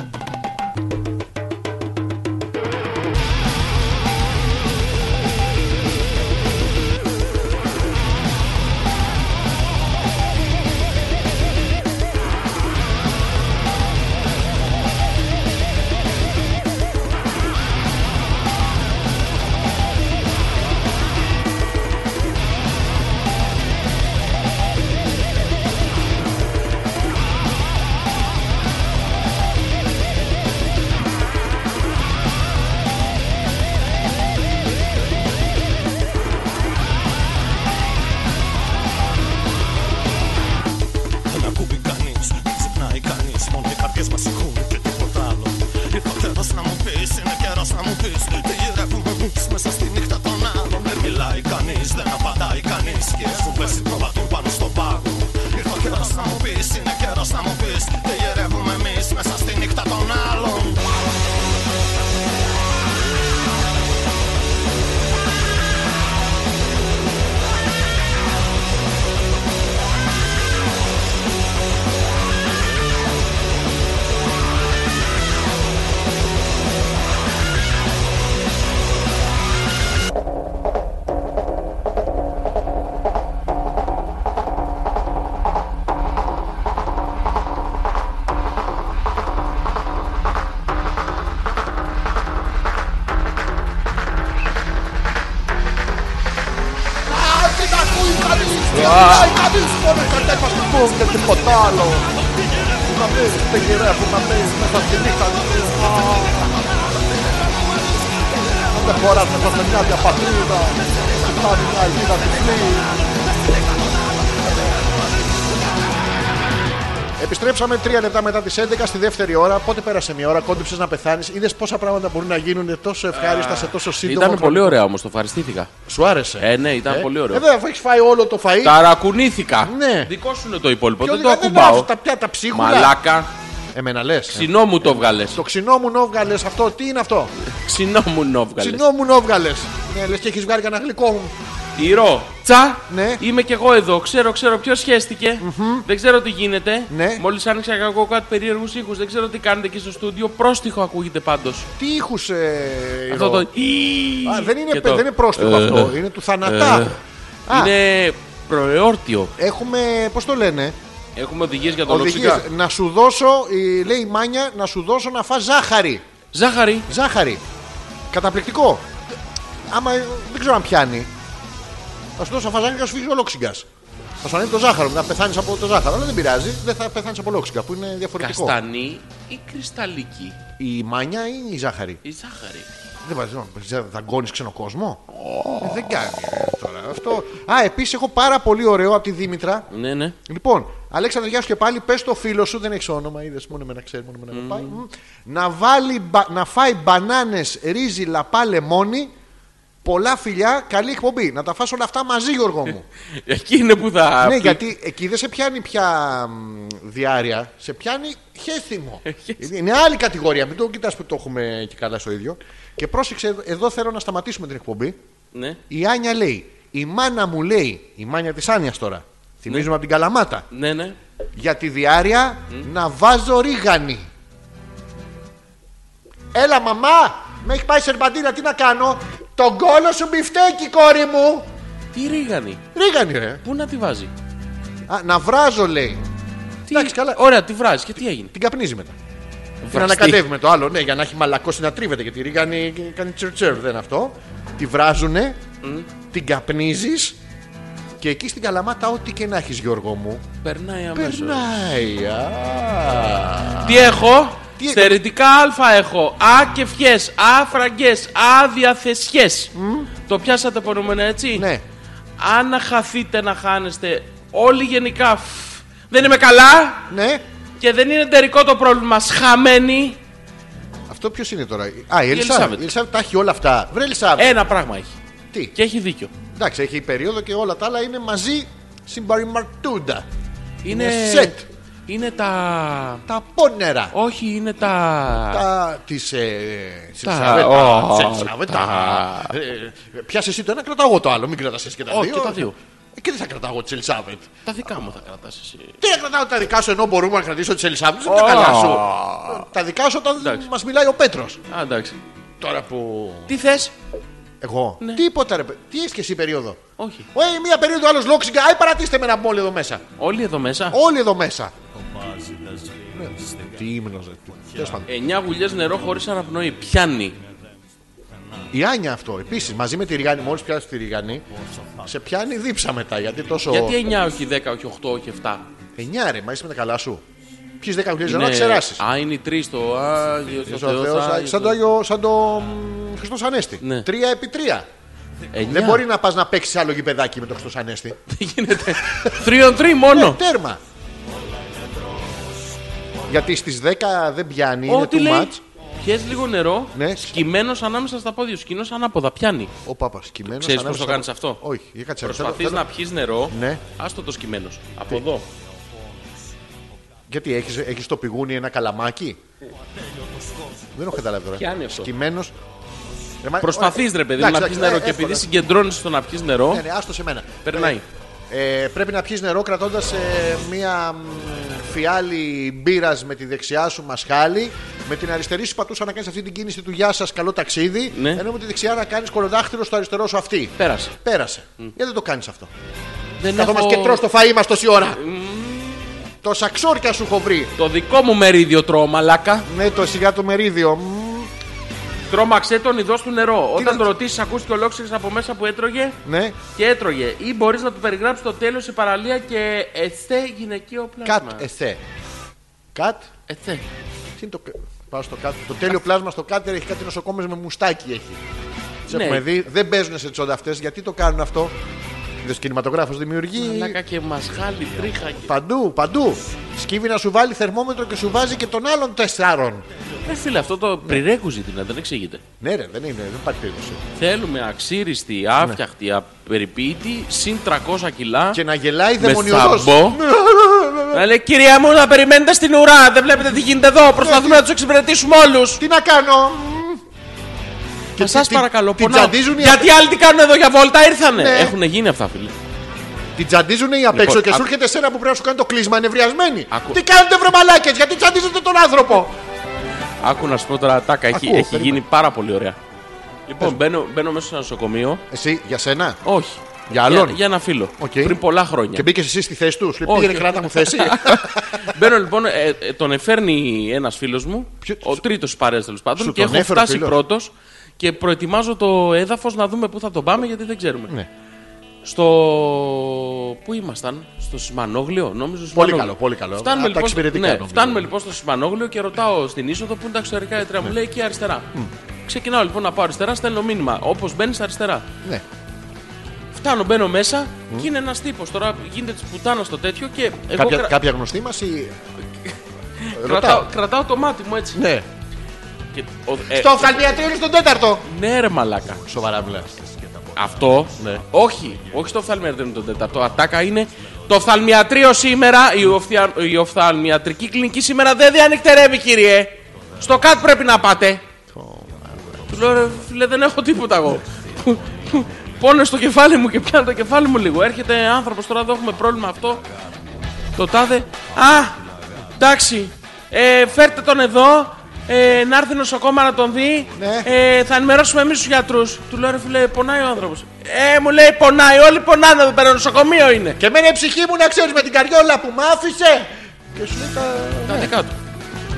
S6: Δεν ακούει κανεί, ξυπνάει κανεί. Μόνο οι καρδιέ μα σηκούν και τίποτα άλλο. Ήρθε ο καιρό να μου πει, είναι καιρό να μου πει. Τι γυρεύουμε εμεί μέσα στη νύχτα των άλλων. Δεν μιλάει κανεί, δεν απαντάει κανεί. Και σου πέσει το βατούν πάνω στον πάγο. Ήρθε ο καιρό να μου πει, είναι καιρό να μου πει. Τι γυρεύουμε εμεί μέσα στη νύχτα των άλλων.
S1: να δεις μόνο οι μας να πούν και τίποτα άλλο Που να πεις, δεν γυρεύουν να πεις μέσα στη νύχτα Α. Αν δεν χωράς μέσα σε μια διαπατρίδα Κοιτάνει μια ελπίδα τυφλή Επιστρέψαμε τρία λεπτά μετά τις 11 στη δεύτερη ώρα. Πότε πέρασε μια ώρα, κόντυψες να πεθάνεις. Είδες πόσα πράγματα μπορούν να γίνουν τόσο ευχάριστα σε τόσο σύντομο
S2: Ήταν
S1: χρονικό
S2: πολύ ωραία όμως, το ευχαριστήθηκα.
S1: σου άρεσε.
S2: Ε, ναι, ήταν πολύ ωραίο.
S1: Ε, βέβαια, αφού έχεις φάει όλο το φαΐ.
S2: Ταρακουνήθηκα.
S1: Ναι.
S2: Δικό σου είναι το υπόλοιπο, δεν
S1: Ποιο Ε, δεν
S2: το ακουμπάω.
S1: βάζω Τα πια τα ψίχουλα.
S2: Μαλάκα,
S1: Εμένα λες.
S2: ξινό μου το βγάλες.
S1: Ναι. Το ξινό μου νόβγαλε αυτό, τι είναι αυτό.
S2: Ξινό μου νόβγαλε.
S1: Ξινό μου νόβγαλε. Ναι, λες και έχεις βγάλει κανένα γλυκό μου.
S2: Ηρώ. Τσα.
S1: Ναι.
S2: Είμαι κι εγώ εδώ. Ξέρω, ξέρω ποιος σχέστηκε. Δεν ξέρω τι γίνεται.
S1: Ναι.
S2: Μόλις άνοιξα και εγώ κάτι περίεργους ήχους. Δεν ξέρω τι κάνετε εκεί στο στούντιο. Πρόστιχο ακούγεται πάντως.
S1: Τι ήχους. Ε,
S2: Αυτό
S1: Ρο.
S2: το.
S1: Α, δεν είναι,
S2: και
S1: πε-
S2: το-
S1: δεν είναι πρόστιχο
S2: Ε,
S1: αυτό, είναι του θανατά. Α,
S2: Είναι προεόρτιο.
S1: έχουμε, πώς το λένε,
S2: Έχουμε οδηγίες για τον οξυγά.
S1: οδηγίε. Να σου δώσω, ε, λέει η μάνια, να σου δώσω να φας ζάχαρη.
S2: Ζάχαρη.
S1: Ζάχαρη. Καταπληκτικό. Άμα ε, δεν ξέρω αν πιάνει. Θα σου δώσω φαζάνι και θα σου φύγει ολόξυγκα. Θα σου ανέβει το ζάχαρο, να πεθάνεις από το ζάχαρο. Αλλά δεν πειράζει, δεν θα πεθάνεις από ολόξυγκα που είναι διαφορετικό.
S2: Καστανή ή κρυσταλλική.
S1: Η μάνια ή η ζάχαρη.
S2: Η ζάχαρη.
S1: Δεν πειράζει, δεν δαγκώνει ξένο κόσμο. Ε, δεν κάνει ε, τώρα αυτό. Α, επίσης έχω πάρα πολύ ωραίο από τη Δήμητρα.
S2: Ναι, ναι.
S1: Λοιπόν, Αλέξανδρο, γεια σου και πάλι. Πες το φίλο σου, δεν έχεις όνομα, είδες μόνο με να ξέρει, μόνο με να πάει. Μμ. Να, βάλει, μπα- να φάει μπανάνες, ρύζι, λαπά, λεμόνι. Πολλά φιλιά, καλή εκπομπή. Να τα φας όλα αυτά μαζί, Γιώργο μου.
S2: Εκεί είναι που θα.
S1: ναι,
S2: πει-
S1: γιατί εκεί δεν σε πιάνει πια μ, διάρκεια, σε πιάνει χέστημο. Είναι άλλη κατηγορία. Μην το κοιτάς που το έχουμε και καλά στο ίδιο. Και πρόσεξε, εδώ θέλω να σταματήσουμε την εκπομπή.
S2: Ναι.
S1: Η Άνια λέει, η μάνα μου λέει, η μάνια της Άνιας τώρα. Θυμίζουμε από την Καλαμάτα
S2: Ναι, ναι.
S1: για τη διάρκεια να βάζω ρίγανη. Έλα μαμά, με έχει πάει σερμπαντίνα, τι να κάνω. Τον κόλο σου μπιφτέκι κόρη μου.
S2: Τι ρίγανη.
S1: Ρίγανη ρε.
S2: Πού να τη βάζει.
S1: Α, να βράζω λέει.
S2: Τι...
S1: Εντάξει, καλά.
S2: Ωραία, τη βράζει και τι έγινε.
S1: Την καπνίζει μετά. Την
S2: Βραστή.
S1: ανακατεύει με το άλλο, ναι, για να έχει μαλακώσει να τρίβεται. Γιατί η ρίγανη κάνει τσερτσερ, δεν είναι αυτό. Τη βράζουνε, την καπνίζεις και εκεί στην καλαμάτα, ό,τι και να έχεις Γιώργο μου,
S2: Περνάει αμέσως.
S1: περνάει. α.
S2: Τι έχω.
S1: Τι έχω?
S2: Στερητικά α έχω. Α και φιές, Α φραγκές, Α διαθεσιές. Το πιάσατε πονομένα έτσι.
S1: Ναι.
S2: Αν να χαθείτε να χάνεστε όλοι γενικά. φ, Δεν είμαι καλά
S1: Ναι,
S2: και δεν είναι εταιρικό το πρόβλημα. Σχαμένη.
S1: Αυτό ποιος είναι τώρα. Α, η Ελισάβετ.
S2: Ελισάβετ. Ε.
S1: Η Ελισάβετ τα έχει όλα αυτά. Βρε, Ελισάβετ.
S2: Ένα πράγμα έχει.
S1: Τι.
S2: Και έχει δίκιο.
S1: Εντάξει, έχει περίοδο και όλα τα άλλα είναι μαζί συμπαρημαρτούντα.
S2: Είναι.
S1: Είναι σετ.
S2: Είναι τα.
S1: Τα πόνερα.
S2: Όχι, είναι τα.
S1: Τα της Ελισάβετ.
S2: Ω,
S1: της Ελισάβετ, τα- ε, Πιάσες εσύ το ένα, κρατάω εγώ το άλλο. Μην κρατάς εσύ και τα
S2: Όχι,
S1: δύο.
S2: και τα δύο.
S1: Ε, Και δεν θα κρατάω της Ελισάβετ.
S2: Τα δικά μου θα κρατάς εσύ.
S1: Τι να κρατάω τα δικά σου ενώ μπορούμε να κρατήσω της Ελισάβετ. Δεν τα καλά σου. Τα δικά σου όταν
S2: Εντάξει.
S1: μας μιλάει ο Πέτρος.
S2: Α, εντάξει.
S1: Τώρα που.
S2: Τι θες.
S1: Εγώ.
S2: Ναι.
S1: Τίποτα ρε. παι- Τι έχεις και εσύ περίοδο.
S2: Όχι.
S1: Ωε, μία περίοδο άλλος λόξιγκα. Άι, παρατήστε με να μπω όλοι εδώ μέσα.
S2: Όλοι εδώ μέσα.
S1: Όλοι εδώ μέσα. Ναι. Τι ύμνος, ρε. Τέλος πάντων.
S2: 9 γουλιές νερό χωρίς αναπνοή. Πιάνει.
S1: Η Άνια αυτό επίσης μαζί με τη Ριγάνη, μόλις πιάσει τη Ριγάνη, σε πιάνει δίψα μετά. Γιατί τόσο.
S2: Γιατί 9, όχι 10, όχι 8, όχι 7.
S1: Εννιά ρε, μα είσαι με τα καλά σου. Ποιε δέκα δουλειέ να
S2: Είναι-
S1: ξεράσει.
S2: Ναι. Α, είναι οι 3 το Άγιο, το Θεός,
S1: Σαν το Άγιο, σαν το μ, Χριστός Ανέστη.
S2: Ναι.
S1: Τρία επί τρία. Δεν μπορεί να πας να παίξεις άλλο γηπεδάκι με το Χριστός Ανέστη. Ναι,
S2: Τι γίνεται. 3-3 μόνο.
S1: Τέρμα. Γιατί στις 10 δεν πιάνει, είναι
S2: Ό,τι
S1: too
S2: λέει.
S1: much.
S2: Πιες λίγο νερό,
S1: Ναι.
S2: σκυμμένος ανάμεσα στα πόδια σου, σκυμμένος ανάποδα, πιάνει.
S1: Ο Πάπας κειμένο.
S2: Ξέρεις πώς το κάνεις αυτό?
S1: Όχι, για κάτσε.
S2: Προσπαθείς
S1: θέλω-
S2: να πιεις νερό,
S1: Ναι.
S2: άστο το σκυμμένος. Από εδώ.
S1: Γιατί έχεις, έχεις το πηγούνι ένα καλαμάκι. Δεν έχω καταλάβει τώρα.
S2: Πιάνει αυτό.
S1: Σκυμμένος. Ρε, μα-
S2: Προσπαθείς
S1: όχι.
S2: ρε παιδί μου,
S1: Εντάξει,
S2: να πιεις
S1: εντάξει, ναι,
S2: νερό και
S1: εύκολα.
S2: επειδή συγκεντρώνεις στο να πιεις νερό,
S1: Ναι, ναι, άστο σε μένα.
S2: περνάει.
S1: Ε, πρέπει να πιεις νερό κρατώντας ε, μία μ, φιάλη μπύρας με τη δεξιά σου μασχάλη. Με την αριστερή σου πατούσα να κάνεις αυτή την κίνηση του γεια σας καλό ταξίδι.
S2: Ναι.
S1: Ενώ με τη δεξιά να κάνεις κολοδάχτυλο στο αριστερό σου αυτή.
S2: Πέρασε.
S1: Πέρασε. Γιατί δεν το κάνεις αυτό.
S2: Δεν
S1: Καθόμαστε και τρως το φαΐ μας τόση ώρα. Τόσα ξόρκια σου έχω βρει.
S2: Το δικό μου μερίδιο τρώω, μαλάκα.
S1: Ναι, το σιγά το μερίδιο. Μμμ.
S2: Τρόμαξε τον ειδό του νερό.
S1: να
S2: Όταν
S1: του-
S2: τον ρωτήσεις, ακούστηκε ολόξερης από μέσα που έτρωγε
S1: Ναι.
S2: και έτρωγε. Ή μπορείς να του περιγράψεις το τέλος σε παραλία και εστέ γυναικείο πλάσμα.
S1: Κατ εσέ. Κατ.
S2: Εστέ.
S1: Τι είναι το. κα- Πάω στο κάτω. Το τέλειο πλάσμα στο κάτερ έχει κάτι νοσοκόμες με μουστάκι έχει. Τις
S2: Ναι.
S1: έχουμε δει. Δεν παίζουν σε τσόντα αυτές. Γιατί το κάνουν αυτό. Είδες κινηματογράφος δημιουργεί.
S2: Μαλάκα και μασχάλη, τρίχα και.
S1: Παντού, παντού. Σκύβει να σου βάλει θερμόμετρο και σου βάζει και των άλλων τεσσάρων.
S2: Ρε φίλε, αυτό το πριρέκου ζήτημα δεν εξηγείται.
S1: Ναι, ρε, δεν είναι, δεν υπάρχει περίπτωση.
S2: Θέλουμε
S1: Ναι.
S2: αξίριστη, άφτιαχτη, απεριποίητη, συν 300 κιλά.
S1: Και να γελάει
S2: με
S1: δαιμονιωδώς.
S2: θαμπό. Να λέει, κυρία μου, να περιμένετε στην ουρά. Δεν βλέπετε τι γίνεται εδώ. Προσπαθούμε να τους εξυπηρετήσουμε όλους.
S1: Τι να κάνω.
S2: Και
S1: τι-
S2: σας
S1: τι-
S2: παρακαλώ,
S1: τι
S2: πονάω.
S1: τσαντίζουν οι
S2: Γιατί άλλοι τι κάνουν εδώ για βόλτα, ήρθανε.
S1: Ναι.
S2: Έχουν γίνει αυτά, φίλε.
S1: Την τσαντίζουν οι απ' έξω
S2: Λοιπόν,
S1: και σου
S2: α-
S1: έρχεται εσένα που πρέπει να σου κάνει το κλείσμα ανεβριασμένη.
S2: Ακού-
S1: Τι κάνετε βρε μαλάκες, γιατί τσαντίζετε τον άνθρωπο.
S2: Άκου να σου πω τώρα, τάκα, έχει,
S1: Ακούω,
S2: έχει
S1: περίμενε.
S2: γίνει πάρα πολύ ωραία. Λοιπόν, μπαίνω, μπαίνω μέσα σε ένα νοσοκομείο.
S1: Εσύ, για σένα.
S2: Όχι.
S1: Για άλλον.
S2: Για, για ένα φίλο.
S1: Οκ.
S2: Πριν πολλά χρόνια.
S1: Και μπήκες εσύ στη θέση του. Λέει,
S2: Ναι. Όχι.
S1: πήγαινε κράτα μου θέση.
S2: Μπαίνω λοιπόν, ε, ε, τον εφέρνει ένας φίλος μου,
S1: Ποιο-
S2: ο τρίτο παρέας τέλος
S1: Σου
S2: πάντων, και
S1: τον
S2: έχω
S1: έφερε ο
S2: φτάσει
S1: φίλος?
S2: πρώτος και προετοιμάζω το έδαφος να δούμε πού θα τον πάμε γιατί δεν ξέρουμε.
S1: Ναι.
S2: Στο. Πού ήμασταν, στο Σιμανόγλιο, νόμιζα. στο
S1: Πολύ
S2: Σιμανόγλιο.
S1: καλό, πολύ καλό.
S2: Φτάνουμε,
S1: Α, τα
S2: λοιπόν,
S1: εξυπηρετικά,
S2: ναι,
S1: νομίζω.
S2: φτάνουμε λοιπόν στο Σιμανόγλιο και ρωτάω στην είσοδο που είναι τα εξωτερικά ιατρία.
S1: Ναι.
S2: Μου λέει εκεί αριστερά. Ξεκινάω λοιπόν να πάω αριστερά, στέλνω μήνυμα. Όπως μπαίνεις αριστερά.
S1: ναι.
S2: Φτάνω, μπαίνω μέσα και είναι ένας τύπος. Τώρα γίνεται της πουτάνας στο τέτοιο και εγώ
S1: κάποια,
S2: κρα-
S1: κάποια γνωστή μας ή.
S2: κρατάω,
S1: Ρωτάω.
S2: κρατάω το μάτι μου έτσι.
S1: Ναι.
S2: Και, ο, ε,
S1: Το φθαλμιατρίο είναι στον τέταρτο.
S2: Ναι, ρε μαλάκα.
S1: Σοβαρά μιλά.
S2: Αυτό.
S1: Ναι.
S2: Όχι, όχι στο οφθαλμιατρίο είναι το τέταρτο. Ατάκα είναι. Το οφθαλμιατρίο σήμερα, η, οφθια... η οφθαλμιατρική κλινική σήμερα δεν διανυκτερεύει, κύριε. Στο κάτω πρέπει να πάτε. Του λέω, ρε φίλε, δεν έχω τίποτα εγώ. Πόνο στο κεφάλι μου και πιάνω το κεφάλι μου λίγο. Έρχεται άνθρωπος τώρα εδώ, έχουμε πρόβλημα αυτό. Το τάδε. Α, εντάξει. Ε, φέρτε τον εδώ. Ε, να έρθει νοσοκόμα να τον δει.
S1: Ναι.
S2: Ε, θα ενημερώσουμε εμείς τους γιατρούς. Του λέω, ρε φίλε, πονάει ο άνθρωπος. Ε, μου λέει, πονάει. Όλοι πονάνε εδώ πέρα. Νοσοκομείο είναι.
S1: Και εμένα η ψυχή μου να ξέρεις με την καριόλα που μ' άφησε. Και σου λέει τα.
S2: Κάτε κάτω.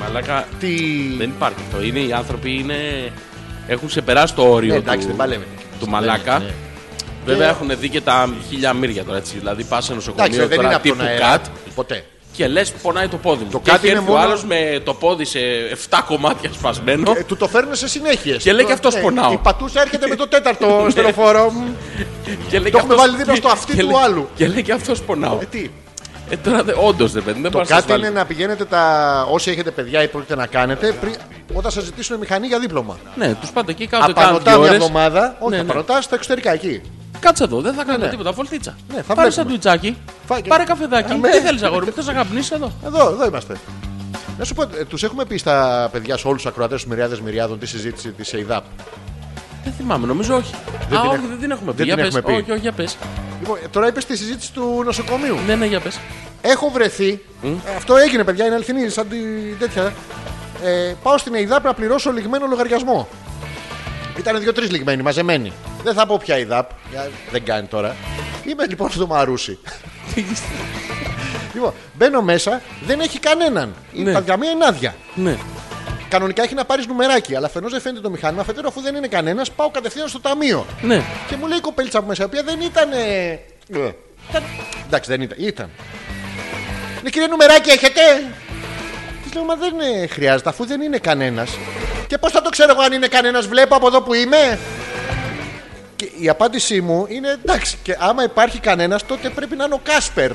S2: Μαλάκα,
S1: Τι.
S2: δεν υπάρχει αυτό. Είναι, οι άνθρωποι είναι... έχουν ξεπεράσει το όριο
S1: Ναι, εντάξει,
S2: του,
S1: δεν παλεύεται.
S2: του μαλάκα.
S1: Ναι, ναι.
S2: Βέβαια έχουν δει και τα χίλια μύρια τώρα έτσι. Δηλαδή πας σε
S1: Εντάξει,
S2: νοσοκομείο
S1: δεν είναι
S2: τώρα
S1: από τον
S2: τύπου
S1: αέρα.
S2: κατ
S1: Ποτέ.
S2: και λες πονάει το πόδι μου.
S1: Το
S2: και
S1: κατ
S2: έχει
S1: είναι
S2: έρθει
S1: μόνο-
S2: ο άλλος με το πόδι σε 7 κομμάτια σπασμένο.
S1: Ε, του το φέρνουν σε συνέχεια.
S2: Και λέει και αυτός
S1: Ναι,
S2: πονάω. Ναι.
S1: Η πατούσα έρχεται με το τέταρτο στενοφόρο.
S2: και
S1: το
S2: λέει και
S1: έχουμε
S2: αυτός-
S1: βάλει δίπλα στο αυτί
S2: και
S1: του
S2: λέει-
S1: άλλου.
S2: Και λέει και αυτός πονάω.
S1: Ε, τι.
S2: Ε, τώρα δε, όντως δεν παίρνει.
S1: Το κάτι είναι να πηγαίνετε τα όσοι έχετε παιδιά ή πρόκειται να κάνετε πριν, όταν σας ζητήσουν μηχανή για δίπλωμα.
S2: Ναι, τους πάτε εκεί, κάτω κάνω
S1: Απανοτά
S2: δύο
S1: μια
S2: ώρες.
S1: εβδομάδα, όχι,
S2: Ναι, ναι.
S1: απανοτά στα εξωτερικά εκεί.
S2: Κάτσε εδώ, δεν θα κάνω
S1: ναι.
S2: τίποτα. Βολτίτσα.
S1: Ναι, θα βλέπουμε.
S2: Πάρε σαντουιτσάκι.
S1: Φάει και- ναι.
S2: Πάρε καφεδάκι.
S1: Αμέ.
S2: Τι θέλεις, αγόρι μου, θες να καπνίσει εδώ.
S1: Εδώ, εδώ είμαστε. Να σου πω, τους έχουμε πει στα παιδιά, σε όλους τους ακροατές του Μυριάδες Μυριάδων, τη συζήτηση της ΕΙΔΑΠ.
S2: Δεν θυμάμαι, νομίζω όχι.
S1: Δεν
S2: Α,
S1: την
S2: όχι,
S1: έχ-
S2: δεν την έχουμε πει.
S1: δεν
S2: για
S1: την
S2: πες.
S1: έχουμε πει.
S2: Όχι, όχι, για πες.
S1: Λοιπόν, ε, τώρα είπες τη συζήτηση του νοσοκομείου.
S2: Ναι, ναι, για πες.
S1: Έχω βρεθεί. ε, Αυτό έγινε, παιδιά, είναι αληθινή, σαν τη- τέτοια. Ε, πάω στην ΕΙΔΑΠ να πληρώσω λιγμένο λογαριασμό. Ήταν δύο-τρει λιγμένοι, μαζεμένοι. Δεν θα πω ποια ΕΙΔΑΠ. για- Δεν κάνει τώρα. Είμαι λοιπόν στο Μαρούσι. λοιπόν, μπαίνω μέσα, δεν έχει κανέναν. Η
S2: Ναι.
S1: παδιαμία είναι άδεια.
S2: Ναι.
S1: Κανονικά έχει να πάρεις νουμεράκι, αλλά αφενός δεν φαίνεται το μηχάνημα. Αφετέρου, αφού δεν είναι κανένας, πάω κατευθείαν στο ταμείο.
S2: Ναι.
S1: Και μου λέει η κοπέλτσα από μέσα, η οποία δεν ήταν. ε, ε, ήταν- Εντάξει, δεν ήταν. Ήταν. Λέει, κύριε Νουμεράκι, έχετε. Της λέω, μα δεν ε, χρειάζεται, αφού δεν είναι κανένας. Και πώς θα το ξέρω εγώ αν είναι κανένας, βλέπω από εδώ που είμαι. Και η απάντησή μου είναι εντάξει, και άμα υπάρχει κανένας, τότε πρέπει να είναι ο Κάσπερ.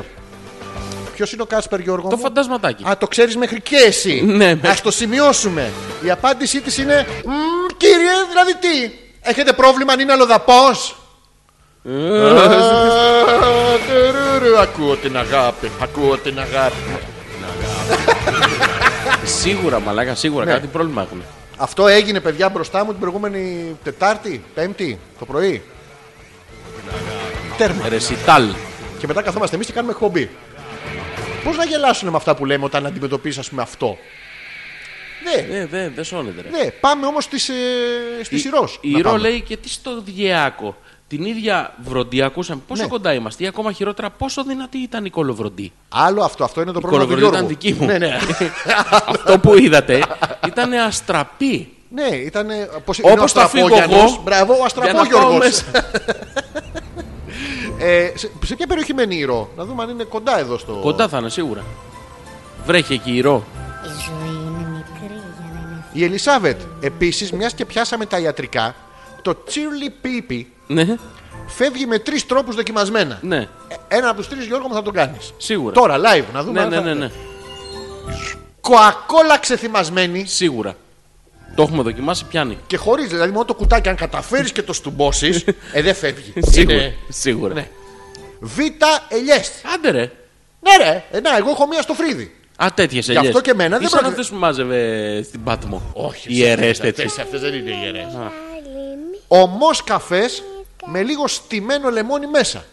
S1: Ποιος είναι ο Κάσπερ, Γιώργο?
S2: Το
S1: μου?
S2: φαντασματάκι.
S1: Α, το ξέρεις μέχρι και εσύ.
S2: Ναι, με-
S1: Ας το σημειώσουμε. Η απάντησή της είναι «Μμμ, Κύριε, δηλαδή τι. Έχετε πρόβλημα αν είναι αλλοδαπός. Ακούω την αγάπη. Ακούω την αγάπη.
S2: Σίγουρα, μαλάκα, σίγουρα
S1: Ναι.
S2: κάτι πρόβλημα έχουν.
S1: Αυτό έγινε, παιδιά, μπροστά μου την προηγούμενη Τετάρτη, Πέμπτη το πρωί. Τέρμα.
S2: Ρεσιτάλ.
S1: Και μετά καθόμαστε εμείς και κάνουμε εκπομπή. Πώς να γελάσουν με αυτά που λέμε όταν αντιμετωπίζεις, ας πούμε, αυτό. Ναι,
S2: Ναι, δεν δε σώνεται. Ρε.
S1: ναι, πάμε όμως στη Σιρό.
S2: Η Ρο λέει και τι στο Διεάκο. Την ίδια βροντί ακούσαμε. Πόσο
S1: Ναι.
S2: κοντά είμαστε, ή ακόμα χειρότερα, πόσο δυνατή ήταν η κολοβροντή.
S1: Άλλο αυτό, αυτό είναι το
S2: Η
S1: πρόβλημα του
S2: κολοβροντή
S1: Γιώργου.
S2: ήταν δική μου.
S1: Ναι, ναι.
S2: Αυτό που είδατε ήταν αστραπή.
S1: Ναι, ήταν.
S2: Όπως θα φύγω εγώ,
S1: Μπράβο, ο
S2: Για να
S1: αστραπό
S2: πάω
S1: Γιώργος.
S2: μέσα.
S1: Ε, σε, σε ποια περιοχή μένει η Ρο, να δούμε αν είναι κοντά εδώ στο.
S2: Κοντά θα είναι σίγουρα. Βρέχει εκεί η ρο.
S7: Η ζωή είναι μικρή για να είναι
S1: Η Ελισάβετ, επίσης, μιας και πιάσαμε τα ιατρικά, το Τσίρλι Πίπι
S2: Ναι,
S1: φεύγει με τρεις τρόπους δοκιμασμένα.
S2: ναι,
S1: Ε, Ένα από τους τρεις, Γιώργο, μου θα τον κάνεις.
S2: σίγουρα.
S1: Τώρα, live, να δούμε.
S2: ναι,
S1: αν
S2: ναι,
S1: θα-
S2: ναι, ναι,
S1: Κοακόλα ξεθυμασμένη
S2: σίγουρα. Το έχουμε δοκιμάσει, πιάνει.
S1: και χωρίς. Δηλαδή, μόνο το κουτάκι, αν καταφέρεις και το στουμπώσεις, ε, δεν φεύγει.
S2: Σίγουρα.
S1: Είναι
S2: Ε, Σίγουρα.
S1: Ναι. Β' ελιές.
S2: Άντε ρε.
S1: Ναι, ρε, ε, να, εγώ έχω μία στο φρύδι.
S2: Α, τέτοιες ελιέ.
S1: αυτό και εμένα δεν
S2: Ήσαν
S1: πρόκειται-
S2: αυτές που μάζευε στην Πάτμο. Όχι. Ιερέ τέτοιες.
S1: αυτές δεν είναι ιερέ.
S7: μεγάλη μη
S1: Ομός καφές με λίγο στημένο λεμόνι μέσα.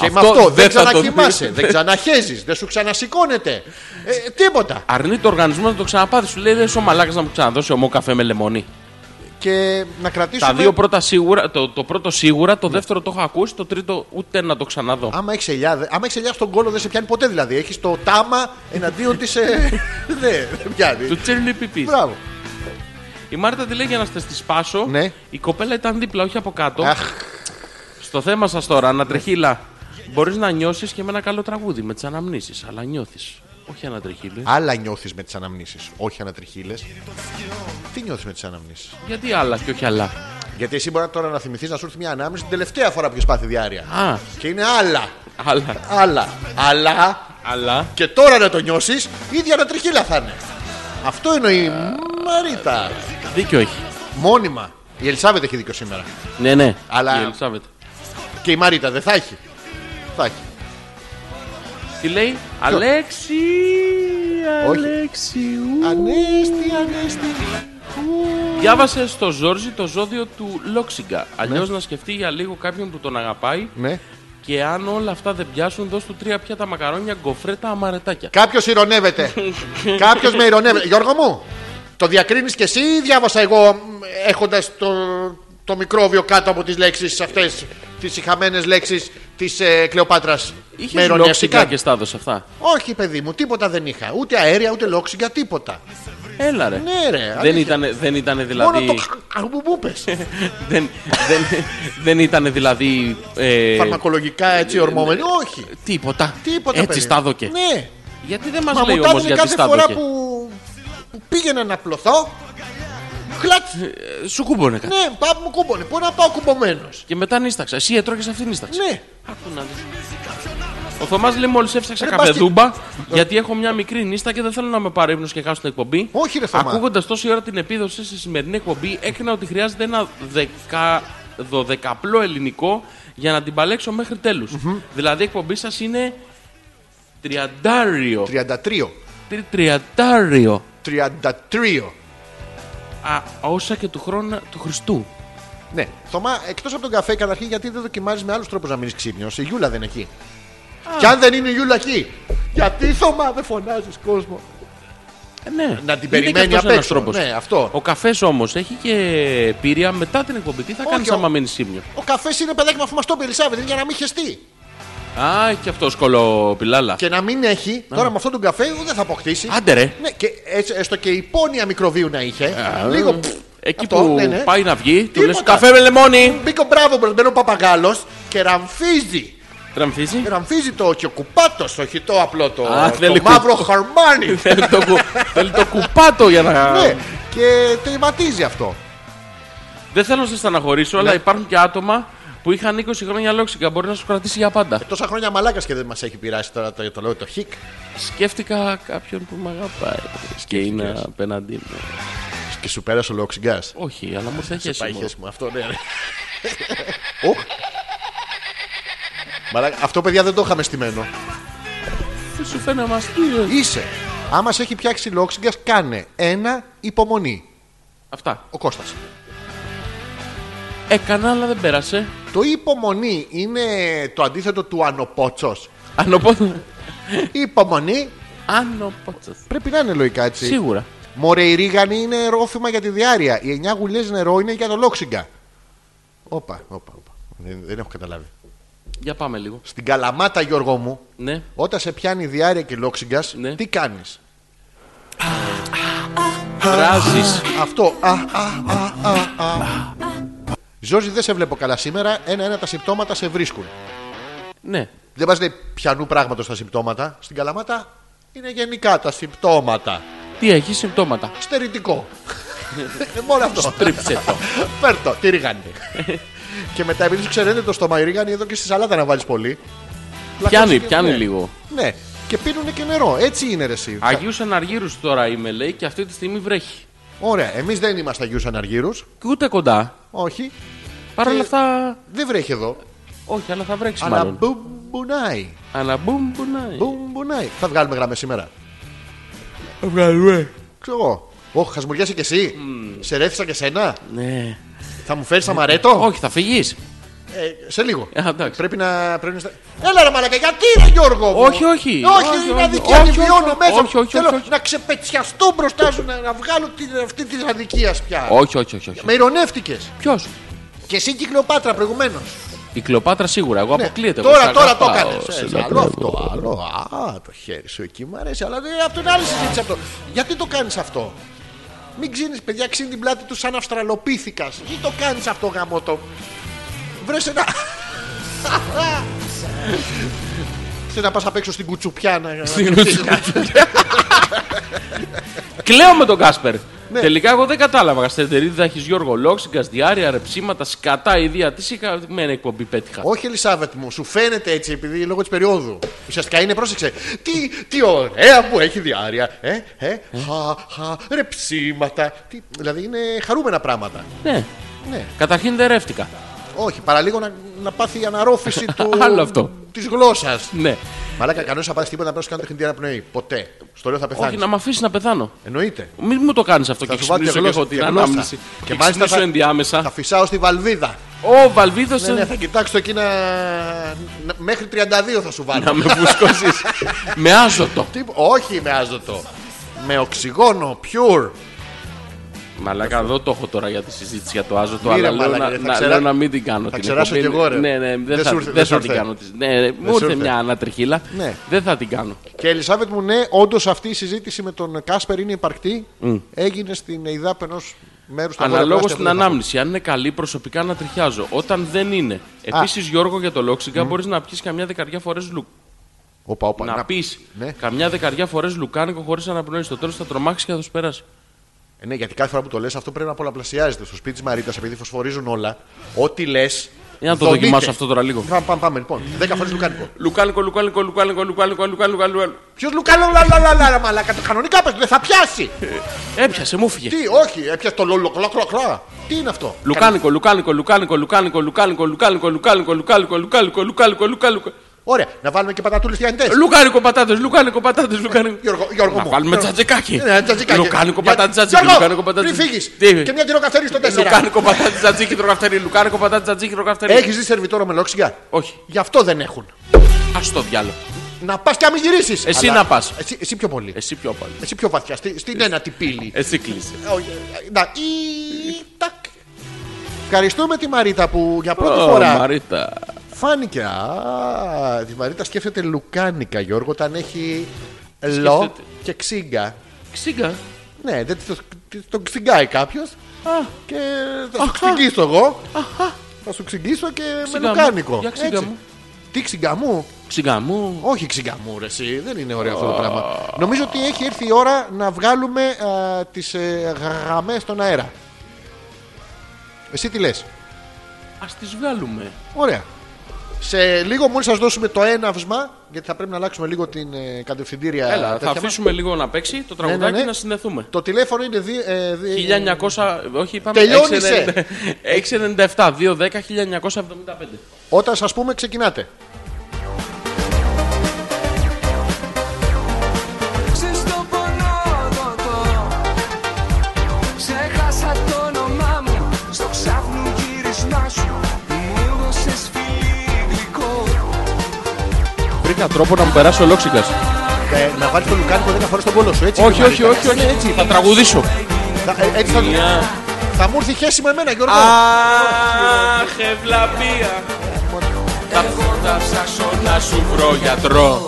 S1: Και με
S2: Αυτό
S1: αυτό δεν,
S2: δεν θα το
S1: ξανακοιμάσαι,
S2: δεις.
S1: δεν ξαναχέζεις, δεν σου ξανασηκώνεται. Ε, τίποτα.
S2: Αρνεί το οργανισμό να το ξαναπάθει. Σου λέει ρε ο μαλάκας να μου ξαναδώσει ομό καφέ με λεμονί.
S1: Και να κρατήσουμε.
S2: Τα δύο πρώτα σίγουρα, το, το πρώτο σίγουρα, το δεύτερο το έχω ακούσει, το τρίτο ούτε να το ξαναδώ.
S1: Άμα έχεις ελιά, δε- άμα έχεις ελιά στον κόλλο δεν σε πιάνει ποτέ δηλαδή. Έχεις το τάμα εναντίον της. Ε, ναι, δεν πιάνει.
S2: Του τσέρνι πιπί.
S1: Μπράβο.
S2: Η Μάρτα τη λέει για να σας τη σπάσω.
S1: Ναι.
S2: Η κοπέλα ήταν δίπλα, όχι από κάτω.
S1: Αχ.
S2: Στο θέμα σας τώρα, ανατρεχίλα. Μπορείς να νιώσεις και με ένα καλό τραγούδι με τις αναμνήσεις, αλλά νιώθεις. Όχι ανατρεχίλε.
S1: Άλλα νιώθεις με τις αναμνήσεις, όχι ανατριχίλε. Τι νιώθεις με τις αναμνήσεις.
S2: Γιατί άλλα και όχι άλλα.
S1: Γιατί εσύ μπορεί τώρα να θυμηθείς να σου έρθει μια ανάμνηση την τελευταία φορά που έχει πάθει διάρκεια.
S2: Α,
S1: Και είναι άλλα.
S2: άλλα.
S1: Άλλα. Αλλά
S2: Αλλά.
S1: και τώρα να το νιώσεις, ίδια ανατριχίλα θα είναι. Αυτό εννοεί η Μαρίτα.
S2: Δίκιο έχει.
S1: Μόνιμα. Η Ελισάβετ έχει δίκιο σήμερα.
S2: Ναι, ναι.
S1: Αλλά-
S2: Η Ελισάβετ.
S1: Και η Μαρίτα δεν θα έχει. Θα έχει.
S2: Τι λέει, Αλέξη.
S1: Όχι.
S2: Αλέξη. ου.
S1: Ανέστη, ανέστη.
S2: Διάβασε στο Ζόρζι το ζώδιο του Λόξιγκα. Αλλιώς να σκεφτεί για λίγο κάποιον που τον αγαπάει.
S1: Ναι.
S2: Και αν όλα αυτά δεν πιάσουν, δώσ' του τρία πιάτα μακαρόνια, γκοφρέτα, αμαρετάκια.
S1: Κάποιος ηρωνεύεται. Κάποιος με ηρωνεύεται. Γιώργο μου, το διακρίνεις κι εσύ ή διάβασα εγώ έχοντας το, το μικρόβιο κάτω από τις λέξεις αυτές, τις ηχαμένες λέξεις της ε, Κλεοπάτρας.
S2: Είχες λόξιγκα και στα έδωσε αυτά.
S1: Όχι, παιδί μου, τίποτα δεν είχα. Ούτε αέρια, ούτε λόξιγκα, τίποτα.
S2: Έλα ρε.
S1: Ναι, ρε.
S2: Δεν
S1: αλήθεια.
S2: ήταν, δεν ήτανε δηλαδή. Ε,
S1: Μόνο το καρμπουμπούπε.
S2: δεν δεν, δεν ήταν δηλαδή. ε,
S1: Φαρμακολογικά έτσι ορμόμενοι. Όχι.
S2: τίποτα.
S1: Τίποτα.
S2: ε, Έτσι
S1: παιδί.
S2: στα δόκε.
S1: Ναι.
S2: Γιατί δεν μας
S1: Μα
S2: λέει
S1: μου
S2: όμως
S1: τα έδινε
S2: γιατί
S1: κάθε
S2: στα
S1: φορά
S2: δόκε.
S1: που, που πήγαινα να πλωθώ. Χλατ.
S2: Ε, Σου κούμπονε κάτι.
S1: Ναι, πάπ μου κούμπονε. Πού να πάω κουμπωμένος.
S2: Και μετά νύσταξα. Εσύ έτρωγες αυτή νύσταξα.
S1: Ναι.
S2: Άκου να δεις. Ο Θωμάς λέει: Μόλις έφτιαξα
S1: Ρε, μπας
S2: καφεδούμπα, γιατί έχω μια μικρή νύστα και δεν θέλω να με πάρει ύπνος και χάσω την εκπομπή.
S1: Όχι, ρε Θωμά.
S2: Ακούγοντας τόση ώρα την επίδοση στη σημερινή εκπομπή, έκρινα ότι χρειάζεται ένα δεκα... δωδεκαπλό ελληνικό για να την παλέξω μέχρι τέλους. Δηλαδή, η εκπομπή σας είναι τριαντάριο.
S1: 33.
S2: Τρι- Τριαντάριο.
S1: 33.
S2: Α, όσα και του χρόνου του Χριστού.
S1: Ναι. Θωμά, εκτός από τον καφέ, καταρχήν γιατί δεν δοκιμάζεις με άλλους τρόπους να μείνεις ξύπνιος. Η Γιούλα δεν είναι εκεί. Κι αν δεν είναι η Γιούλα εκεί, γιατί Θωμά δεν φωνάζεις κόσμο.
S2: Ε, Ναι.
S1: Να την
S2: Είναι
S1: περιμένει
S2: και αυτός
S1: απ'
S2: ένας
S1: έξω.
S2: τρόπος.
S1: Ναι, αυτό.
S2: Ο καφές όμως έχει και πύρια μετά την εκπομπή. Τι θα
S1: Όχι,
S2: κάνει
S1: ο-
S2: άμα μείνει ύπνιο.
S1: Ο καφές είναι παιδάκι με αφουμαστό, Ελισάβετ, είναι για να μην χεστεί.
S2: Α, έχει και αυτό σκολό πιλάλα.
S1: Και να μην έχει, τώρα με αυτόν τον καφέ δεν θα αποκτήσει.
S2: Ναι. Άντε ρε.
S1: Ναι, και έτσι, έστω και η πόνοια μικροβίου να είχε. λίγο. πφ,
S2: Ε, Εκεί
S1: αυτό,
S2: που
S1: ναι, ναι.
S2: πάει να βγει, του λες
S1: Τίποτα.
S2: καφέ με λεμόνι.
S1: Μπήκε ο μπράβο μπροσμένο παπαγάλος και ραμφίζει.
S2: Τραμφίζει.
S1: Ραμφίζει το και ο κουπάτος, όχι το απλό το,
S2: Α,
S1: το
S2: θέλει
S1: μαύρο
S2: κου-
S1: χαρμάνι.
S2: Θέλει το κου- Θέλει το κουπάτο για να.
S1: ναι, και τερματίζει αυτό.
S2: Δεν θέλω να σε στεναχωρήσω,
S1: Ναι.
S2: αλλά υπάρχουν και άτομα που είχαν 20 χρόνια λόξικα. Μπορεί να σου κρατήσει για πάντα.
S1: Τόσα χρόνια μαλάκας και δεν μας έχει πειράσει τώρα το, το λέω το χικ.
S2: Σκέφτηκα κάποιον που με αγαπάει και είναι απέναντί μου.
S1: Και σου πέρασε ο λόξιγκας.
S2: Όχι, αλλά μου ήρθε χέση. μωρό.
S1: Παγιέ μου, αυτό ναι. ρε. Οχ. Μαλάκα, αυτό παιδιά δεν το είχαμε στημένο.
S2: Τι σου φαίνεται μαστίγιο.
S1: Είσαι. Άμα σε έχει πιάξει λόξιγκας, κάνε ένα υπομονή.
S2: Αυτά.
S1: Ο Κώστας.
S2: Έκανα, αλλά δεν πέρασε.
S1: Το υπομονή είναι το αντίθετο του ανοπότσος.
S2: Ανωπότσο.
S1: υπομονή
S2: Ανωπότσο.
S1: πρέπει να είναι λογικά έτσι.
S2: Σίγουρα.
S1: Μωρέ, η ρίγανη είναι ρόφημα για τη διάρκεια. Οι 9 γουλιές νερό είναι για το λόξιγκα. Όπα, όπα, όπα. Δεν, δεν έχω καταλάβει.
S2: Για πάμε λίγο.
S1: Στην καλαμάτα, Γιώργο μου,
S2: Ναι.
S1: όταν σε πιάνει διάρκεια και λόξιγκας,
S2: Ναι.
S1: τι κάνεις.
S2: Βράζεις.
S1: Αυτό. Α, α, α, α, α. Ζόρζι, δεν σε βλέπω καλά σήμερα. Ένα-ένα τα συμπτώματα σε βρίσκουν.
S2: Ναι.
S1: Δεν μα λέει πιανού πράγματος τα συμπτώματα. Στην Καλαμάτα είναι γενικά τα συμπτώματα.
S2: Τι έχει συμπτώματα.
S1: Στερητικό. Ε, Μόνο αυτό.
S2: Τρίψε το.
S1: Φέρτο, τη ρίγανη. και μετά επειδή σου ξεραίνεται το στόμα, η ρίγανη εδώ και στη σαλάτα να βάλεις πολύ.
S2: Πιάνει,
S1: Πλακώνεις και-
S2: πιάνει
S1: ναι.
S2: λίγο.
S1: Ναι, και πίνουν και νερό. Έτσι είναι ρε εσύ.
S2: Αγίου Αναργύρου τώρα είμαι, λέει, και αυτή τη στιγμή βρέχει.
S1: Ωραία, εμείς δεν είμαστε Αγίου Αναργύρου.
S2: Και ούτε κοντά.
S1: Όχι,
S2: Παρ' όλα
S1: Ε,
S2: αυτά.
S1: δεν βρέχει εδώ.
S2: Όχι, αλλά θα βρέξει
S1: Αλλά
S2: μάλλον.
S1: μπουμπουνάει.
S2: Αλλά μπουμ, μπουνάει.
S1: Μπουμπουνάει. Θα βγάλουμε γραμμές σήμερα.
S2: Βγαλούμε.
S1: Ξέρω εγώ. Ωχ, χασμουριάσαι κι εσύ. Σε ρέθισα και σένα.
S2: Ναι.
S1: Θα μου φέρεις αμαρέτο.
S2: Όχι, θα φυγεί.
S1: Ε, σε λίγο.
S2: Ε, εντάξει.
S1: Πρέπει να. Πρέπει να... στα- Έλα ρε μαλακά, γιατί ρε Γιώργο! μου?
S2: Όχι, όχι.
S1: Όχι,
S2: Όχι,
S1: είναι
S2: όχι,
S1: αδικία. Τη
S2: όχι,
S1: βιώνω
S2: όχι,
S1: μέσα.
S2: όχι,
S1: μου.
S2: όχι,
S1: Θέλω
S2: όχι, όχι.
S1: να ξεπετσιαστώ μπροστά σου, να, να βγάλω την, αυτή τη αδικία πια.
S2: Όχι, όχι, όχι. όχι.
S1: Με ηρωνεύτηκες.
S2: Ποιος.
S1: Και εσύ κυκλοπάτρα προηγουμένως.
S2: Η Κλεοπάτρα σίγουρα. Εγώ αποκλείεται. εγώ
S1: Ναι. Τώρα,
S2: σ'
S1: τώρα το Ε,
S2: αγαπάω, σε
S1: έκανε. Άλλο
S2: λατρεύω.
S1: αυτό, άλλο. Α, το χέρι σου εκεί μου αρέσει. Αλλά δεν- από την άλλη συζήτηση αυτό. Γιατί το κάνεις αυτό. Μην ξύνεις, παιδιά, ξύνει την πλάτη του σαν Αυστραλοπίθηκας. Ή το κάνεις αυτό, γαμό το. Βρες ένα. Θε να πας απ' έξω στην κουτσουπιά να. να-
S2: Στην κουτσουπιά. Κλαίω με τον Κάσπερ.
S1: Ναι.
S2: Τελικά εγώ δεν κατάλαβα. Γαστερίδα έχεις Γιώργο Λόξ, γκασδιάρια, ρεψίματα, σκατά ιδία. Τι συγχαρητημένη εκπομπή πέτυχα.
S1: Όχι, Ελισάβετ μου, σου φαίνεται έτσι επειδή λόγω της περίοδου. Ουσιαστικά είναι, πρόσεξε. Τι, τι ωραία που έχει διάρκεια. Ε, ε, χα, χα, ρε ψήματα. Τι, δηλαδή είναι χαρούμενα πράγματα.
S2: Ναι.
S1: Ναι.
S2: Καταρχήν δεν ρεύτηκα.
S1: Όχι, παραλίγο να, να πάθει η αναρρόφηση του.
S2: Άλλο αυτό.
S1: Της γλώσσας.
S2: Ναι.
S1: Μαλάκα, κανένας θα πάθει τίποτα να πρέπει να κάνει τεχνητή αναπνοή. Ποτέ. Στο λέω θα πεθάνει.
S2: Όχι, να με αφήσεις να πεθάνω.
S1: Εννοείται.
S2: Μην μου το κάνεις αυτό
S1: Θα
S2: και
S1: σου βάλει τη
S2: ξυπνήσω και
S1: γλώσσα
S2: έχω
S1: τη
S2: την
S1: γλώσσα.
S2: ανάμνηση. Και
S1: μάλιστα
S2: μάλιστα σου
S1: Θα
S2: ενδιάμεσα.
S1: φυσάω στη βαλβίδα.
S2: Ο Βαλβίδο
S1: Ναι, ναι, θα κοιτάξω εκεί να. να- Μέχρι 32 θα σου βάλω.
S2: να με φουσκώσει. με άζωτο.
S1: Τι- Όχι με άζωτο. Με οξυγόνο, pure.
S2: Μαλάκα, εδώ το έχω τώρα για τη συζήτηση για το άζωτο,
S1: Μη ρε
S2: αλλά λέω,
S1: μαλάκα,
S2: να,
S1: ρε, θα
S2: να,
S1: ξερά-
S2: λέω να μην την κάνω.
S1: θα
S2: την
S1: ξεράσω
S2: εκπομπή.
S1: κι εγώ, ρε.
S2: Ναι, ναι, δεν,
S1: Δεν
S2: θα,
S1: σου ήρθε,
S2: δεν
S1: δεν
S2: θα
S1: σου
S2: την
S1: ήρθε.
S2: κάνω. τη- Ναι, ρε,
S1: σου
S2: μου ήρθε
S1: ήρθε.
S2: μια ανατριχίλα.
S1: Ναι.
S2: Δεν θα την κάνω.
S1: Και Ελισάβετ μου, ναι, όντως αυτή η συζήτηση με τον Κάσπερ είναι υπαρκτή. Έγινε στην ΕΙΔΑΠ ενός μέρους του
S2: Αναλόγως στην ανάμνηση, αν είναι καλή, προσωπικά να τριχιάζω. Όταν δεν είναι. Επίσης, Γιώργο, για το λόξιγκα, μπορείς να πιεις καμιά δεκαριά φορές λουκ.
S1: Οπα, οπα,
S2: Να πεις
S1: Ναι.
S2: καμιά δεκαριά φορές λουκάνικο χωρίς αναπνοή. Στο τέλος θα τρομάξεις και θα σου περάσει.
S1: Ε, Ναι, γιατί κάθε φορά που το λες αυτό πρέπει να πολλαπλασιάζεται. Στο σπίτι της Μαρίτας, επειδή φωσφορίζουν όλα, ό,τι λες.
S2: Για να το δοκιμάσω αυτό τώρα λίγο.
S1: Πάμε, πάμε, πάμε λοιπόν. 10 φορές λουκάνικο.
S2: Λουκάνικο, λουκάνικο, λουκάνικο, λουκάνικο, λουκάνικο, λουκάνικο.
S1: Ποιος λουκάνικο, λα, λα, λα, λα, λα, μαλάκα, το κανονικά πες, δεν θα πιάσει.
S2: Έπιασε, μου φύγε.
S1: Τι, όχι, έπιασε το λολοκλοκλοκλά. Τι είναι αυτό.
S2: Λουκάνικο, λουκάνικο, λουκάνικο, λουκάνικο, λουκάνικο, λουκάνικο, λουκάνικο, λουκάνικο, λουκάνικο, λουκάνικο, λουκάνικο.
S1: Ωραία, να βάλουμε και πατατούλες διανητέ.
S2: Λουκάνικο πατάτες, λουκάνικο πατάτες, λουκάνικο.
S1: Γιώργο, Γιώργο
S2: Να
S1: μου.
S2: βάλουμε
S1: Γιώργο.
S2: τζατζικάκι.
S1: Ναι, τζατζικάκι.
S2: Λουκάνικο
S1: Για-
S2: πατάτε τζατζίκι.
S1: Γιώργο,
S2: Λουκάνικο πατάτε
S1: Πριν
S2: τζατζίκι.
S1: φύγεις.
S2: Τι- ε,
S1: Και μια τυροκαυτερή στο 4.
S2: Λουκάνικο πατάτε τζατζίκι τροκαυτερή. Λουκάνικο πατάτε τζατζίκι τροκαυτερή.
S1: Έχεις δει σερβιτόρο με λόξιγκα.
S2: Όχι,
S1: Γι' αυτό δεν έχουν.
S2: ας το διάλο.
S1: Να πας και να μην γυρίσεις.
S2: Εσύ να πας.
S1: Εσύ, εσύ πιο πολύ.
S2: Εσύ Ε. πιο πάλι.
S1: Εσύ πιο βαθιά. Στη- στην ένατη πύλη.
S2: Εσύ κλείσε.
S1: Όχι, ε, Να. Ή- τακ. Ευχαριστούμε τη Μαρίτα που για πρώτη
S2: Ω,
S1: φορά
S2: Μαρίτα.
S1: φάνηκε. Α, τη Μαρίτα σκέφτεται λουκάνικα, Γιώργο, όταν έχει λο
S2: Σκέφτεται.
S1: και ξύγκα.
S2: Ξύγκα.
S1: Ναι, δεν το, το ξυγκάει κάποιο. Και θα σου ξυγγίσω εγώ. Θα σου ξυγγίσω και με
S2: Ξυγά μου.
S1: λουκάνικο.
S2: Για ξυγά
S1: Έτσι.
S2: μου.
S1: Τι ξυγκαμού.
S2: Ξύγκα μου.
S1: Όχι ξυγκαμού, ρε, εσύ. Δεν είναι ωραίο αυτό το πράγμα. Νομίζω ότι έχει έρθει η ώρα να βγάλουμε α, τις ε, γραμμές στον αέρα. Εσύ τι λες.
S2: Ας τις βγάλουμε.
S1: Ωραία. Σε λίγο μόλις σας δώσουμε το έναυσμα, γιατί θα πρέπει να αλλάξουμε λίγο την ε, κατευθυντήρια.
S2: Έλα, θα
S1: τέτοια μας.
S2: αφήσουμε λίγο να παίξει το
S1: Ναι, ναι,
S2: τραγουδάκι
S1: ναι.
S2: να συνδεθούμε.
S1: Το τηλέφωνο είναι... Δι, ε, δι-
S2: 1900. Όχι, είπαμε.
S1: Τελειώνησε.
S2: 697, 210, 1975.
S1: Όταν σας πούμε ξεκινάτε.
S8: Ξες το πονόδοτο Ξέχασα το όνομά μου Στο ξάφνου γύρισμά σου Μου έδωσες φιλί γλυκό
S2: Βρήκα τρόπο να μου περάσει ο Λόξικα.
S1: Ε, να βάλεις το λουκάνικο 10 φορές στον κόλο σου, έτσι.
S2: Όχι, όχι,
S1: Μαρίτα.
S2: όχι, όχι.
S1: Ναι, έτσι.
S2: Θα τραγουδήσω.
S1: Θα- ε, έτσι θα, θα μου έρθει χέση με εμένα, Γιώργο.
S2: Αχ, ευλαβία. Εγώ θα ψάξω να σου βρω γιατρό.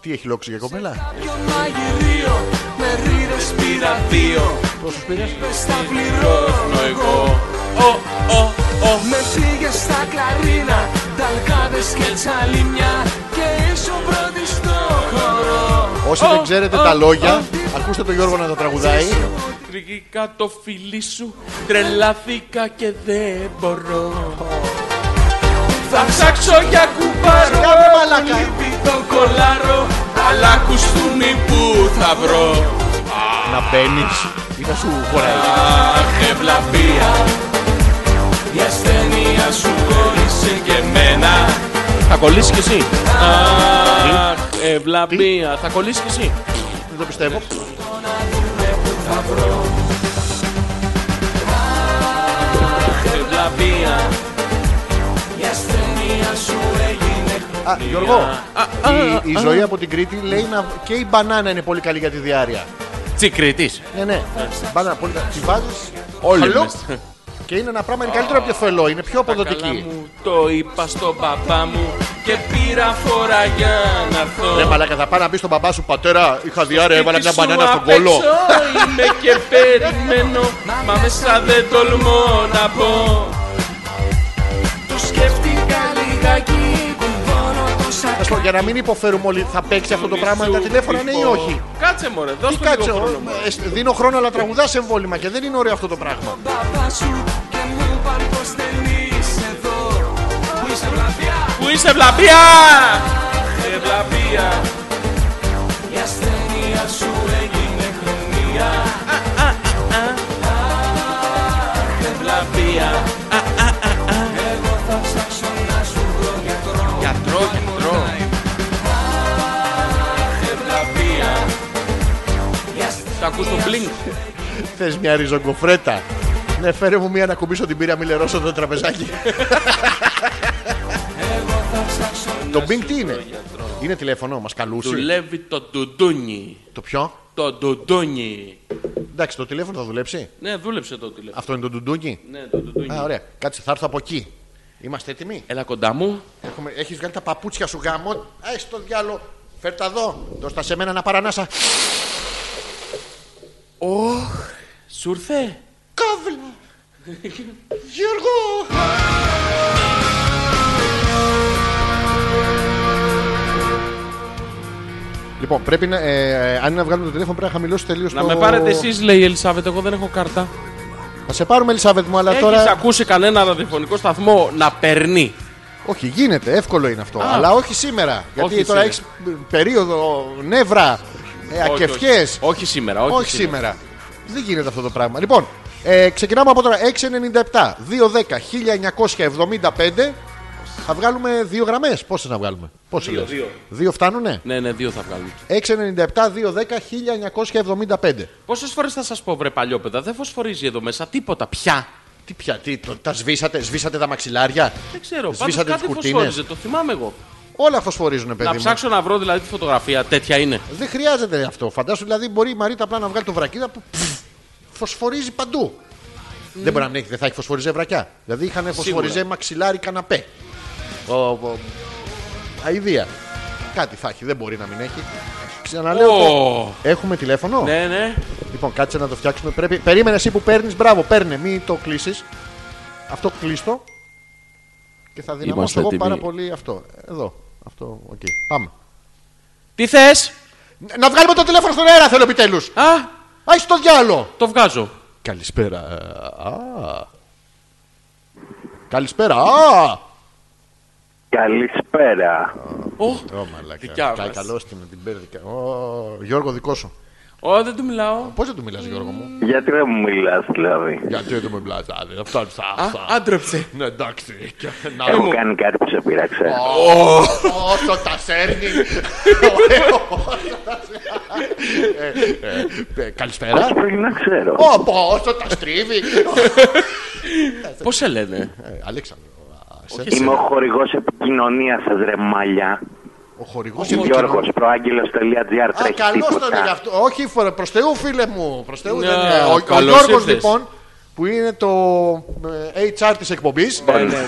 S1: Τι έχει λόξει για κοπέλα.
S8: Κάποιο μαγειρίο Με ρίδες πήρα δύο
S1: Πόσους πήρες?
S8: Πες τα πληρώνω εγώ
S2: Ο, ο, ο.
S8: Με πήγες στα κλαρίνα Ταλκάδες και τσαλιμιά Και ήσουν πρώτη στο χορό
S1: Όσοι δεν ξέρετε τα λόγια,
S8: oh.
S1: ακούστε τον Γιώργο να τα τραγουδάει.
S2: Τριγήκα το φιλί σου, τρελαθήκα και δεν μπορώ. Θα ψάξω για κουμπάρο,
S1: Σκάβε, μαλάκα.
S2: λείπει το κολάρο, αλλά κουστούμι που θα βρω.
S1: Να μπαίνεις ή θα σου χωράει.
S2: Αχ, ευλαβία, η ασθένεια σου κόλλησε και εμένα. Θα κολλήσεις κι εσύ. Αχ, ευλαβία, θα κολλήσεις κι εσύ.
S1: Δεν το πιστεύω.
S2: Ευλαβία.
S1: Α, Γιώργο, η, η ζωή από την Κρήτη λέει να, και η μπανάνα είναι πολύ καλή για τη διάρκεια.
S2: Τσικριτής.
S1: Ναι, ναι. Μπανάνα, πολύ καλή. Τη βάζεις
S2: Όλοι
S1: χαλό
S2: μες.
S1: και είναι ένα πράγμα είναι καλύτερο από το φελό. Είναι πιο
S2: Καλά
S1: αποδοτική.
S2: μου, το είπα στον παπά μου και πήρα φορά για να έρθω.
S1: Ναι, μαλάκα, θα πάει να πει στον μπαμπά σου πατέρα. Είχα διάρκεια, έβαλα μια
S2: Σπίτι σου
S1: μπανάνα στον
S2: απ' έξω
S1: κόλο.
S2: Είμαι και περιμένω, μα μέσα δεν τολμώ να πω.
S8: Το σκέφτηκα λιγάκι Κουμπώνω το
S1: Να σου πω,
S8: σακάκι
S1: για να μην υποφέρουμε όλοι, θα παίξει αυτό το πράγμα τα τηλέφωνα, ναι ή όχι.
S2: Κάτσε μωρέ,
S1: Τι
S2: δώσ' το
S1: κάτσε,
S2: λίγο χρόνο μου.
S1: ε, δίνω χρόνο αλλά τραγουδάς εμβόλυμα και δεν είναι ωραίο αυτό το πράγμα.
S8: Μπαμπά σου και μου παν πως δεν είσαι εδώ Που είσαι βλαβιά
S2: Πού είσαι βλαπία! Ευλαβία,
S8: Η ασθένεια σου έγινε χρονία
S2: ευλαβία.
S8: Εγώ θα ψάξω να σου βρω γιατρό
S2: Γιατρό, γιατρό. Ευλαβία. Τα ακούς το μπλινγκ.
S1: Θες μια ριζογκοφρέτα. Ναι, φέρε μου μία να κουμπίσω την πύρα, μη λερώσω το τραπεζάκι. το Bing τι είναι. Είναι τηλέφωνο, μας καλούσε.
S2: Δουλεύει το ντουντούνι.
S1: Το ποιο.
S2: Το ντουντούνι.
S1: Εντάξει, το τηλέφωνο θα δουλέψει.
S2: Ναι, δούλεψε το τηλέφωνο.
S1: Αυτό είναι το ντουντούκι.
S2: Ναι, το ντουντούνι.
S1: Α, ωραία. Κάτσε, θα έρθω από εκεί. Είμαστε έτοιμοι.
S2: Έλα κοντά μου.
S1: Έχουμε... Έχεις βγάλει τα παπούτσια σου γάμο. Α, το διάλο. Φέρ τα εδώ. Δώσ' τα σε μένα να παρανάσα.
S2: Ωχ, σου ήρθε.
S1: Καύλα. Γιώργο. Λοιπόν, πρέπει να, ε, αν είναι να βγάλουμε το τηλέφωνο πρέπει να χαμηλώσει τελείως
S2: Να με πάρετε εσείς, λέει η Ελισάβετ. Εγώ δεν έχω κάρτα.
S1: Θα σε πάρουμε, Ελισάβετ μου, αλλά
S2: Έχεις
S1: τώρα.
S2: ακούσει κανένα ραδιοφωνικό σταθμό να περνεί.
S1: Όχι, γίνεται, εύκολο είναι αυτό. Αλλά όχι σήμερα. Γιατί
S2: Όχι
S1: τώρα έχει
S2: σήμερα.
S1: περίοδο νεύρα, ε,
S2: Όχι,
S1: ακευχέ.
S2: όχι. Όχι σήμερα, όχι,
S1: Όχι σήμερα. Δεν γίνεται αυτό το πράγμα. Λοιπόν, ε, ξεκινάμε από τώρα. 697-210-1975. Θα βγάλουμε δύο γραμμές. Πόσες να βγάλουμε, Πόσες δύο, δύο. δύο φτάνουνε.
S2: Ναι, ναι, δύο θα βγάλουμε.
S1: 697-210-1975.
S2: Πόσες φορές θα σας πω, βρε παλιόπαιδα, δεν φωσφορίζει εδώ μέσα τίποτα πια.
S1: Τι πια, τι, το- τα σβήσατε, σβήσατε τα μαξιλάρια.
S2: Δεν ξέρω, πάντω
S1: Σβήσατε
S2: κάτι
S1: τις κουρτίνες.
S2: φωσφορίζε, το θυμάμαι εγώ.
S1: Όλα φωσφορίζουν, παιδί
S2: Να
S1: μου.
S2: ψάξω να βρω δηλαδή τη φωτογραφία, τέτοια είναι.
S1: Δεν χρειάζεται αυτό. Φαντάσου δηλαδή μπορεί η Μαρίτα απλά να βγάλει το βρακίδα που πφ, φωσφορίζει παντού. Δεν μπορεί να έχει, δεν θα έχει φωσφοριζέ βρακιά. Δηλαδή είχαν φωσφοριζέ μαξιλάρι καναπέ. Ο, ο, αηδία. Κάτι θα έχει, δεν μπορεί να μην έχει. Ξαναλέω.
S2: Ω.
S1: το- Έχουμε τηλέφωνο.
S2: Ναι, ναι.
S1: Λοιπόν, κάτσε να το φτιάξουμε. Πρέπει... Περίμενε εσύ που παίρνεις, μπράβο, παίρνε, μην το κλείσεις. Αυτό κλείστο. Και θα δυναμώσω
S2: Είμαστε
S1: εγώ πάρα
S2: έτοιμοι.
S1: πολύ αυτό. Εδώ. Αυτό, οκ. Πάμε.
S2: Τι θες!
S1: Να βγάλουμε το τηλέφωνο στον αέρα, θέλω επιτέλους.
S2: Α,
S1: Άι στο διάλο!
S2: το βγάζω.
S1: Καλησπέρα. Α. Καλησπέρα. Α.
S9: Καλησπέρα.
S2: Ω,
S1: Ω, μαλάκα.
S2: Δικιά
S1: Κα-
S2: μας.
S1: καλώς την, την πέρδικα. Ω, Γιώργο, δικό σου.
S2: Ω, δεν του μιλάω.
S1: Πώς δεν του μιλάς Γιώργο μου.
S9: Γιατί δεν μου μιλάς δηλαδή.
S3: Γιατί δεν με
S1: δηλαδή,
S3: μπλαζάρει, αυτό είναι
S2: Α, Ε,
S3: σάφσα.
S2: άντρεψε.
S3: Ναι, εντάξει. και να-
S9: Έχω κάνει κάτι που σε πείραξε.
S1: Όσο τα σέρνει.
S3: Ε, Καλησπέρα.
S9: Πώς πρέπει να ξέρω.
S1: Όπω, όσο τα στρίβει.
S2: Πώς σε λένε.
S1: Ε, Αλέξανδρο. ε, α, σε-
S9: Είμαι ο χορηγός επικοινωνίας σας ρε μαλλιά.
S1: Ο χορηγός είναι ο
S9: Γιώργος, προάγγελος.gr
S1: Α,
S9: τρέχει
S1: καλώς τον είναι
S9: τίποτα.
S1: αυτό. Όχι, φορε- προς Θεού, φίλε μου. Προς Θεού,
S2: Ναι,
S1: δεν είναι. Ο, ο
S2: καλώς
S1: Γιώργος,
S2: ήρθες.
S1: λοιπόν, που είναι το ε, HR της εκπομπής.
S2: Ναι, ναι, ναι.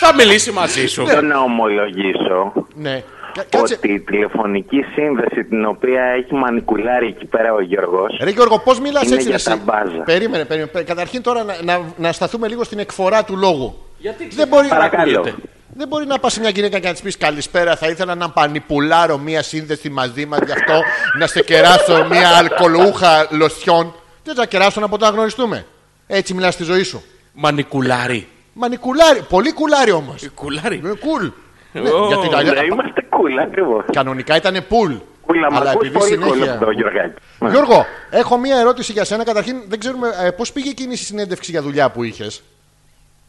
S2: Θα μιλήσει μαζί σου.
S9: Δεν να ομολογήσω
S1: Ναι. Κα- κάτσε.
S9: ότι η τηλεφωνική σύνδεση την οποία έχει μανικουλάρει εκεί πέρα ο Γιώργος
S1: Ρε Γιώργο, πώς μιλά
S9: Είναι
S1: έτσι,
S9: για
S1: ρε, εσύ.
S9: τα μπάζα.
S1: Περίμενε, περίμενε. Πε- Καταρχήν τώρα να, να, να σταθούμε λίγο στην εκφορά του λόγου.
S2: Γιατί
S1: Δεν μπορεί,
S9: Παρακαλώ.
S1: δεν μπορεί να πας σε μια γυναίκα και να της πεις Καλησπέρα, θα ήθελα να πανιπουλάρω μια σύνδεση μαζί μας γι' αυτό να σε κεράσω μια αλκοολούχα λοσιόν. Δεν θα κεράσω από το να γνωριστούμε. Έτσι μιλάς στη ζωή σου.
S2: Μανικουλάρι.
S1: Μανικουλάρι, πολύ κουλάρι όμως.
S2: Κουλάρι.
S1: Κουλ. Ναι,
S2: Ω.
S1: γιατί τα-
S9: Ναι, είμαστε cool ακριβώς.
S1: Κανονικά ήταν πουλ.
S9: Κούλα, μα
S1: Αλλά
S9: ακούς
S1: επειδή
S9: πολύ κόλλο
S1: συνέχεια.
S9: αυτό, Γιώργακη. Ναι.
S1: Γιώργο, έχω μία ερώτηση για σένα. Καταρχήν, δεν ξέρουμε ε, πώς πήγε εκείνη η συνέντευξη για δουλειά που είχες.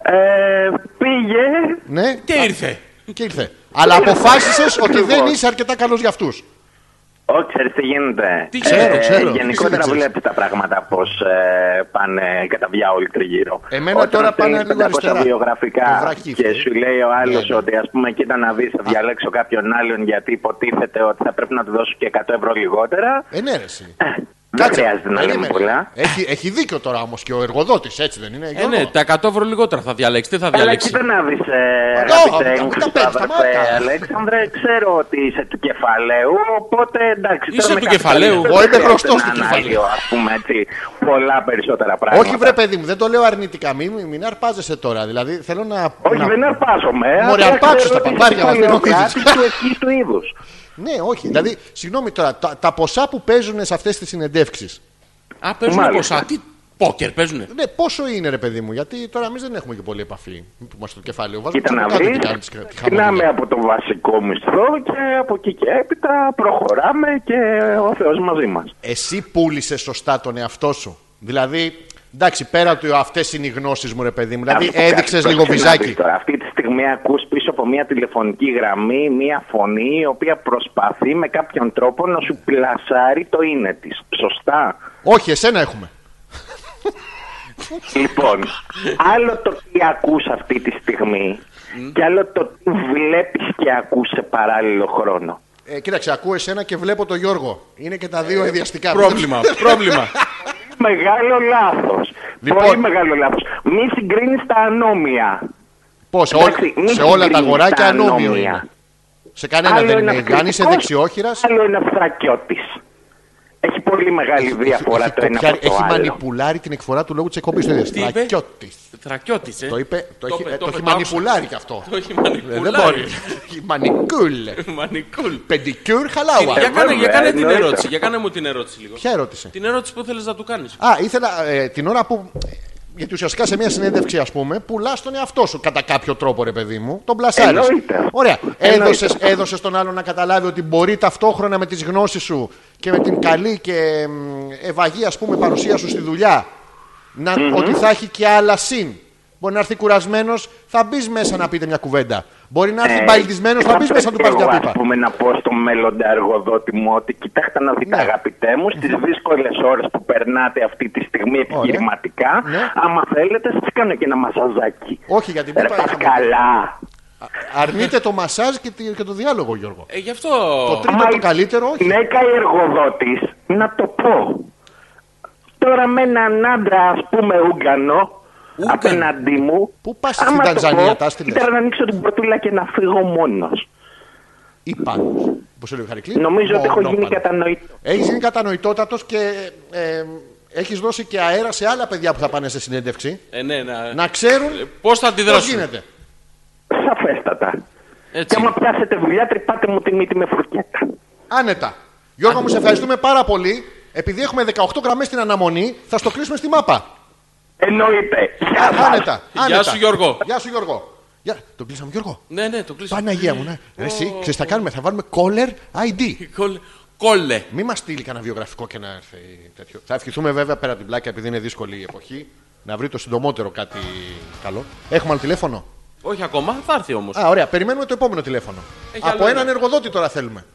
S9: Ε, πήγε.
S1: Ναι,
S2: Και ήρθε.
S1: και ήρθε. Αλλά αποφάσισες ότι δεν
S9: Ακριβώς.
S1: είσαι αρκετά καλός για αυτούς.
S9: Ω, ξέρεις τι γίνεται. Ε,
S2: Τι ξέρω,
S1: ξέρω. Τι
S9: Γενικότερα
S1: ξέρεις.
S9: βλέπεις τα πράγματα πώς ε, πάνε κατά βιά όλοι τριγύρω.
S1: Εμένα
S9: Όταν
S1: τώρα πάνε
S9: στέλνεις
S1: λίγο
S9: 500
S1: αριστερά. Το
S9: βιογραφικά
S1: βράχι
S9: και
S1: αυτό.
S9: σου λέει ο άλλος
S1: Ναι, ναι.
S9: ότι ας πούμε κοίτα να δεις θα διαλέξω κάποιον άλλον γιατί υποτίθεται ότι θα πρέπει να του δώσω και 100 ευρώ λιγότερα.
S1: Ε,
S9: Ε,
S1: Ενέρεση.
S9: Δεν χρειάζεται να λέμε πολλά.
S1: Έχει, έχει δίκιο τώρα όμως και ο εργοδότης, έτσι δεν είναι.
S2: Ε,
S1: Γιώργο?
S2: ναι, τα 100 ευρώ λιγότερα θα διαλέξεις. Τι θα
S9: Αλλά
S2: διαλέξει.
S9: κοίτα να δεις, ε,
S1: Μα
S9: αγαπητέ
S1: τα- τα- τα
S9: μου,
S1: παίρνεις, τα
S9: Χριστάδερφε
S1: μάρκα.
S9: Αλέξανδρε, ξέρω ότι είσαι του κεφαλαίου, οπότε εντάξει.
S2: Είσαι
S9: τώρα
S2: του
S9: με
S2: κεφαλαίου.
S9: καπιταλιστές
S1: Εγώ είμαι
S9: δεν
S1: μπροστός
S9: χρειάζεται
S1: του
S9: να
S1: κεφαλαίου.
S9: αναλύω, Ας πούμε έτσι, πολλά περισσότερα πράγματα.
S1: Όχι, βρε παιδί μου, δεν το λέω αρνητικά. Μην, μην αρπάζεσαι τώρα. Δηλαδή θέλω να.
S9: Όχι,
S1: να-
S9: δεν αρπάζομαι.
S1: Μωρέ,
S9: απλά
S1: αρπάξου
S9: ξέρω
S1: τα
S9: ότι είσαι
S1: παπάρια μας, δεν νομίζεις.
S9: κάτι του εκεί του είδους.
S1: Ναι, όχι. Δηλαδή, συγγνώμη τώρα, τα, τα ποσά που παίζουν σε αυτές τις συνεντεύξεις.
S2: Α, παίζουν
S9: Μάλιστα.
S2: ποσά. Τι πόκερ παίζουν.
S1: Ναι, πόσο είναι ρε παιδί μου, γιατί τώρα εμείς δεν έχουμε και πολλή επαφή που είμαστε στο κεφάλαιο. Βάζουμε
S9: Κοίτα να
S1: τσακωκάτι
S9: δει.
S1: τι κάνει, τις κα- τη
S9: Ξεκινάμε
S1: χαμόγελα.
S9: από το βασικό μισθό και από εκεί και έπειτα προχωράμε και ο Θεός μαζί μας.
S1: Εσύ πούλησες σωστά τον εαυτό σου. Δηλαδή, εντάξει, πέρα του αυτές είναι οι γνώσεις μου, ρε παιδί μου. Δηλαδή, έδειξε λίγο βυζάκι.
S9: Αυτή τη στιγμή ακούς πίσω από μια τηλεφωνική γραμμή μια φωνή η οποία προσπαθεί με κάποιον τρόπο να σου πλασάρει το είναι της. Σωστά.
S1: Όχι, εσένα έχουμε.
S9: Λοιπόν, άλλο το τι ακούς αυτή τη στιγμή και άλλο το τι βλέπεις και ακούς σε παράλληλο χρόνο.
S1: Ε, κοίταξε, ακούω εσένα και βλέπω τον Γιώργο. Είναι και τα
S9: Ε,
S1: δύο ιδιαστικά.
S2: Πρόβλημα. πρόβλημα.
S9: Μεγάλο λάθος.
S1: Λοιπόν.
S9: Πολύ μεγάλο λάθος. Μη συγκρίνεις τα ανώμια.
S1: Πώς, σε,
S9: Εντάξει,
S1: ό-
S9: μη
S1: σε όλα τα
S9: συγκρίνεις
S1: αγοράκια ανώμιο
S9: ανώμια.
S1: είναι. Σε κανένα Ναι, δεν είναι.
S9: αυθεντικός,
S1: Αν είσαι δεξιόχειρας,
S9: Άλλο είναι αυθρακιώτης. Έχει πολύ μεγάλη διαφορά το ένα από το
S1: έχει
S9: άλλο.
S1: μανιπουλάρει την εκφορά του λόγου της εκπομπής. Το
S2: Τι είπε?
S1: Στρακιώτης.
S2: Θρακιώτη, ε.
S1: Το είπε, το έχει,
S2: είπε,
S1: ε, το
S2: είπε,
S1: έχει
S2: άκουσα.
S1: μανιπουλάρει κι αυτό.
S2: Το έχει
S1: Ε, Δεν
S2: μανικουλάρει.
S1: μπορεί. Μανικούλ.
S2: Μανικούλ.
S1: Πεντικιούρ χαλάουα.
S2: Για κάνε, για
S9: βέβαια,
S2: κάνε την
S9: εννοείται.
S2: ερώτηση. Για κάνε μου την ερώτηση λίγο.
S1: Ποια ερώτηση.
S2: Την ερώτηση που θέλεις να του κάνεις.
S1: Α, ήθελα ε, την ώρα που. Γιατί ουσιαστικά σε μια συνέντευξη, ας πούμε, πουλάς τον εαυτό σου κατά κάποιο τρόπο, ρε παιδί μου. Τον πλασάρεις.
S9: Εννοείται.
S1: Ωραία.
S9: Εννοείται.
S1: Έδωσες, έδωσες τον άλλον να καταλάβει ότι μπορεί ταυτόχρονα με τις γνώσεις σου και με την καλή και μ, ευαγή, ας πούμε, παρουσία σου στη δουλειά. Να, Ότι θα έχει και άλλα συν. Μπορεί να έρθει κουρασμένος, θα μπεις μέσα να πείτε μια κουβέντα. Μπορεί να έρθει μπαϊλισμένο, θα μπεις μέσα να του πάρει μια
S9: Εγώ,
S1: πίπα.
S9: Ε, ας πούμε να πω στο μέλλοντα εργοδότη μου ότι κοιτάξτε να δείτε
S1: Ναι.
S9: αγαπητέ μου στις δύσκολες ώρες που περνάτε αυτή τη στιγμή επιχειρηματικά
S1: Ναι.
S9: άμα θέλετε σας κάνω και ένα μασαζάκι.
S1: Όχι, γιατί
S9: Ρε
S1: μου είπα-
S9: πας καλά.
S1: Αρνείται το μασάζ και, τη- και το διάλογο, Γιώργο.
S2: Ε, γι' αυτό.
S1: Το τρίτο το
S9: Μάλιστα.
S1: καλύτερο, όχι.
S9: Ναι, καεί εργοδότης, να το πω. Τώρα με έναν άντρα ας πούμε ούγκανο
S2: Ούγκανο.
S9: απέναντί μου
S1: Πού πας
S9: άμα
S1: στην
S9: το
S1: Τανζανία,
S9: πω,
S1: τα στείλες.
S9: Ήταν να ανοίξω την πορτούλα και να φύγω μόνος.
S1: ή πάνω. Όπω λέει ο Χαρικλή.
S9: Νομίζω ότι έχω γίνει
S1: κατανοητό.
S9: κατανοητό.
S1: Έχεις γίνει κατανοητότατος και ε, έχεις δώσει και αέρα σε άλλα παιδιά που θα πάνε σε συνέντευξη.
S2: Ε, ναι, να...
S1: Να ξέρουν
S2: Πώς θα
S1: πώς
S2: αντιδράσουν.
S1: γίνεται.
S9: Σαφέστατα.
S2: Έτσι.
S9: Και άμα πιάσετε δουλειά, τρυπάτε μου τη μύτη με φουρκέτα.
S1: Άνετα. Γιώργο, μου σε ευχαριστούμε πάρα πολύ. Επειδή έχουμε 18 γραμμές στην αναμονή, θα στο κλείσουμε στη μάπα.
S9: Εννοείται. Γεια σας.
S1: Άνετα.
S2: Γεια
S1: άνετα.
S2: σου, Γιώργο.
S1: Γεια σου, Γιώργο. Γεια... Τον κλείσαμε, Γιώργο.
S2: Ναι, ναι, το κλείσω.
S1: Παναγία μου, ναι. Ρε, Εσύ, ξέρεις θα κάνουμε, θα βάλουμε caller ID.
S2: Κόλε. Κόλε.
S1: Μη μας στείλει κανένα βιογραφικό και να έρθει τέτοιο. Θα ευχηθούμε βέβαια πέρα από την πλάκα επειδή είναι δύσκολη η εποχή να βρει το συντομότερο κάτι καλό. Έχουμε άλλο τηλέφωνο.
S2: Όχι ακόμα, θα έρθει όμως.
S1: Α, ωραία. Περιμένουμε το επόμενο τηλέφωνο.
S2: Έχει άλλο
S1: από έναν
S2: ένα.
S1: εργοδότη τώρα θέλουμε.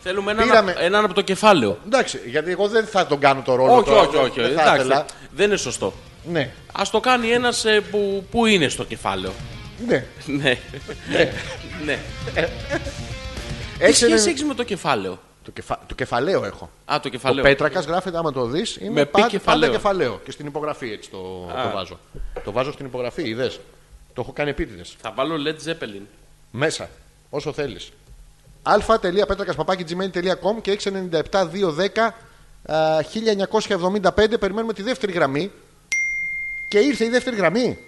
S2: Θέλουμε έναν,
S1: πήραμε-
S2: απ- έναν από το κεφάλαιο.
S1: Εντάξει, γιατί εγώ δεν θα τον κάνω το ρόλο
S2: Όχι,
S1: τώρα.
S2: όχι, όχι.
S1: Δεν θα ήθελα.
S2: Εντάξει, δεν είναι σωστό.
S1: Ναι,
S2: Ας το κάνει ένας που, που είναι στο κεφάλαιο.
S1: ναι.
S2: ναι. ναι. Τι
S1: Έχεις
S2: σχέση
S1: έναν-
S2: έχεις με το κεφάλαιο.
S1: Το, κεφα... το κεφαλαίο έχω.
S2: Α, το
S1: Ο
S2: κεφάλαιο.
S1: Πέτρακας γράφεται, άμα το δεις, είναι
S2: Με πι
S1: πάντα,
S2: κεφαλαίο.
S1: πάντα κεφαλαίο. Και στην υπογραφή έτσι το, το βάζω. Το βάζω στην υπογραφή, είδες. Το έχω κάνει επίτηδες.
S2: Θα βάλω Led Zeppelin.
S1: Μέσα. Όσο θέλεις. α.πέτρακα.gmail.com και ε, 697-210-1975. Περιμένουμε τη δεύτερη γραμμή. Και ήρθε η δεύτερη γραμμή.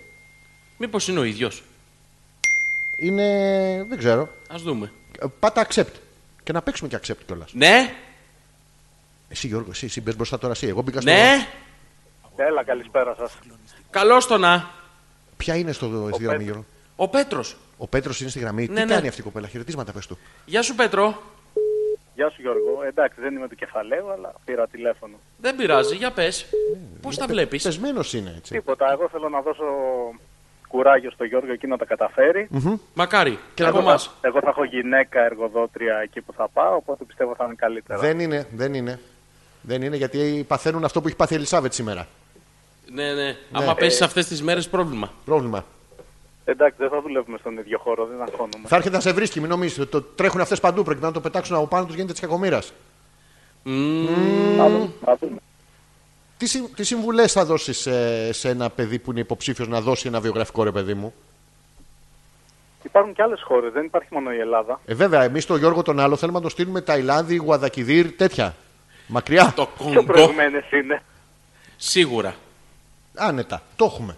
S2: Μήπως είναι ο ίδιος.
S1: Είναι. δεν ξέρω.
S2: Ας δούμε.
S1: Ε, Πάτα accept. Και να παίξουμε και accept κιόλας.
S2: Ναι,
S1: Εσύ Γιώργο, εσύ, εσύ μπες μπροστά τώρα. Εσύ. Εγώ μπήκα στο.
S2: ναι.
S10: Έλα, καλησπέρα σας.
S2: Καλώς το να.
S1: Ποια είναι στο, στη γραμμή, Γιώργο.
S2: Ο Πέτρος.
S1: Ο Πέτρος είναι στη γραμμή.
S2: Ναι,
S1: Τι
S2: ναι.
S1: κάνει αυτή η κοπέλα, χαιρετίσματα πες του.
S2: Γεια σου, Πέτρο.
S10: Γεια σου, Γιώργο. Εντάξει, δεν είμαι του κεφαλαίου, αλλά πήρα τηλέφωνο.
S2: Δεν πειράζει, για πες. Πώς τα βλέπεις.
S1: Πεσμένος είναι έτσι.
S10: Τίποτα. Εγώ θέλω να δώσω κουράγιο στο Γιώργο εκεί να τα καταφέρει.
S2: Μακάρι. Και
S1: να
S2: από
S1: το
S2: εμά.
S10: Εγώ θα έχω γυναίκα εργοδότρια εκεί που θα πάω, οπότε πιστεύω θα είναι καλύτερα.
S1: Δεν είναι, δεν είναι. Δεν είναι γιατί παθαίνουν αυτό που έχει πάθει η Ελισάβετ σήμερα.
S2: Ναι, ναι. Άμα πέσεις αυτές τις μέρες, πρόβλημα.
S1: Πρόβλημα.
S10: Εντάξει, δεν θα δουλεύουμε στον ίδιο χώρο, δεν αγχώνομαι.
S1: Θα έρχεται να σε βρίσκει, μην νομίζεις. Το τρέχουν αυτές παντού. Πρέπει να το πετάξουν από πάνω τους, γίνεται τη κακομοίρα.
S10: Θα δούμε, θα δούμε.
S1: Τι, συ, τι συμβουλές θα δώσεις σε, σε ένα παιδί που είναι υποψήφιος να δώσει ένα βιογραφικό ρε παιδί μου.
S10: Υπάρχουν και άλλες χώρες, δεν υπάρχει μόνο η Ελλάδα.
S1: Ε, βέβαια, εμείς τον Γιώργο τον άλλο θέλουμε να τον στείλουμε Ταϊλάνδη, Γουαδακιδίρ, τέτοια. Μακριά.
S2: Το
S10: Πιο
S2: κόγκο.
S10: προηγμένες είναι.
S2: Σίγουρα.
S1: Ναι, Άνετα. Το έχουμε.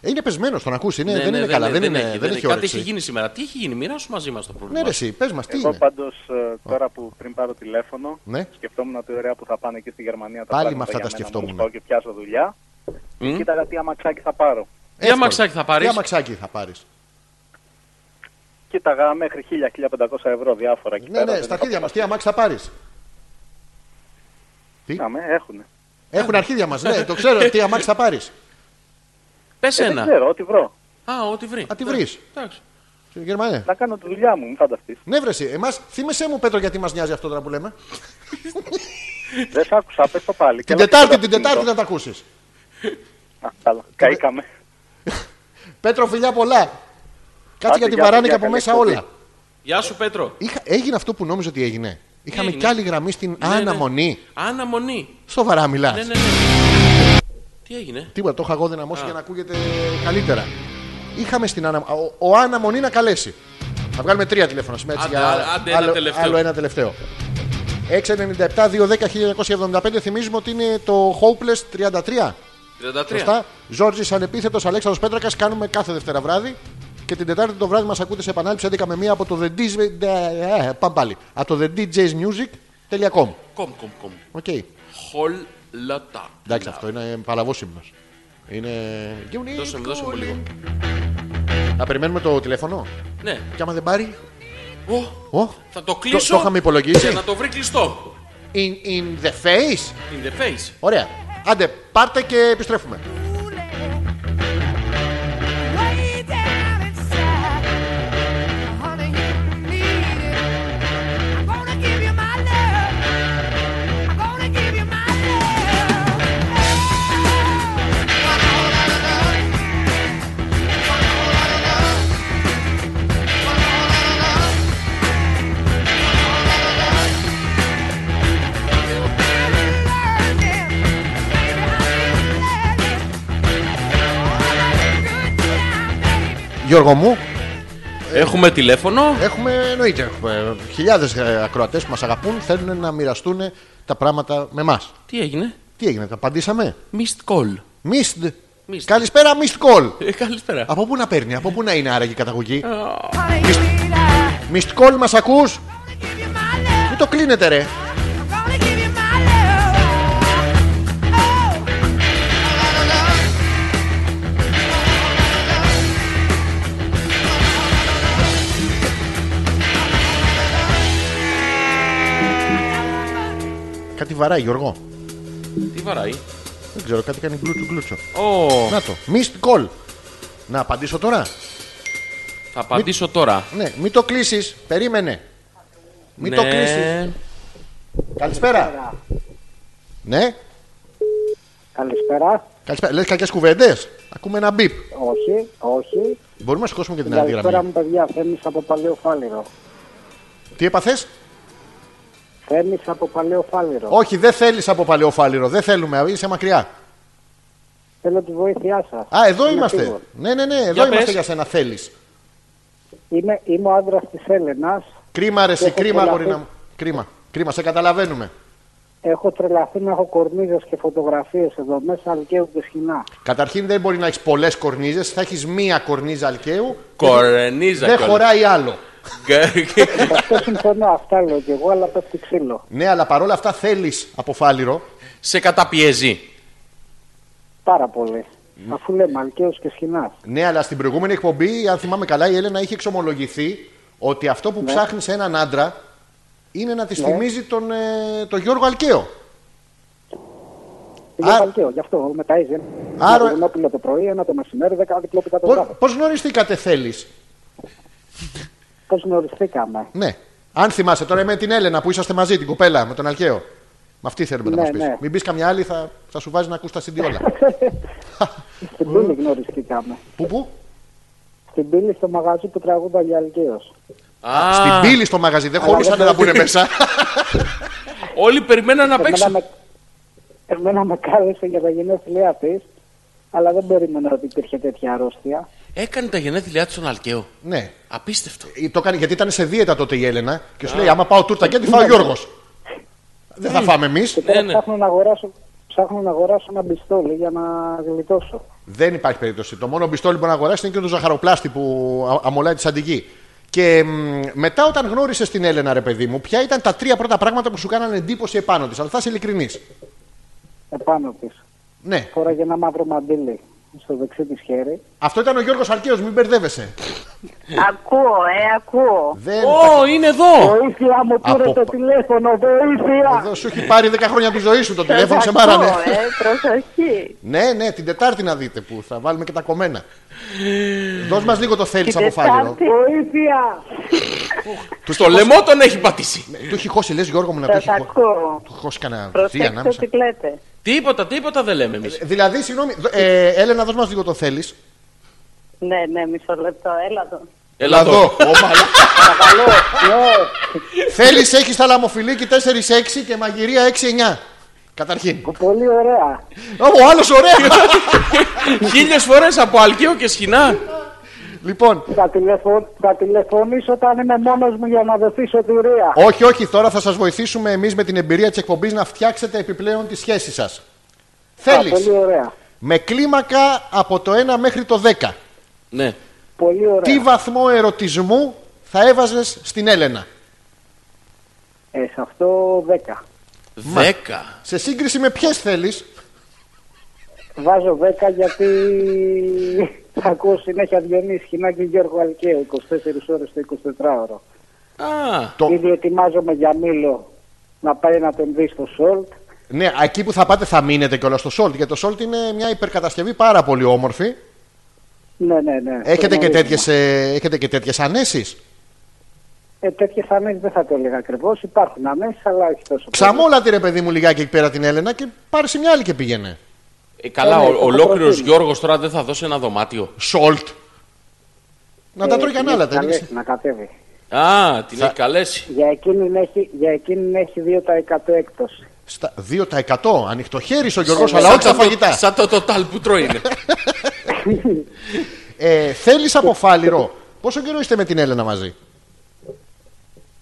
S1: Ε, είναι πεσμένος, τον ακούσει.
S2: Ναι,
S1: Είναι, ναι, δεν είναι καλά. Δεν, είναι, δεν έχει
S2: Κάτι
S1: όρεξη.
S2: έχει γίνει σήμερα. Τι έχει γίνει, μοιράσου μαζί μας το
S1: Ναι,
S2: πρόβλημα.
S1: ρε, εσύ, πες μας, τι
S10: Εγώ
S1: είναι.
S10: πάντως τώρα που πριν πάρω τηλέφωνο,
S1: Ναι.
S10: σκεφτόμουν τη ωραία που θα πάνε και στη Γερμανία τα
S1: Πάλι
S10: πράγματα
S1: με αυτά
S10: για
S1: τα
S10: μένα, μόλις
S1: σκεφτόμουν.
S10: Πάω και πιάσω δουλειά.
S2: Μμ.
S10: Κοίταγα τι αμαξάκι θα πάρω.
S2: Τι αμαξάκι θα πάρεις.
S1: Τι αμαξάκι θα πάρεις.
S10: Κοίταγα μέχρι 1000-1500 ευρώ διάφορα εκεί
S1: Ναι,
S10: πέρα.
S1: ναι,
S10: Δεν
S1: στα
S10: έχω
S1: αρχίδια μας,
S10: πάθει.
S1: τι αμάξι θα πάρεις.
S10: Να με, έχουνε. Ε,
S1: Έχουν αρχίδια μας, ναι, το ξέρω. Τι αμάξι θα πάρεις.
S2: Πες
S10: Ε, δεν
S2: ένα.
S10: ξέρω, ό,τι βρω.
S2: Α, ό,τι βρεις.
S1: Α, τι
S2: Ναι.
S1: βρεις.
S2: Εντάξει.
S1: Γερμανία.
S10: Να κάνω τη δουλειά μου, μην φανταστείς.
S1: Ναι, βρεσί, εμά θύμεσαι μου, Πέτρο, γιατί μας νοιάζει αυτό τώρα που λέμε.
S10: Δεν σ' άκουσα, πες το πάλι.
S1: Την
S10: Καλά,
S1: Τετάρτη,
S10: καλά,
S1: την
S10: το
S1: Τετάρτη θα
S10: κινητό.
S1: τα ακούσεις.
S10: Α, Καλά, καήκαμε.
S1: Πέτρο, φιλιά πολλά. Κάτσε
S10: Άντε,
S1: για τη
S10: γεια,
S1: βαράνικα
S10: φιλιά,
S1: από
S10: καλή
S1: μέσα
S10: εκπομπή.
S1: όλα.
S2: Γεια
S1: Ε,
S2: σου, Πέτρο.
S1: Είχα- Έγινε αυτό που νόμιζα ότι έγινε. Είχαμε
S2: έγινε?
S1: κι άλλη γραμμή στην
S2: Ναι, ναι.
S1: αναμονή.
S2: Αναμονή.
S1: Σοβαρά μιλάς.
S2: Ναι, ναι, ναι. Τι έγινε.
S1: Τίποτα, το είχα εγώ δυναμώσει για να ακούγεται καλύτερα. Είχαμε στην Άννα. Ο, ο Άννα Μονή να καλέσει. Θα βγάλουμε τρία τηλέφωνα σήμερα. έτσι,
S2: Άντε,
S1: για
S2: άντε ένα
S1: άλλο,
S2: τελευταίο.
S1: άλλο ένα τελευταίο. 697-210-1975 θυμίζουμε ότι είναι το Hopeless 33.
S2: 33.
S1: Σωστά. Ζόρτζη ανεπίθετος Αλέξανδρος Πέτρακας. Κάνουμε κάθε Δευτέρα βράδυ. Και την Τετάρτη το βράδυ μας ακούτε σε επανάληψη 11 με 1 από το The DJ. ε, Πάμε πάλι. Από το The DJ's Music.com.
S2: Κομ, κομ, κομ.
S1: Οκ.
S2: Χολατά.
S1: Εντάξει, αυτό είναι παλαβό ύμνο. Είναι. Γιουνί,
S2: Δώσε μου, δώσε μου λίγο.
S1: Να περιμένουμε το τηλέφωνο.
S2: Ναι.
S1: Και άμα δεν πάρει.
S2: Ω,
S1: Ω,
S2: Θα το κλείσω.
S1: το είχαμε υπολογίσει.
S2: Και να το βρει κλειστό.
S1: in, in the face.
S2: In the face.
S1: Ωραία. Άντε, πάρτε και επιστρέφουμε. Γιώργο μου, Ε.
S2: Έχουμε τηλέφωνο.
S1: έχουμε εννοείται. Έχουμε χιλιάδες ακροατές που μας αγαπούν. Θέλουν να μοιραστούν τα πράγματα με εμά.
S2: Τι έγινε.
S1: Τι έγινε, τα απαντήσαμε.
S2: Missed call.
S1: Missed.
S2: Missed.
S1: Καλησπέρα, missed call.
S2: Ε, καλησπέρα.
S1: Από πού να παίρνει, από πού να είναι άραγε η καταγωγή.
S2: Ε.
S1: Missed call μας ακούς. Μην το κλείνετε, ρε. Κάτι βαράει, Γιώργο.
S2: Τι βαράει.
S1: Δεν ξέρω, κάτι κάνει γκλούτσο γκλούτσο.
S2: Ω,
S1: Να το. Missed call. Να απαντήσω τώρα.
S2: θα απαντήσω τώρα.
S1: Ναι, μην το κλείσεις. Περίμενε. Μην
S2: ναι.
S1: το κλείσεις. Καλησπέρα. Ναι.
S9: Καλησπέρα.
S1: Καλησπέρα. Λες κακές κουβέντες. Ακούμε ένα μπίπ.
S9: Όχι, όχι.
S1: Μπορούμε να σηκώσουμε και την άλλη
S9: Καλησπέρα
S1: γραμμή.
S9: μου, παιδιά. Θέμης από παλαιό φάληρο.
S1: Τι έπαθες.
S9: Θέμη από παλαιό φάληρο.
S1: Όχι, δεν θέλεις από παλαιοφάλιρο. Δεν θέλουμε. Είσαι μακριά.
S9: Θέλω τη βοήθειά σας.
S1: Α, εδώ είμαστε. Ναι, ναι, ναι, εδώ
S2: Για
S1: είμαστε
S2: πες.
S1: για σένα. Θέλεις.
S9: Είμαι, είμαι ο άντρας της Έλενας
S1: Κρίμα, ρε, εσύ,
S11: Έχω
S1: κρίμα,
S11: πολλά
S1: αγορίνα
S11: που-
S1: μου. Κρίμα, κρίμα, σε καταλαβαίνουμε.
S11: Έχω τρελαθεί να έχω κορνίδε και φωτογραφίες εδώ μέσα, αλκαίονται σκηνά.
S1: Καταρχήν δεν μπορεί να έχεις πολλές κορνίζες, θα έχεις μία κορνίζα αλκαίου.
S2: Κορενίζα
S1: Δεν
S2: κιόλας.
S1: χωράει άλλο.
S11: Αυτό συμφωνώ, αυτά λέω κι εγώ, αλλά πέφτει ξύλο.
S1: Ναι, αλλά παρόλα αυτά θέλεις αποφάλιρο.
S2: Σε καταπιέζει.
S11: Πάρα πολύ. Αφού λέμε αλκαίος και σκηνά.
S1: Ναι, αλλά στην προηγούμενη εκπομπή, αν θυμάμαι καλά, η Έλενα είχε εξομολογηθεί ότι αυτό που ψάχνεις σε έναν άντρα είναι να τη
S11: Ναι.
S1: θυμίζει τον, ε, τον Γιώργο Αλκαίο.
S11: Είναι αλκαίο, γι' αυτό με ταΐζει. Άρα... Ένα γουνόπουλο το πρωί, ένα το μεσημέρι, δέκα διπλόπιτα το βράδυ.
S1: Πώ γνωριστήκατε, θέλεις.
S11: Πώ γνωριστήκαμε.
S1: Ναι. Αν θυμάσαι τώρα με την Έλενα που είσαστε μαζί, την κοπέλα με τον Αλκαίο. Με αυτή θέλουμε να
S11: Ναι,
S1: μας πεις.
S11: ναι.
S1: Μην πεις καμιά άλλη, θα, θα σου βάζει να ακούς τα CD όλα.
S11: Στην πύλη γνωριστήκαμε.
S1: Πού, πού?
S11: Στην πύλη στο μαγαζί που τραγούνταν για αλκαίο.
S1: Στην πύλη στο μαγαζί, δεν
S11: Αλλά
S1: χωρούσαν
S11: δεν
S1: να μπουν
S11: μπορούσε.
S1: μέσα.
S2: Όλοι περιμέναν να παίξουν.
S11: με, εμένα με κάλεσε για τα γενέθλιά της, αλλά δεν περίμενα ότι υπήρχε τέτοια αρρώστια.
S2: Έκανε τα γενέθλιά του στον Αλκαίο.
S1: Ναι.
S2: Απίστευτο.
S1: Ε, Το κάνει, γιατί ήταν σε δίαιτα τότε η Έλενα και σου λέει: Άμα πάω τούρτα και τι
S11: Ναι.
S1: φάει ο Γιώργος. Δεν θα φάμε εμείς.
S11: Και τώρα ψάχνω, να αγοράσω, ψάχνω να αγοράσω ένα μπιστόλι για να γλιτώσω.
S1: Δεν υπάρχει περίπτωση. Το μόνο πιστόλι που μπορεί να αγοράσει είναι και το ζαχαροπλάστη που α- αμολάει τη σαντική. Και μ, μετά, όταν γνώρισες την Έλενα, ρε παιδί μου, ποια ήταν τα τρία πρώτα πράγματα που σου κάνανε εντύπωση επάνω της. Αλλά θα είσαι ειλικρινής.
S11: Επάνω της.
S1: Ναι.
S11: Φοράγε ένα μαύρο μαντίλι στο δεξί της χέρι.
S1: Αυτό ήταν ο Γιώργος Αρκαίο, μην μπερδεύεσαι.
S11: Ακούω, ε, ακούω.
S1: Δεν Ω, τα- είναι εδώ.
S11: Βοήθεια μου πήρε
S1: Από
S11: το
S1: πα-
S11: τηλέφωνο, βοήθεια.
S1: Εδώ σου έχει πάρει 10 χρόνια από τη ζωή σου το τηλέφωνο, σε μάρανε.
S11: ε. προσοχή.
S1: Ναι, ναι, την Τετάρτη να δείτε που θα βάλουμε και τα κομμένα. Δώσ' μας λίγο το θέλεις από φάληρο.
S11: Βοήθεια.
S2: Του στο λαιμό τον έχει πατήσει.
S1: Του έχει χώσει, λες Γιώργο μου να το έχει χώσει.
S11: ακούω.
S1: Του χώσει κανένα ζύ ανάμεσα.
S11: λέτε.
S2: Τίποτα, τίποτα δεν λέμε εμείς.
S1: Δηλαδή, συγγνώμη, δ- ε, Έλενα, δώσ' μας λίγο το θέλεις.
S12: Ναι, ναι, μισό λεπτό, έλα εδώ.
S2: Έλα εδώ.
S11: Ναι,
S1: Θέλεις έχεις θαλαμοφιλίκη 4-6 και μαγειρία 6-9. Καταρχήν.
S11: Πολύ ωραία.
S1: Ο άλλος ωραία.
S2: Χίλιες φορές από Αλκαίο και Σχοινά.
S1: Λοιπόν.
S11: Θα, τηλεφω... θα τηλεφωνήσω όταν είμαι μόνος μου για να δεθεί σωτηρία.
S1: Όχι, όχι, τώρα θα σας βοηθήσουμε εμείς με την εμπειρία της εκπομπής να φτιάξετε επιπλέον τη σχέση σας.
S11: Α,
S1: Θέλεις.
S11: Πολύ ωραία.
S1: Με κλίμακα από το 1 μέχρι το 10.
S2: Ναι.
S11: Πολύ ωραία.
S1: Τι βαθμό ερωτισμού θα έβαζες στην Έλενα.
S11: Ε, σε αυτό 10.
S2: Δέκα.
S1: Σε σύγκριση με ποιες θέλεις.
S11: Βάζω 10 γιατί θα ακούω συνέχεια Διονύη Σχοινά και Γιώργο Αλκαίο 24 ώρες το 24ωρο.
S1: Το-
S11: Ήδη ετοιμάζομαι για Μήλο να πάει να τον δει στο Σόλτ.
S1: Ναι, εκεί που θα πάτε θα μείνετε κιόλας στο Σόλτ. Γιατί το Σόλτ είναι μια υπερκατασκευή πάρα πολύ όμορφη.
S11: Ναι, ναι, ναι.
S1: Έχετε και,
S11: Το γνωρίζουμε.
S1: τέτοιες, ε, έχετε και τέτοιες ανέσεις.
S11: Ε, τέτοιες ανέσεις δεν θα το έλεγα ακριβώς. Υπάρχουν ανέσεις, αλλά όχι τόσο.
S1: Ξαμόλατε ρε παιδί μου λιγάκι εκεί πέρα την Έλενα και πάρε σε μια άλλη και πήγαινε.
S2: Ε, καλά,
S1: Ναι,
S2: ο,
S1: το
S2: ολόκληρος
S1: προτείνω.
S2: Γιώργος τώρα δεν θα δώσει ένα δωμάτιο.
S1: Σολτ. Να
S11: Ε,
S1: τα τρώει κι ανάλα,
S11: Να,
S1: δεν είναι.
S11: να κατέβει.
S2: Α, την έχει καλέσει.
S11: Για εκείνην έχει, για εκείνην έχει 2% έκπτωση.
S1: Στα 2% ανοιχτοχέρης ο Γιώργος,
S2: Σαν-
S1: αλλά
S2: σαν
S1: όχι τα
S2: το-
S1: φαγητά.
S2: Σαν το total που τρώει είναι.
S1: Ε, θέλεις από φάληρο. Πόσο καιρό είστε με την Έλενα μαζί.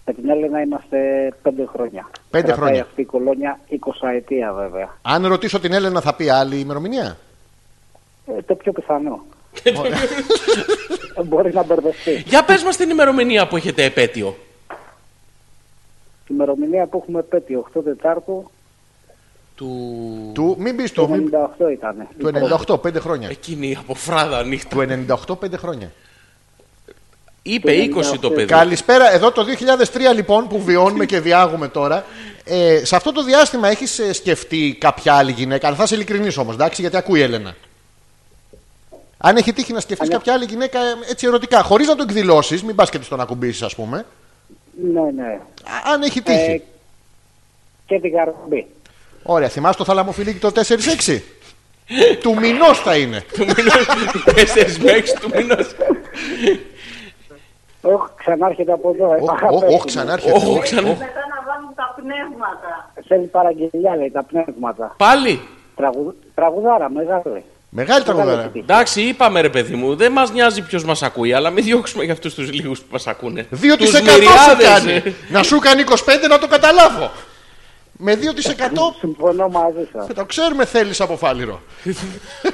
S11: Με την Έλενα είμαστε 5 χρόνια.
S1: Πέντε
S11: Κρατάει
S1: χρόνια.
S11: αυτή η κολόνια 20 ετία βέβαια.
S1: Αν ρωτήσω την Έλενα θα πει άλλη ημερομηνία.
S11: Ε, το πιο πιθανό. Μπορεί να μπερδευτεί.
S2: Για πες μας την ημερομηνία που έχετε επέτειο.
S11: Η ημερομηνία που έχουμε πέτει 8 Τετάρτου
S2: Του.
S1: Του, μην πεις
S11: το
S1: του, μην-
S11: 98 ήταν.
S1: Του 98, 5 χρόνια.
S2: Εκείνη η αποφράδα νύχτα.
S1: Του 98, 5 χρόνια.
S2: Είπε 20 το παιδί.
S1: Καλησπέρα. Εδώ το 2003 λοιπόν που βιώνουμε και διάγουμε τώρα. Ε, σε αυτό το διάστημα έχεις σκεφτεί κάποια άλλη γυναίκα. Αλλά θα είσαι ειλικρινής όμως, εντάξει, γιατί ακούει η Έλενα. Αν έχει τύχει να σκεφτείς κάποια άλλη γυναίκα ε, έτσι ερωτικά, χωρίς να το εκδηλώσεις, μην πας και της τον ακουμπήσεις, ας πούμε.
S11: Ναι, ναι.
S1: Αν έχει τύχει.
S11: Ε, και την καρμπή.
S1: Ωραία, θυμάσαι το θαλαμοφιλίκι το 4-6. του μηνός θα είναι.
S2: Του μηνός. Τέσσερις μέχρι του μηνός.
S11: Όχ, ξανάρχεται από εδώ. ε,
S1: όχ,
S11: πέφτουμε.
S1: ξανάρχεται. Όχ, ξανά-
S12: Μετά να βάλουν τα πνεύματα.
S11: Θέλει παραγγελιά, λέει, τα πνεύματα.
S2: Πάλι.
S11: Τραγου... Τραγουδάρα, μεγάλη.
S1: Μεγάλη τραγουδάρα.
S2: Εντάξει, είπαμε ρε παιδί μου, δεν μας νοιάζει ποιος μας ακούει, αλλά μην διώξουμε για αυτούς τους λίγους που μας ακούνε.
S1: 2% σου κάνει. να σου κάνει 25 να το καταλάβω. Με 2%.
S11: Συμφωνώ μαζί σας.
S1: Το ξέρουμε θέλεις από φάληρο.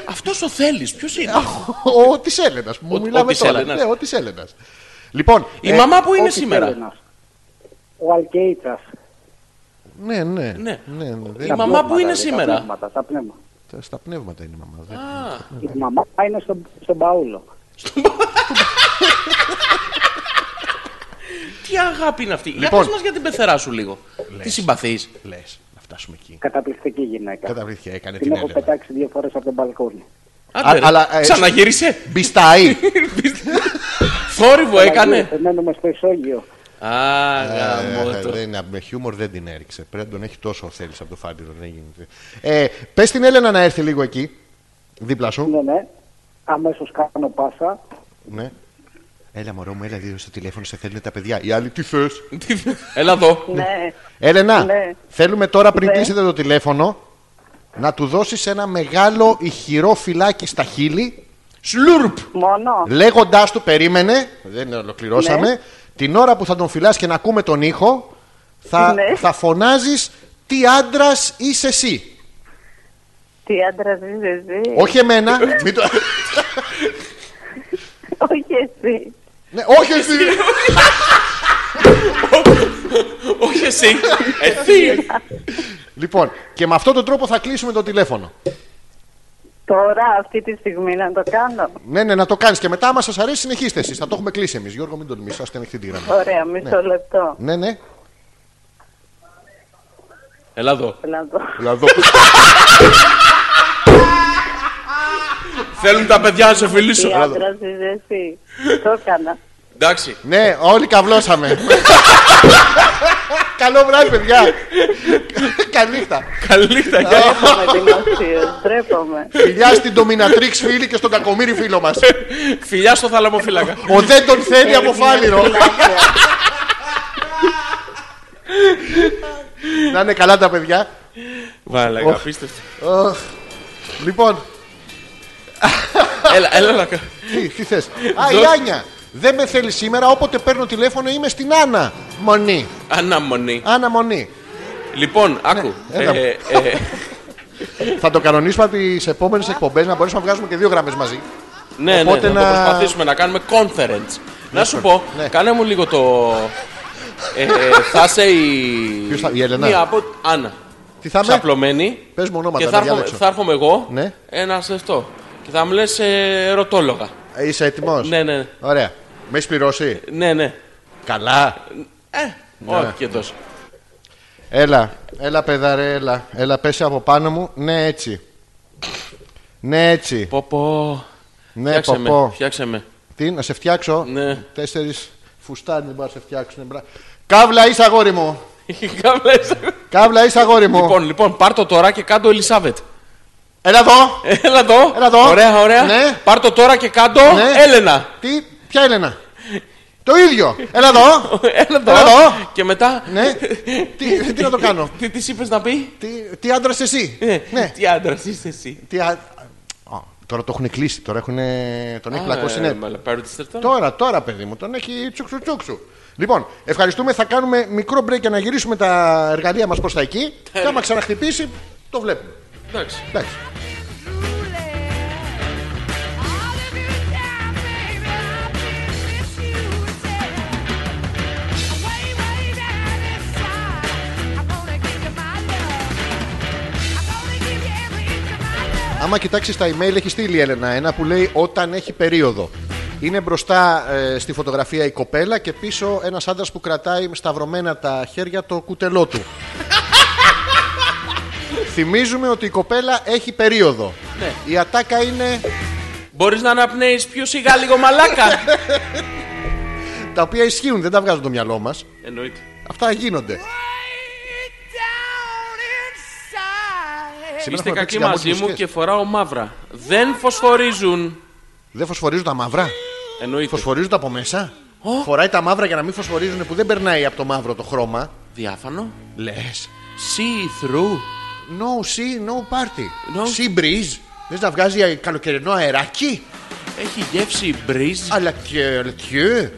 S2: Αυτός ο θέλεις, ποιος είναι.
S1: Ο της Έλενας. Μου μιλάμε
S2: της
S1: τώρα.
S2: Έλενας.
S1: Ναι, ο της Έλενας. Λοιπόν.
S2: Η
S1: ε,
S2: μαμά που είναι
S11: όχι
S2: σήμερα.
S11: Έλληνας. Ο Αλκέιτας.
S1: Ναι, ναι.
S2: Ναι.
S1: ναι, ναι,
S2: Η
S1: δεν-
S2: μαμά που είναι σήμερα.
S11: Πνεύματα, τα πνεύμα.
S1: Τα- Στα πνεύματα είναι η μαμά. δεν-
S11: Η μαμά είναι στον, στον Παούλο.
S2: Τι αγάπη είναι αυτή. Για
S1: Λοιπόν.
S2: πες μας για την πεθερά σου λίγο. Τι συμπαθείς.
S1: Λες, να φτάσουμε εκεί.
S11: Καταπληκτική γυναίκα.
S1: Καταπληκτική, έκανε
S11: Την
S1: την
S11: έχω
S1: Έλενα.
S11: πετάξει δύο φορές από τον μπαλκόνι.
S1: Α, αλλά, ε,
S2: Ξαναγύρισε.
S1: Μπισταή.
S2: Θόρυβο έκανε.
S11: Παναγία, Μένουμε στο ισόγειο.
S2: Α,
S1: Ε,
S2: γαμώ το.
S1: δεν- Με χιούμορ δεν την έριξε. Πρέπει να τον έχει τόσο ο Θέλεις από το φάντηρο. Δεν γίνεται. Ε, Πες την Έλενα να έρθει λίγο εκεί. Δίπλα σου.
S11: Ναι, ναι. Αμέσως κάνω πάσα.
S1: Ναι. Έλα, μωρό μου, έλα λίγο στο τηλέφωνο, σε θέλουν τα παιδιά. Οι άλλοι τι θες.
S2: Τι- Έλα εδώ.
S12: Ναι.
S1: Έλενα,
S12: Ναι.
S1: θέλουμε τώρα πριν
S12: Ναι.
S1: κλείσετε το τηλέφωνο να του δώσεις ένα μεγάλο ηχηρό φυλάκι στα χείλη. Σλούρπ!
S12: Μόνο.
S1: Ναι. Λέγοντάς του, περίμενε, δεν ολοκληρώσαμε,
S12: Ναι.
S1: την ώρα που θα τον φυλάς και να ακούμε τον ήχο, θα,
S12: Ναι.
S1: θα φωνάζεις τι άντρας είσαι εσύ.
S12: Τι άντρας είσαι εσύ.
S1: Όχι εμένα. μην το-
S12: Όχι εσύ.
S1: ναι, όχι εσύ.
S2: Όχι εσύ. Εσύ.
S1: λοιπόν, και με αυτόν τον τρόπο θα κλείσουμε το τηλέφωνο.
S12: Τώρα αυτή τη στιγμή να το κάνω.
S1: Ναι, ναι, να το κάνεις και μετά, άμα σας αρέσει, συνεχίστε εσείς. Θα το έχουμε κλείσει εμείς. Γιώργο, μην τον μισάς, στενεχτή τη γραμμή.
S12: Ωραία, μισό λεπτό.
S1: Ναι, ναι.
S2: Έλα εδώ.
S12: Θέλω να το-
S1: Δηλαδή,
S2: Θέλουν τα παιδιά να σε
S12: Τι
S2: φιλήσω.
S12: άντρα είσαι εσύ. Το έκανα.
S2: Εντάξει.
S1: ναι, όλοι καβλώσαμε. Καλό βράδυ, παιδιά. Καλή νύχτα.
S2: Καλή νύχτα. γεια.
S12: Τρέπομαι δημοσίω. Τρέπομαι.
S1: Φιλιά στην Ντομινατρίξ φίλη και στον κακομύρι φίλο μας.
S2: Φιλιά στο θαλαμοφύλακα.
S1: Ο δεν τον θέλει από φάληρο. Να είναι καλά τα παιδιά.
S2: Βάλε,
S1: Οχ.
S2: απίστευτο.
S1: Οχ. Λοιπόν,
S2: Έλα, έλα να κα-
S1: τι, τι θες. Α, η
S2: Δώσ'
S1: Άνια. Δεν με θέλει σήμερα, όποτε παίρνω τηλέφωνο είμαι στην Άννα. Μονή.
S2: Αναμονή.
S1: Άννα Μονή.
S2: Λοιπόν, άκου.
S1: έλα.
S2: Ε, ε,
S1: Θα το κανονίσουμε από τις επόμενες εκπομπές να μπορέσουμε να βγάζουμε και δύο γραμμές μαζί.
S2: Ναι, ναι,
S1: Οπότε
S2: να...
S1: να-
S2: το προσπαθήσουμε να κάνουμε conference. Να σου πω,
S1: ναι.
S2: κάνε μου λίγο το. Ε, ε, θα είσαι η.
S1: Ποιος θα- η Έλενα?
S2: Μία από. Άννα.
S1: Τι θα με.
S2: Ξαπλωμένη.
S1: Πες μου ονόματα,
S2: Και
S1: να
S2: θα έρχομαι,
S1: διαλέξω.
S2: θα έρχομαι εγώ.
S1: Ναι.
S2: Ένα σε αυτό. Και θα μου λες ε, ερωτόλογα.
S1: Ε, Είσαι έτοιμος.
S2: Ναι, ναι, ναι.
S1: Ωραία. Με έχεις πληρώσει.
S2: ναι, ναι.
S1: Καλά.
S2: Ε,
S1: Ναι.
S2: όχι και τόσο.
S1: Έλα, έλα παιδαρέ, έλα. Έλα, πέσει από πάνω μου. Ναι, έτσι. Ναι, έτσι.
S2: Πω, πω.
S1: Ναι,
S2: φτιάξε με.
S1: ποπό.
S2: Φτιάξε με.
S1: Τι, να σε φτιάξω.
S2: Ναι.
S1: Τέσσερις φουστάνι μπορεί να σε φτιάξουν. Μπρα... Καύλα, είσαι αγόρι μου.
S2: Καύλα, είσαι-
S1: Καύλα, είσαι αγόρι μου.
S2: λοιπόν, λοιπόν, πάρ το τώρα και κάτω Ελισάβετ.
S1: Έλα εδώ.
S2: Έλα εδώ.
S1: Έλα εδώ.
S2: Ωραία, ωραία.
S1: Ναι.
S2: Πάρ το τώρα και κάτω
S1: Ναι.
S2: Έλενα.
S1: Τι, ποια Έλενα. Το ίδιο. Έλα εδώ.
S2: Έλα εδώ.
S1: Έλα εδώ.
S2: Και μετά.
S1: ναι. τι, τι να το κάνω.
S2: Τι τη είπες να πει.
S1: τι τι άντρας εσύ. ναι.
S2: Τι άντρας είστε εσύ.
S1: Τι α... Α, τώρα το έχουν κλείσει. Τώρα έχουν, τον έχει
S2: Α,
S1: πλακώσει.
S2: ε,
S1: ναι.
S2: μα, πάρε τη στερτά.
S1: Τώρα, τώρα, παιδί μου, τον έχει τσουξου τσουξου. Λοιπόν, ευχαριστούμε. Θα κάνουμε μικρό break για να γυρίσουμε τα εργαλεία μας προς τα εκεί. και άμα ξαναχτυπήσει, το βλέπουμε.
S2: Εντάξει.
S1: Εντάξει. Άμα κοιτάξεις τα email, έχει στείλει η Έλενα ένα που λέει όταν έχει περίοδο. Είναι μπροστά ε, στη φωτογραφία η κοπέλα και πίσω ένας άντρας που κρατάει σταυρωμένα τα χέρια το κουτελό του. Θυμίζουμε ότι η κοπέλα έχει περίοδο. Η ατάκα είναι
S2: Μπορείς να αναπνέεις πιο σιγά λίγο μαλάκα.
S1: τα οποία ισχύουν, δεν τα βγάζουν το μυαλό μας.
S2: Εννοείται.
S1: Αυτά γίνονται. Σήμερα
S2: Είστε
S1: έχουμε παίξει
S2: κακοί
S1: για
S2: μαζί μου
S1: μουσικές.
S2: και φοράω μαύρα. Δεν φωσφορίζουν.
S1: Δεν φωσφορίζουν τα μαύρα.
S2: Εννοείται.
S1: Φωσφορίζουν τα από μέσα. Φοράει τα μαύρα για να μην φωσφορίζουν που δεν περνάει από το μαύρο το χρώμα.
S2: Διάφανο.
S1: Λες.
S2: See through.
S1: No sea, no party.
S2: No.
S1: Sea breeze. Θες να βγάζει καλοκαιρινό αεράκι.
S2: Έχει γεύση μπριζ.
S1: Αλλά και αλτιέ.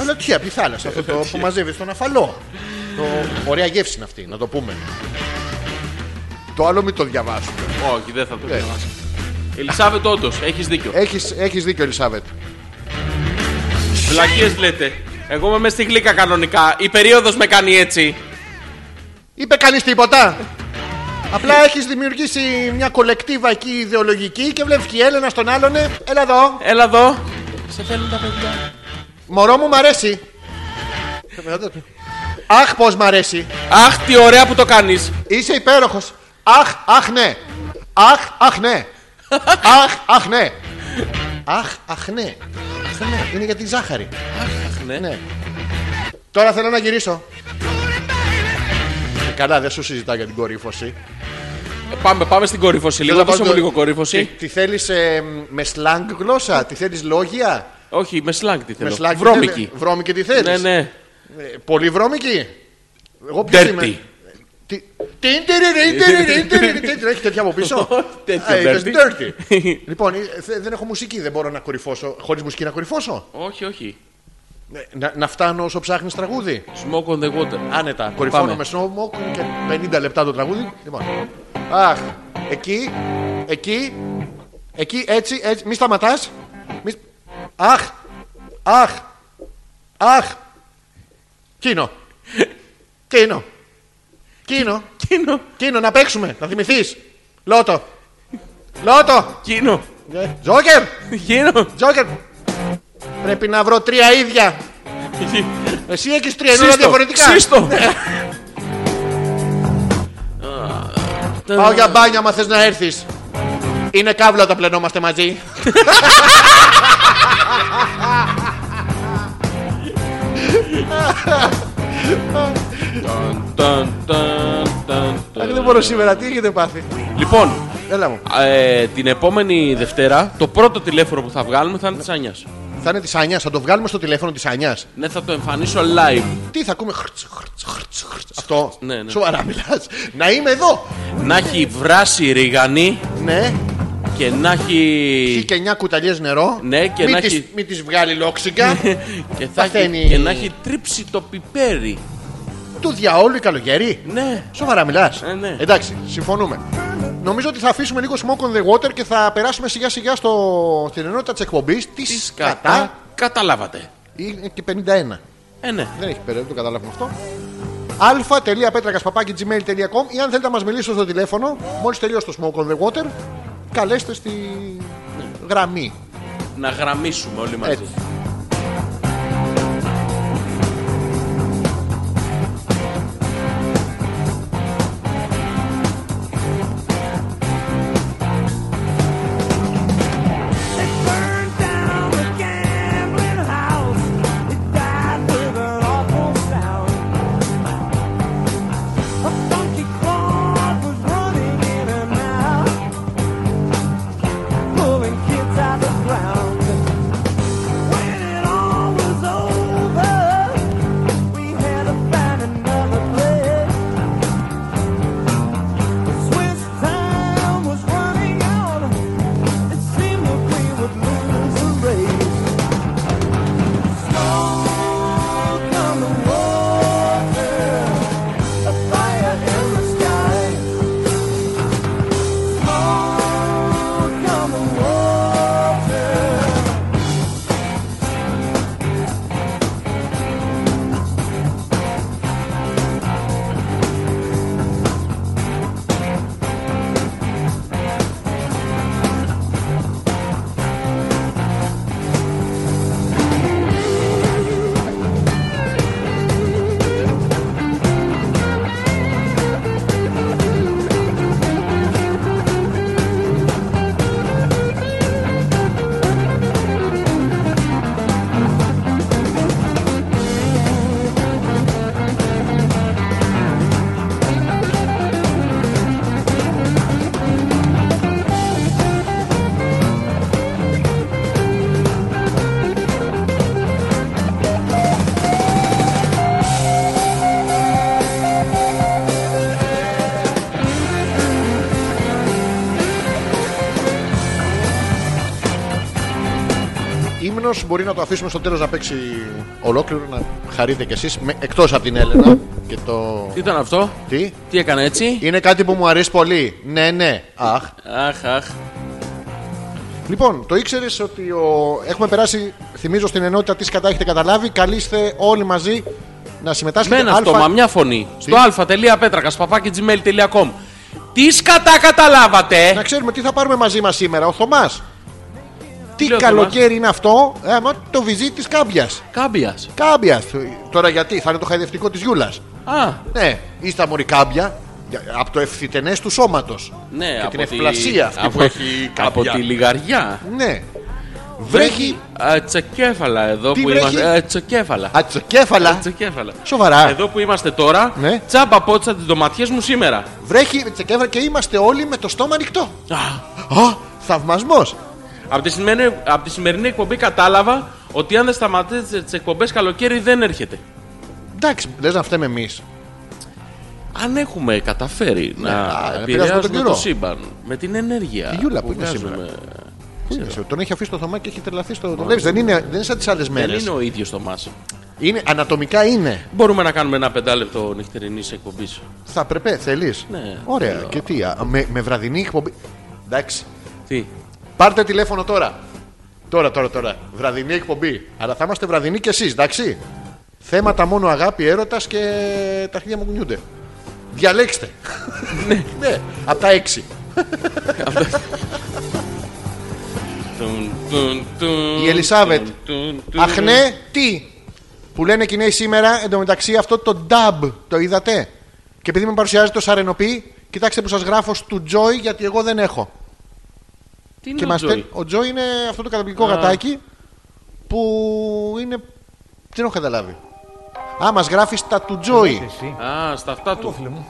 S1: Αλλά και από τη θάλασσα. Αυτό το που μαζεύεις στον αφαλό. Το... Ωραία γεύση είναι αυτή, να το πούμε. Το άλλο μην το διαβάσουμε.
S2: Όχι, δεν θα
S1: Ε.
S2: το διαβάσω. Ελισάβετ, όντως, έχεις δίκιο.
S1: Έχεις, έχεις δίκιο, Ελισάβετ.
S2: Βλακίες λέτε. Εγώ είμαι μέσα στη γλύκα κανονικά. Η περίοδος με κάνει έτσι.
S1: Είπε κανείς τίποτα. Απλά έχεις δημιουργήσει μια κολεκτίβα εκεί ιδεολογική και βλέπεις και η Έλενα στον άλλον. ε, Έλα εδώ.
S2: Έλα εδώ. Σε θέλουν τα παιδιά.
S1: Μωρό μου μ' αρέσει. Αχ, πώς μ' αρέσει.
S2: Αχ, τι ωραία που το κάνεις.
S1: Είσαι υπέροχος. Αχ, αχ, ναι. Αχ, αχ, ναι. Αχ, αχ, ναι. Αχ, αχ, ναι. Αχ, ναι. Είναι για τη ζάχαρη.
S2: Ναι.
S1: Ναι. Τώρα θέλω να γυρίσω. Ε, Καλά, δεν σου συζητά για την κορύφωση.
S2: Ε, Πάμε, πάμε στην κορύφωση λίγο.
S1: Θέλω να
S2: Δώσε
S1: πάω
S2: μου
S1: το- Ε,
S2: λίγο κορύφωση.
S1: Τη, τη θέλει με σλάνγκ γλώσσα, τη θέλεις λόγια.
S2: Όχι, με σλάγκ τη
S1: Με
S2: θέλω.
S1: σλάνγκ
S2: Βρώμικη.
S1: τη- Βρώμικη τη θέλεις.
S2: Ναι, ναι.
S1: πολύ βρώμικη. Εγώ ποιος
S2: Dirty.
S1: είμαι. Τι- Τιν, τιριρι, τιριρι, τιριρι, τιριρι. Έχει τέτοια από πίσω.
S2: Τέτοιο
S1: Α, είπες
S2: dirty.
S1: dirty. Λοιπόν, ε, θε- δεν έχω μουσική, δεν μπορώ να κορυφώσω. Χωρίς μουσική να κορυφώσω.
S2: Όχι, όχι.
S1: Ε, Να, να φτάνω όσο ψάχνεις τραγούδι.
S2: Smoke on the water.
S1: Άνετα. Κορυφώνω
S2: Πάμε.
S1: με σνόμοκ και 50 λεπτά το τραγούδι. Λοιπόν. Αχ, εκεί, εκεί, εκεί, έτσι, έτσι. Μη σταματάς. Μη... Αχ, αχ, αχ. Κίνο. Κίνο. Κίνο.
S2: Κίνο.
S1: Κίνο, να παίξουμε, να θυμηθείς. Λότο. Λότο.
S2: Κίνο.
S1: Ε, Τζόκερ.
S2: Κίνο.
S1: Τζόκερ. Πρέπει να βρω τρία ίδια. Εσύ έχεις τρία ενώ είναι
S2: Σύστο.
S1: διαφορετικά. Ναι.
S2: Σύστο.
S1: Πάω για μπάνια, άμα θες να έρθεις. Είναι καύλα όταν πλενόμαστε μαζί.
S2: Ταν, ταν, ταν, ταν.
S1: Αχ, δεν μπορώ σήμερα, τι έχετε πάθει.
S2: Λοιπόν,
S1: Έλα μου.
S2: ε, την επόμενη Δευτέρα το πρώτο τηλέφωνο που θα βγάλουμε θα είναι της Άνιας.
S1: Θα είναι της Άνιας, θα το βγάλουμε στο τηλέφωνο της Άνιας.
S2: Ναι, θα το εμφανίσω live.
S1: Τι θα ακούμε. χρτς, χρτς, χρτς, χρτς. Αυτό.
S2: Ναι, ναι.
S1: Σοβαρά μιλάς. Να είμαι εδώ.
S2: Να έχει βράσει ριγανή
S1: Ναι,
S2: και να
S1: πιει
S2: έχει.
S1: και 9 κουταλιές νερό.
S2: Ναι, και
S1: μην,
S2: να
S1: τις,
S2: έχει- Ναι.
S1: μην τις βγάλει λόξιγκα.
S2: Και, θα
S1: παθαίνει.
S2: έχει, και να έχει τρίψει το πιπέρι.
S1: του διαόλου η καλογέρι.
S2: Ναι.
S1: Σοβαρά μιλάς.
S2: Ε, ναι.
S1: Εντάξει, συμφωνούμε. Νομίζω ότι θα αφήσουμε λίγο smoke on the water και θα περάσουμε σιγά σιγά στο... στην ενότητα της εκπομπής. Της
S2: Της
S1: κατά.
S2: κατά. Καταλάβατε.
S1: Είναι και 51.
S2: Ε, ναι.
S1: Δεν έχει περίπτωση, το καταλάβουμε αυτό. α.πέτρακα.gmail.com ή αν θέλετε να μας μιλήσετε στο τηλέφωνο, μόλις τελειώσει το Smoke on the Water, καλέστε στη γραμμή.
S2: Να γραμμίσουμε όλοι μαζί.
S1: Έτσι.
S8: Pulling kids out the ground. When
S1: Μπορεί να το αφήσουμε στο τέλος να παίξει ολόκληρο, να χαρείτε κι εσείς. Εκτός από την Έλενα και το.
S2: Τι ήταν αυτό,
S1: Τι?
S2: τι έκανε έτσι.
S1: Είναι κάτι που μου αρέσει πολύ. Ναι, ναι. Αχ.
S2: Αχ, αχ.
S1: Λοιπόν, το ήξερες ότι ο... έχουμε περάσει, θυμίζω, στην ενότητα της κατά έχετε καταλάβει. Καλείστε όλοι μαζί να συμμετάσχετε.
S2: Με ένα
S1: Αλφα-
S2: στόμα, μια φωνή. Στο αλφα.πέτρακα gmail.com. Τι σκατά καταλάβατε!
S1: Να ξέρουμε τι θα πάρουμε μαζί μας σήμερα. Ο Θωμάς. Τι καλοκαίρι είναι αυτό, ε, μα, το βυζί της κάμπιας.
S2: Κάμπιας.
S1: Κάμπιας. Τώρα γιατί, θα είναι το χαϊδευτικό της Γιούλας.
S2: Α,
S1: Ναι, ήστα μωρή κάμπια. Από το ευθυτενές του σώματος.
S2: ναι,
S1: και
S2: από
S1: την
S2: τη-
S1: ευπλασία αυτή
S2: από-
S1: που έχει κάμπια.
S2: Από τη λιγαριά.
S1: Ναι.
S2: Βρέχει ατσακέφαλα εδώ
S1: Τι
S2: που
S1: βρέχει?
S2: είμαστε. Ατσακέφαλα.
S1: Ατσοκέφαλα.
S2: Ατσακέφαλα.
S1: Σοβαρά.
S2: Εδώ που είμαστε τώρα,
S1: Ναι.
S2: τσάμπα πότσα τις ντοματιέ μου σήμερα.
S1: Βρέχει τσεκέφαλα και είμαστε όλοι με το στόμα ανοιχτό. Α, θαυμασμό.
S2: Από τη, σημερινή, από τη σημερινή εκπομπή κατάλαβα ότι αν δεν σταματήσετε τις εκπομπές καλοκαίρι δεν έρχεται.
S1: Εντάξει, λε να φταίμε εμείς.
S2: Αν έχουμε καταφέρει
S1: Ναι,
S2: να
S1: επηρεάζουμε τον
S2: επηρεάσουμε
S1: καιρό.
S2: το σύμπαν με την ενέργεια.
S1: Η Γιούλα που είναι
S2: βγάζουμε.
S1: σήμερα. Πού είναι, σε- τον έχει αφήσει το Θωμά και έχει τρελαθεί στο. Το βλέπεις, δεν είναι, δεν είναι σαν τις άλλες μέρε.
S2: Δεν είναι ο ίδιος το μα.
S1: Είναι, ανατομικά είναι.
S2: Μπορούμε να κάνουμε ένα πεντάλεπτο νυχτερινής εκπομπής.
S1: Θα πρέπει, θέλεις.
S2: Ναι,
S1: Ωραία,
S2: θέλω.
S1: και τι, α, με, με βραδινή εκπομπή. Εντάξει.
S2: Τι.
S1: Πάρτε τηλέφωνο τώρα. Τώρα, τώρα, τώρα. Βραδινή εκπομπή. Αλλά θα είμαστε βραδινοί κι εσείς, εντάξει. Θέματα μόνο αγάπη, έρωτας και τα χέρια μου κουνιούνται. Διαλέξτε. ναι. από τα έξι.
S2: Τουν, τουν, τουν,
S1: Η Ελισάβετ.
S2: τουν, τουν, τουν.
S1: Αχ ναι, τι. Που λένε και οι νέοι σήμερα, εν τω μεταξύ αυτό το dub το είδατε. Και επειδή με παρουσιάζει το σαρενοπή, κοιτάξτε που σας γράφω στου Τζόι γιατί εγώ δεν έχω.
S2: Τι είναι
S1: και
S2: ο
S1: μας
S2: Τζόι?
S1: στέλνει- Ο Τζόι είναι αυτό το καταπληκτικό
S2: Α.
S1: γατάκι που είναι. Δεν έχω καταλάβει. Α, μας γράφει τα του Τζόι.
S2: Α, στα αυτά του.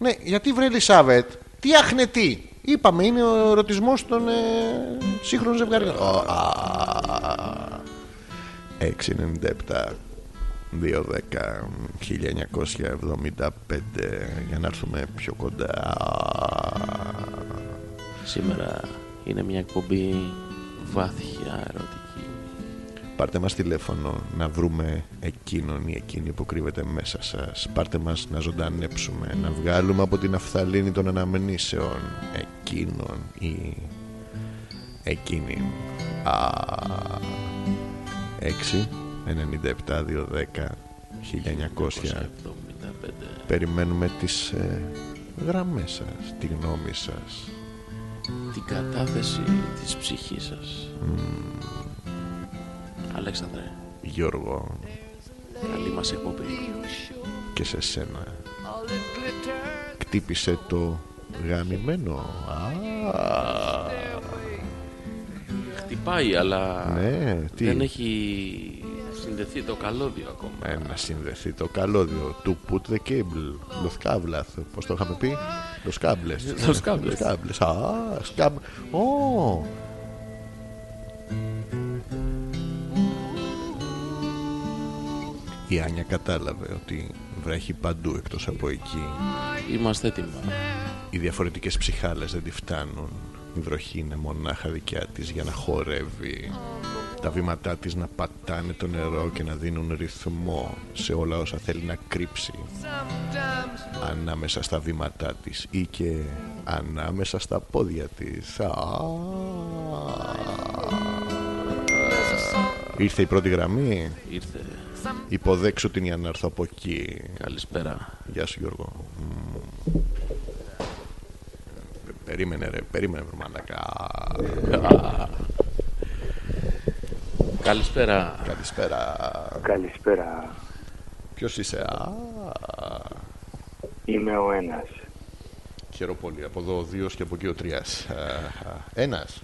S1: Ναι, γιατί βρε Ελισάβετ, τι αχνετή. Είπαμε, είναι ο ερωτισμός των ε, σύγχρονων ζευγαριών. Ω, α. 697 210 1975 για να έρθουμε πιο κοντά.
S2: Σήμερα είναι μια εκπομπή βάθια ερωτική.
S1: Πάρτε μας τηλέφωνο να βρούμε εκείνον ή εκείνη που κρύβεται μέσα σας. Πάρτε μας να ζωντανέψουμε, να βγάλουμε από την αυθαλήνη των αναμνήσεων εκείνον ή εκείνη. Α, 6, 97, 210, 1900.
S2: 75.
S1: Περιμένουμε τις ε, γραμμές σας, τη γνώμη σας.
S2: Την κατάθεση της ψυχής σας. Αλέξανδρε,
S1: Γιώργο
S2: καλή μας εκπομπή.
S1: και σε σένα. Κτύπησε το γαμημένο. Α,
S2: Χτυπάει, αλλά
S1: Ναι, τι.
S2: δεν έχει συνδεθεί το καλώδιο ακόμα.
S1: Ε, να συνδεθεί το καλώδιο του put the cable. Los cables. Πώς το είχαμε πει, Los cables.
S2: Los cables.
S1: Los cables. Α, σκαμ. Ω. Η Άνια κατάλαβε ότι βρέχει παντού εκτός από εκεί.
S2: Είμαστε έτοιμοι.
S1: Οι διαφορετικές ψυχάλες δεν τη φτάνουν. Η βροχή είναι μονάχα δικιά της για να χορεύει. Τα βήματά της να πατάνε το νερό και να δίνουν ρυθμό σε όλα όσα θέλει να κρύψει. Ανάμεσα στα βήματά της ή και ανάμεσα στα πόδια της. Α. Ήρθε η πρώτη γραμμή.
S2: Ήρθε.
S1: Υποδέξου την για να έρθω από εκεί.
S2: Καλησπέρα.
S1: Γεια σου Γιώργο. Μμμ. Πε- Περίμενε ρε, περίμενε βρε μαλακά.
S2: Καλησπέρα.
S1: Καλησπέρα.
S13: Καλησπέρα.
S1: Ποιος είσαι, α,
S13: Είμαι ο ένας.
S1: χαίρο πολύ. Από εδώ ο δύο και από εκεί ο τρία. Ένας.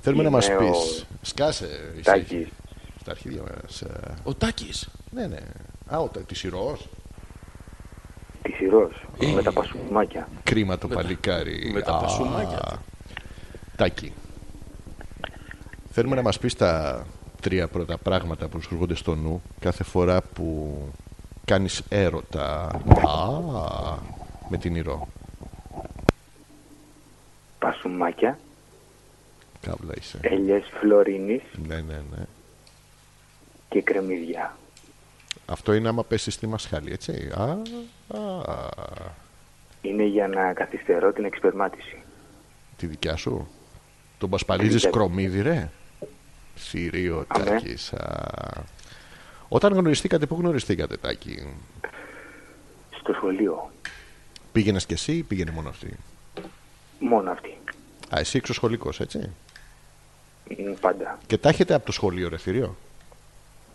S1: Θέλουμε να μας
S13: Είμαι
S1: πεις.
S13: ο
S1: Σκάσε. εσύ.
S13: Τάκης.
S1: Στα αρχίδια μας. ε.
S2: Ο Τάκης.
S1: Ναι, ναι. Α, ο, Τά- της Ηρώος.
S13: Τη Ηρώ. Με τα πασουμάκια.
S1: Κρίμα το παλικάρι.
S2: με τα
S1: Ε, Α,
S2: πασουμάκια.
S1: Τάκι. Θέλουμε να μας πεις τα τρία πρώτα πράγματα που σου έρχονται στο νου κάθε φορά που κάνεις έρωτα Α, με την ηρώ.
S13: Πασουμάκια.
S1: Καύλα είσαι.
S10: Ελιές Φλωρίνης
S1: Ναι, ναι, ναι.
S10: και κρεμμυδιά.
S1: Αυτό είναι άμα πέσεις στη μασχάλη, έτσι. Α, α,
S10: Είναι για να καθυστερώ την εξπερμάτιση.
S1: τη δικιά σου. Τον πασπαλίζεις κρομίδι, ρε. Σιρίο, Τάκη. Όταν γνωριστήκατε, πού γνωριστήκατε, Τάκη.
S10: Στο σχολείο.
S1: Πήγαινες κι εσύ ή πήγαινε μόνο αυτή.
S10: Μόνο αυτή.
S1: Α, εσύ εξωσχολικός, έτσι.
S10: Μ, Πάντα.
S1: Και τα έχετε από το σχολείο, ρε θηρίο.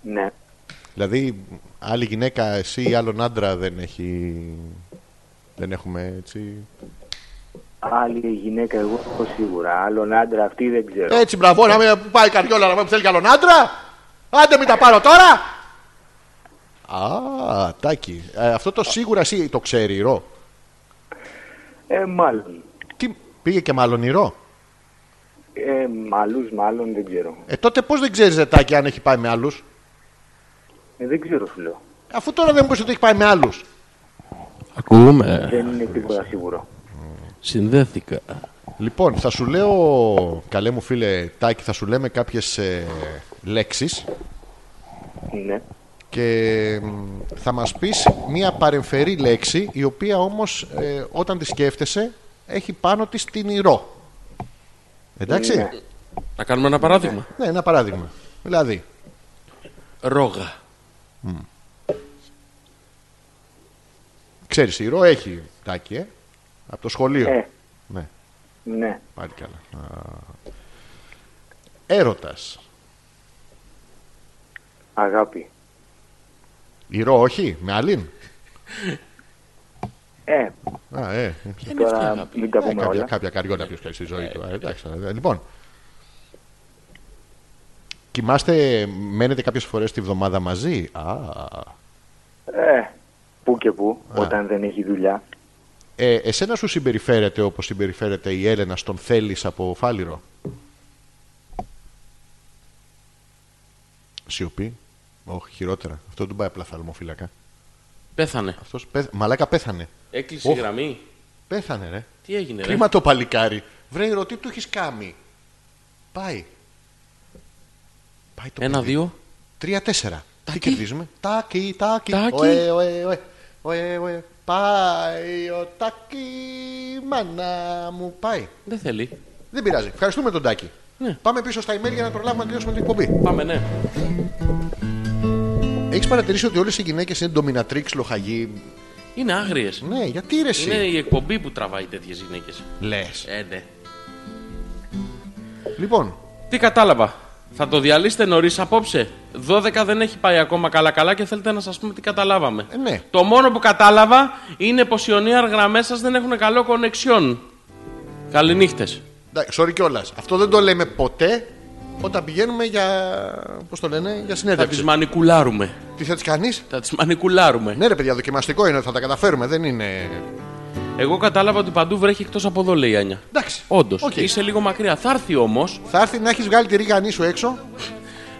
S10: Ναι.
S1: Δηλαδή, άλλη γυναίκα, εσύ ή άλλον άντρα δεν έχει. Δεν έχουμε έτσι.
S10: Άλλη γυναίκα εγώ έχω σίγουρα. Άλλον άντρα αυτή δεν ξέρω.
S1: Έτσι, μπραβό, να μην πάει η καριόλα να μην θέλει κι άλλον άντρα. Άντε, μην τα πάρω τώρα. Α, τάκι. Ε, αυτό το σίγουρα εσύ το ξέρει, ρο.
S10: Ε, μάλλον.
S1: Τι, πήγε και μάλλον η ρο.
S10: Ε, μάλλους, μάλλον δεν ξέρω.
S1: Ε, τότε πώς δεν ξέρεις, Τάκη, αν έχει πάει με άλλους.
S10: Ε, δεν ξέρω σου λέω.
S1: Αφού τώρα δεν μου πεις ότι έχεις πάει με άλλους.
S2: Ακούμε.
S10: Δεν είναι τίποτα σίγουρο.
S2: Συνδέθηκα.
S1: Λοιπόν, θα σου λέω, καλέ μου φίλε Τάκη, θα σου λέμε κάποιες ε, λέξεις
S10: Ναι.
S1: και μ, θα μας πεις μία παρεμφερή λέξη η οποία όμως ε, όταν τη σκέφτεσαι έχει πάνω της την ηρώ. Εντάξει.
S2: Ναι. Να κάνουμε ένα παράδειγμα.
S1: Ναι, ένα παράδειγμα. Δηλαδή,
S2: Ρόγα.
S1: ξέρεις, η ηρώ έχει Τάκη, ε, από το σχολείο.
S10: Ε.
S1: Ναι,
S10: Ναι.
S1: πάλι καλά. Α. Έρωτας.
S10: Αγάπη.
S1: Ηρώ, όχι, με άλλην.
S10: Ε,
S1: Α, ε, ε.
S10: τώρα μην τα
S1: Ε,
S10: πούμε
S1: κάποια,
S10: όλα.
S1: κάποια καριόλα ποιος κάνει στη ζωή του. Ε, εντάξει, ε, λοιπόν. Κοιμάστε, μένετε κάποιες φορές τη βδομάδα μαζί. Α,
S10: Ε, πού και πού, όταν δεν έχει δουλειά.
S1: ε, εσένα σου συμπεριφέρεται όπως συμπεριφέρεται η Έλενα στον Θέλης από Φάληρο. Σιωπή. Όχι, χειρότερα. Αυτό δεν πάει απλά θαλμοφύλακα.
S2: Πέθανε.
S1: Αυτός πέθ... Μαλάκα πέθανε.
S2: Έκλεισε η
S1: Ωχ.
S2: γραμμή.
S1: Πέθανε, ρε.
S2: Τι έγινε, ρε.
S1: Κρίμα το παλικάρι. Βρε, ρωτή του έχεις κάνει. Πάει. Πάει το
S2: Ένα,
S1: παιδί.
S2: δύο.
S1: Τρία-τέσσερα. Τι κερδίζουμε. Τάκι, τάκι.
S2: Τάκι.
S1: Ωε, ωε, ωε. Ωε, ωε. Πάει ο τάκι, μάνα μου πάει.
S2: Δεν θέλει.
S1: Δεν πειράζει. Ευχαριστούμε τον τάκι.
S2: Ναι.
S1: Πάμε πίσω στα email για να προλάβουμε να τελειώσουμε την εκπομπή.
S2: Πάμε, ναι.
S1: Έχεις παρατηρήσει ότι όλες οι γυναίκες είναι ντομινατρίξ, λοχαγή.
S2: Είναι άγριες.
S1: Ναι, γιατί ρε,
S2: Είναι
S1: εσύ.
S2: η εκπομπή που τραβάει τέτοιες γυναίκες.
S1: Λες.
S2: Ε, ναι.
S1: Λοιπόν,
S2: Τι κατάλαβα. Θα το διαλύσετε νωρίς απόψε. 12 δεν έχει πάει ακόμα καλά-καλά και θέλετε να σας πούμε τι καταλάβαμε.
S1: ε, ναι.
S2: Το μόνο που κατάλαβα είναι πως οι ονείρ γραμμές σας δεν έχουν καλό κονεξιόν. Καληνύχτες.
S1: Εντάξει, Sorry κιόλας. Αυτό δεν το λέμε ποτέ όταν πηγαίνουμε για. Πώς το λένε, για
S2: Θα τις
S1: συνέντευξη.
S2: μανικουλάρουμε.
S1: Τι θα τις κάνεις.
S2: Θα τις μανικουλάρουμε.
S1: Ναι, ρε παιδιά, δοκιμαστικό είναι ότι θα τα καταφέρουμε. Δεν είναι.
S2: Εγώ κατάλαβα ότι παντού βρέχει εκτός από εδώ, λέει η Άνια.
S1: Εντάξει.
S2: Όντως.
S1: Οκ.
S2: Είσαι λίγο μακριά. Θα έρθει όμως
S1: Θα έρθει να έχεις βγάλει τη ρίγανή σου έξω.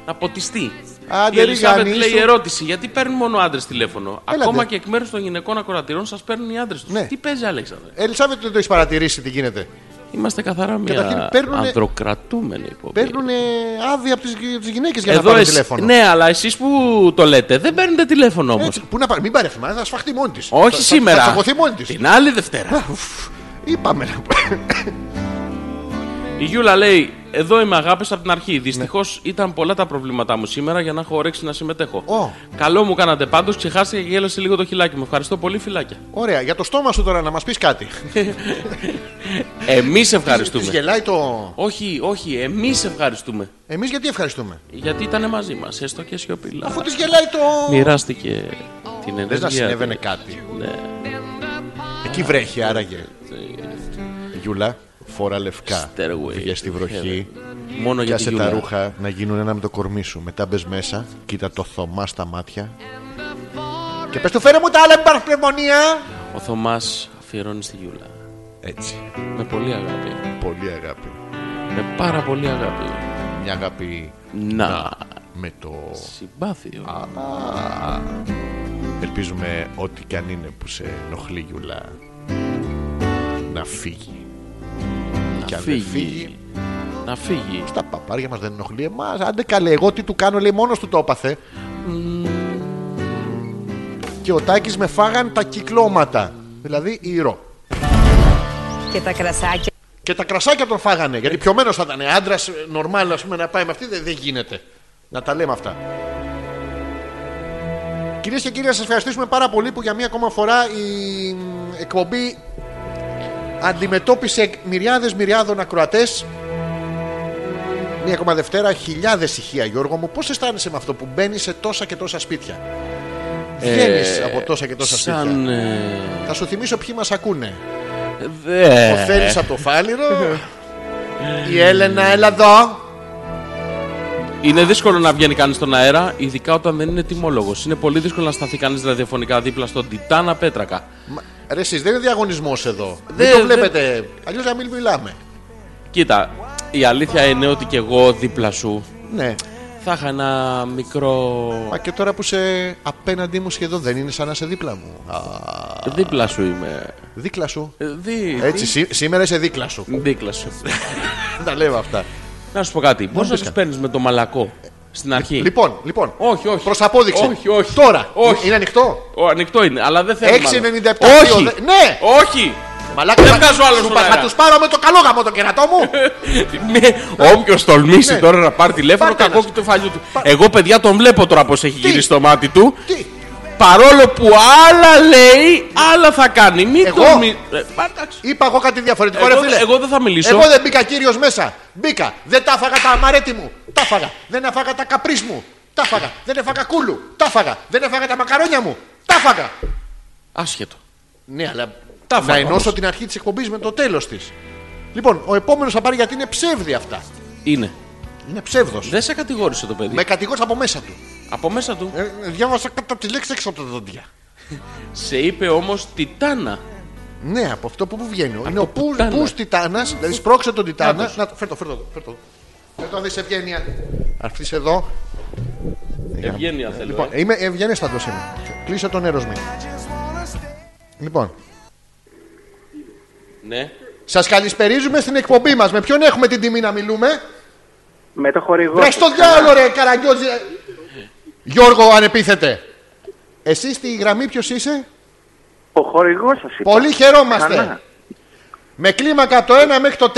S2: να ποτιστεί.
S1: Άντε,
S2: η Ελισάβετ
S1: Ρίγανη,
S2: λέει
S1: ήσου.
S2: ερώτηση: Γιατί παίρνουν μόνο άντρες τηλέφωνο.
S1: Έλατε.
S2: Ακόμα και εκ μέρους των γυναικών ακροατηρών σας παίρνουν οι άντρες τους.
S1: Ναι.
S2: Τι παίζει, Αλέξανδρε.
S1: Ελισάβετ, δεν το έχεις παρατηρήσει τι γίνεται.
S2: Είμαστε καθαρά
S1: Καταρχήν
S2: μια
S1: παίρνουνε-
S2: ανδροκρατούμενη εκπομπή.
S1: Παίρνουν άδεια από τις γυναίκες για να
S2: Εδώ
S1: πάρουν
S2: εσ-
S1: τηλέφωνο.
S2: Ναι, αλλά εσείς που το λέτε δεν παίρνετε τηλέφωνο όμως.
S1: Έτσι, πού να πάρει, μην πάρει αφημά, θα σφαχτεί μόνη της.
S2: Όχι
S1: θα,
S2: σήμερα.
S1: Θα τσακωθεί μόνη της.
S2: Την άλλη Δευτέρα.
S1: Είπαμε να
S2: Η Γιούλα λέει: Εδώ είμαι αγάπης από την
S1: Ναι.
S2: αρχή. Δυστυχώς ήταν πολλά τα προβλήματά μου σήμερα για να έχω όρεξη να συμμετέχω.
S1: Ω.
S2: Καλό μου κάνατε πάντως, ξεχάστηκα και γέλασε λίγο το χιλάκι μου. Ευχαριστώ πολύ, φυλάκια.
S1: Ωραία, για το στόμα σου τώρα να μας πεις κάτι.
S2: Εμείς
S1: Τη
S2: ευχαριστούμε.
S1: γελάει το.
S2: όχι, όχι, εμείς ευχαριστούμε.
S1: Εμείς γιατί ευχαριστούμε.
S2: Γιατί ήταν μαζί μας, έστω και σιωπηλά.
S1: Αφού της γελάει το.
S2: Μοιράστηκε την ενέργεια.
S1: Δεν να
S2: του.
S1: συνέβαινε κάτι.
S2: Ναι,
S1: Εκεί βρέχει άραγε. Γιούλα, φόρα λευκά.
S2: Stairway
S1: Βγες στη
S2: to
S1: βροχή.
S2: μόνο για
S1: Πιάσε
S2: την
S1: τα
S2: Γιούλα.
S1: ρούχα να γίνουν ένα με το κορμί σου. Μετά μπες μέσα, κοίτα το θωμά στα μάτια. Και πες του φέρε μου τα άλλα, μην πάρεις πνευμονία.
S2: Ο Θωμάς αφιερώνει στη Γιούλα.
S1: Έτσι.
S2: Με πολύ αγάπη.
S1: Πολύ αγάπη.
S2: Με πάρα πολύ αγάπη.
S1: Μια αγάπη
S2: Να.
S1: με το.
S2: Συμπάθειο.
S1: Α. Ελπίζουμε ό,τι κι αν είναι που σε ενοχλεί, Γιούλα, να φύγει.
S2: να
S1: και αν δεν φύγει,
S2: Να φύγει.
S1: Στα παπάρια μας δεν ενοχλεί εμάς. Άντε καλέ, εγώ τι του κάνω, λέει μόνος του το έπαθε. Και ο Τάκης με φάγαν τα κυκλώματα. Δηλαδή ήρω.
S8: Και τα κρασάκια.
S1: Και τα κρασάκια τον φάγανε. Γιατί πιωμένος θα ήταν. Άντρας, νορμάλ, ας πούμε, να πάει με αυτή δεν, δεν γίνεται. Να τα λέμε αυτά. Κυρίες και κύριοι, να σας ευχαριστήσουμε πάρα πολύ που για μία ακόμα φορά η μ, εκπομπή αντιμετώπισε μυριάδες μυριάδων ακροατές. Μία ακόμα Δευτέρα, χιλιάδες ηχεία, Γιώργο μου. Πώς αισθάνεσαι με αυτό που μπαίνεις σε τόσα και τόσα σπίτια.
S2: Ε,
S1: Βγαίνει από τόσα και τόσα
S2: σαν,
S1: σπίτια.
S2: ε,
S1: Θα σου θυμίσω ποιοι μας ακούνε.
S2: Δε.
S1: Ε, Ο Θέλης από το Φάληρο. η Έλενα, έλα εδώ.
S2: Είναι δύσκολο να βγαίνει κανείς στον αέρα, ειδικά όταν δεν είναι τιμόλογος. Είναι πολύ δύσκολο να σταθεί κανείς ραδιοφωνικά δίπλα στον Τιτάνα Πέτρακα.
S1: Ρε εσείς, δεν είναι διαγωνισμός εδώ.
S2: Δε-
S1: Δεν το
S2: δε-
S1: βλέπετε. Αλλιώς να μην μιλάμε.
S2: Κοίτα, η αλήθεια είναι ότι και εγώ δίπλα σου
S1: Ναι.
S2: θα είχα ένα μικρό.
S1: Μα και τώρα που είσαι απέναντί μου σχεδόν δεν είναι σαν να είσαι δίπλα μου. Α,
S2: Δίπλα σου είμαι. Ε,
S1: δίκλα σου.
S2: Δί...
S1: Έτσι,
S2: δί-
S1: σή- σήμερα είσαι δίκλα σου.
S2: Δίκλα σου. Ναι.
S1: Τα λέμε αυτά.
S2: Να σου πω κάτι. Πώ να
S1: πεις
S2: του
S1: κάτι.
S2: παίρνεις με το μαλακό στην αρχή.
S1: Λοιπόν, λοιπόν.
S2: Ε. Όχι, όχι.
S1: Προς απόδειξη.
S2: Όχι, όχι.
S1: Τώρα.
S2: Όχι.
S1: Είναι ανοιχτό.
S2: Ο, ανοιχτό είναι, αλλά δεν θέλω.
S1: 6,97.
S2: Όχι!
S1: δύο, δε- Ναι.
S2: Όχι!
S1: Μαλάκα,
S2: Δεν
S1: θα-
S2: βγάζω άλλο
S1: σου
S2: στον
S1: πα-
S2: αέρα.
S1: Θα τους πάρω με το καλό γαμό το κερατό μου.
S2: Όποιο Ναι, τολμήσει
S1: Ναι.
S2: τώρα να πάρει τηλέφωνο, κακό και το φάλιου του. Εγώ, παιδιά, τον βλέπω τώρα πώς έχει γυρίσει το μάτι του. Παρόλο που άλλα λέει, άλλα θα κάνει. Μην
S1: Εγώ?
S2: τολμη-
S1: Είπα εγώ κάτι διαφορετικό,
S2: Ε, Εγώ-
S1: ρε φίλε.
S2: εγώ δεν θα μιλήσω.
S1: Εγώ δεν μπήκα κύριος μέσα. Μπήκα. Δεν τα φάγα τα αμαρέτη μου. Τα φάγα. Δεν έφαγα τα καπρίς μου. Τα φάγα. Δεν έφαγα κούλου. Τα φάγα. Δεν έφαγα τα μακαρόνια μου. Τα φάγα.
S2: Άσχετο.
S1: Ναι, αλλά.
S2: Τα
S1: να
S2: φάγα
S1: ενώσω
S2: όμως.
S1: την αρχή της εκπομπής με το τέλος της. Λοιπόν, ο επόμενος θα πάρει γιατί είναι ψεύδι αυτά.
S2: Είναι.
S1: Είναι ψεύδος.
S2: Δεν σε κατηγόρησε το παιδί.
S1: Με κατηγόρησε από μέσα του.
S2: Από μέσα του.
S1: Ε, διάβασα κατά τη λέξη έξω από τα δόντια.
S2: Σε είπε όμως Τιτάνα.
S1: Ναι, από αυτό που, που βγαίνει. είναι ο πού
S2: πουτάνα.
S1: Τιτάνας, δηλαδή σπρώξε τον Τιτάνα.
S2: Κάτω.
S1: Να το φέρτο, φέρτο. φέρτο. Φέρτο, αν δεις ευγένεια. Αρθεί εδώ.
S2: Ευγένεια θέλω.
S1: Λοιπόν,
S2: ε.
S1: είμαι ευγενέστατος είμαι. Κλείσε τον έρος μου. Λοιπόν, ε-
S2: Ναι.
S1: σας καλησπερίζουμε στην εκπομπή μας. Με ποιον έχουμε την τιμή να μιλούμε.
S9: Με το χορηγό.
S1: Ρε
S9: σας,
S1: στο
S9: ξανά.
S1: διάλογο, ρε καραγκιόζη. ε. Γιώργο, ανεπίθετε. Εσύ στη γραμμή ποιος είσαι.
S9: Ο χορηγός σας είπα.
S1: Πολύ χαιρόμαστε.
S9: Ξανά.
S1: Με κλίμακα από το 1 μέχρι το 4,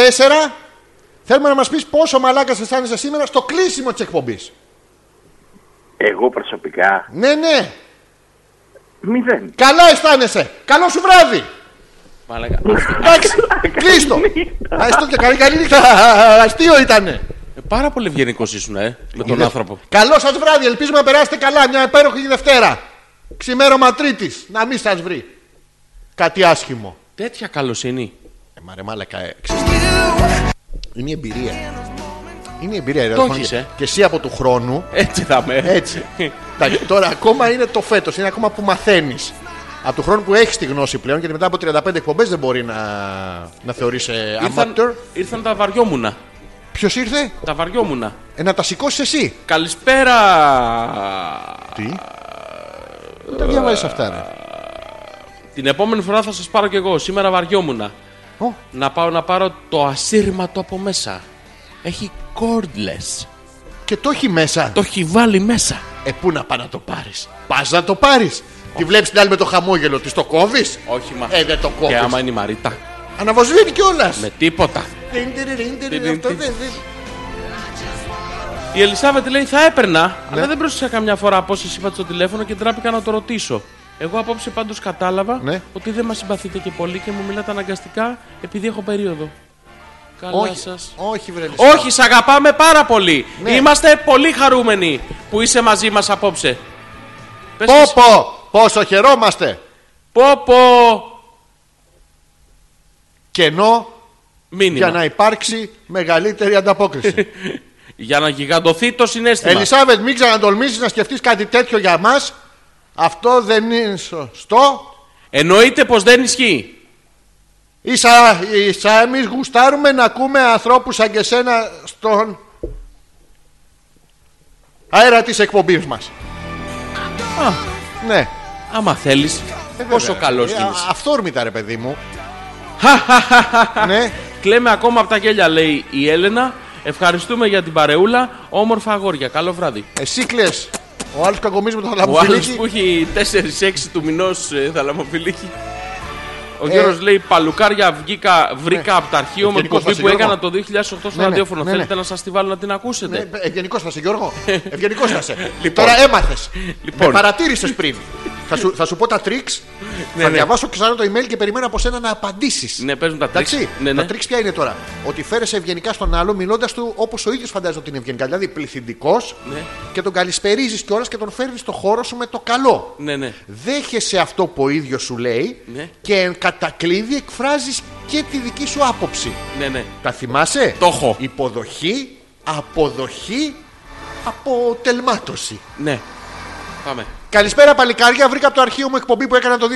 S1: θέλουμε να μας πεις πόσο μαλάκας αισθάνεσαι σήμερα στο κλείσιμο της εκπομπής.
S9: Εγώ προσωπικά.
S1: Ναι, ναι.
S9: Μηδέν.
S1: Καλά αισθάνεσαι. Καλό σου βράδυ.
S2: Μαλάκα.
S1: Εντάξει. Κλείστο. Αστείο και καλή, καλή νύχτα. Αστείο ήτανε.
S2: Ε, Πάρα πολύ ευγενικός ήσουν, ε, με τον άνθρωπο.
S1: Καλό σας βράδυ. Ελπίζουμε να περάσετε καλά. Μια υπέροχη Δευτέρα. Ξημέρωμα Τρίτης. Να μην σας βρει. Κάτι άσχημο.
S2: Τέτοια καλοσύνη.
S1: Ε, μα ρε μάλακα, ε, ξέρεις τι. Είναι η εμπειρία. Είναι η εμπειρία. ρε,
S2: Το
S1: ρε,
S2: έχεις, ε.
S1: Και εσύ από του χρόνου.
S2: Έτσι θα με.
S1: Έτσι. Εντάξει, τώρα ακόμα είναι το φέτος. Είναι ακόμα που μαθαίνεις. Από του χρόνου που έχεις τη γνώση πλέον, γιατί μετά από 35 εκπομπές δεν μπορεί να, να θεωρήσει
S2: Ήρθαν,
S1: amateur.
S2: ήρθαν τα βαριόμουνα.
S1: Ποιος ήρθε,
S2: Τα βαριόμουνα.
S1: ε, να τα σηκώσεις εσύ.
S2: Καλησπέρα.
S1: Τι. Δεν τα διαβάζει αυτά, ρε.
S2: Την επόμενη φορά θα σας πάρω κι εγώ. Σήμερα βαριόμουνα.
S1: Ω.
S2: Να πάω να πάρω το ασύρματο από μέσα. Έχει cordless.
S1: Και το έχει μέσα.
S2: Το έχει βάλει μέσα.
S1: Ε, πού να πά να το πάρεις. Πας να το πάρεις. Τη βλέπεις την άλλη με το χαμόγελο της, το κόβεις.
S2: Όχι μα.
S1: Ε, δεν το
S2: και άμα
S1: κόβει.
S2: είναι η Μαρίτα.
S1: Αναβοσβήνει κιόλας.
S2: Με τίποτα. Τιν,
S1: Αυτό δεν.
S2: τιν,
S1: δεν-
S2: Η Ελισάβετ λέει θα έπαιρνα,
S1: Ναι.
S2: αλλά δεν πρόσεξα καμιά φορά πώ σα είπα στο τηλέφωνο και τράπηκα να το ρωτήσω. Εγώ απόψε πάντως κατάλαβα
S1: Ναι.
S2: ότι δεν μας συμπαθείτε και πολύ και μου μιλάτε αναγκαστικά επειδή έχω περίοδο. Καλά
S1: Όχι,
S2: σας.
S1: όχι, βρε. Ελισάβετ.
S2: Όχι, σε αγαπάμε πάρα πολύ.
S1: Ναι.
S2: Είμαστε πολύ χαρούμενοι που είσαι μαζί μας απόψε. Πες μας.
S1: Πω, πω, πόσο χαιρόμαστε.
S2: πω, πω.
S1: Κενό
S2: Μήνυμα.
S1: για να υπάρξει μεγαλύτερη ανταπόκριση.
S2: γιγαντωθεί το συνέστημα.
S1: Ελισάβετ, μην ξανατολμήσεις να σκεφτείς κάτι τέτοιο για μας. Αυτό δεν είναι σωστό.
S2: Εννοείται πως δεν ισχύει.
S1: Ίσα, ίσα εμείς γουστάρουμε να ακούμε ανθρώπους σαν και σένα στον αέρα της εκπομπής μας. Ναι.
S2: Άμα θέλεις, πόσο καλός
S1: Ε,
S2: είναι.
S1: α- Αυθόρμητα ρε παιδί μου. ναι.
S2: Κλαίμε ακόμα από τα γέλια, λέει η Έλενα. Ευχαριστούμε για την παρεούλα. Όμορφα αγόρια. Καλό βράδυ.
S1: Εσύ κλες. Ο άλλος κακομίζεις με το
S2: Ο άλλος
S1: θαλαμοφιλίκι.
S2: που έχει 4-6 του μηνός θαλαμοφιλίκι. Ο
S1: Ε.
S2: Γιώργος λέει: Παλουκάρια βγήκα,
S1: Ναι.
S2: βρήκα από τα αρχείο με την
S1: Ευγενικός
S2: κοπή
S1: θα
S2: που
S1: σε,
S2: έκανα
S1: Γιώργο.
S2: το 2008 στο
S1: Ναι, ναι,
S2: ραδιόφωνο.
S1: ναι, ναι.
S2: Θέλετε να σας τη βάλω να την ακούσετε.
S1: Ναι, ευγενικό θα σε, Γιώργο. Ευγενικός θα σε.
S2: Λοιπόν.
S1: Τώρα έμαθες.
S2: Λοιπόν.
S1: Με παρατήρησες πριν. θα, σου, θα σου πω τα τρίξ.
S2: Ναι,
S1: θα
S2: ναι.
S1: διαβάσω ξανά το email και περιμένω από σένα να απαντήσεις.
S2: Ναι, παίζουν τα
S1: Εντάξει.
S2: τρίξ. Ναι, ναι.
S1: Τα τρίξ ποια είναι τώρα. Ότι φέρεσαι ευγενικά στον άλλο μιλώντας του όπως ο ίδιος φαντάζεται ότι είναι ευγενικά. Δηλαδή πληθυντικός
S2: Ναι.
S1: και τον καλησπερίζεις κιόλας και τον φέρνεις στο χώρο σου με το καλό.
S2: Ναι, ναι.
S1: Δέχεσαι αυτό που ο ίδιος σου λέει
S2: Ναι.
S1: και εν κατακλείδη εκφράζεις και τη δική σου άποψη.
S2: Ναι, ναι.
S1: Τα θυμάσαι.
S2: Το έχω.
S1: Υποδοχή, αποδοχή, αποτελμάτωση.
S2: Ναι. Πάμε.
S1: Καλησπέρα παλικάρια, βρήκα από το αρχείο μου εκπομπή που έκανα το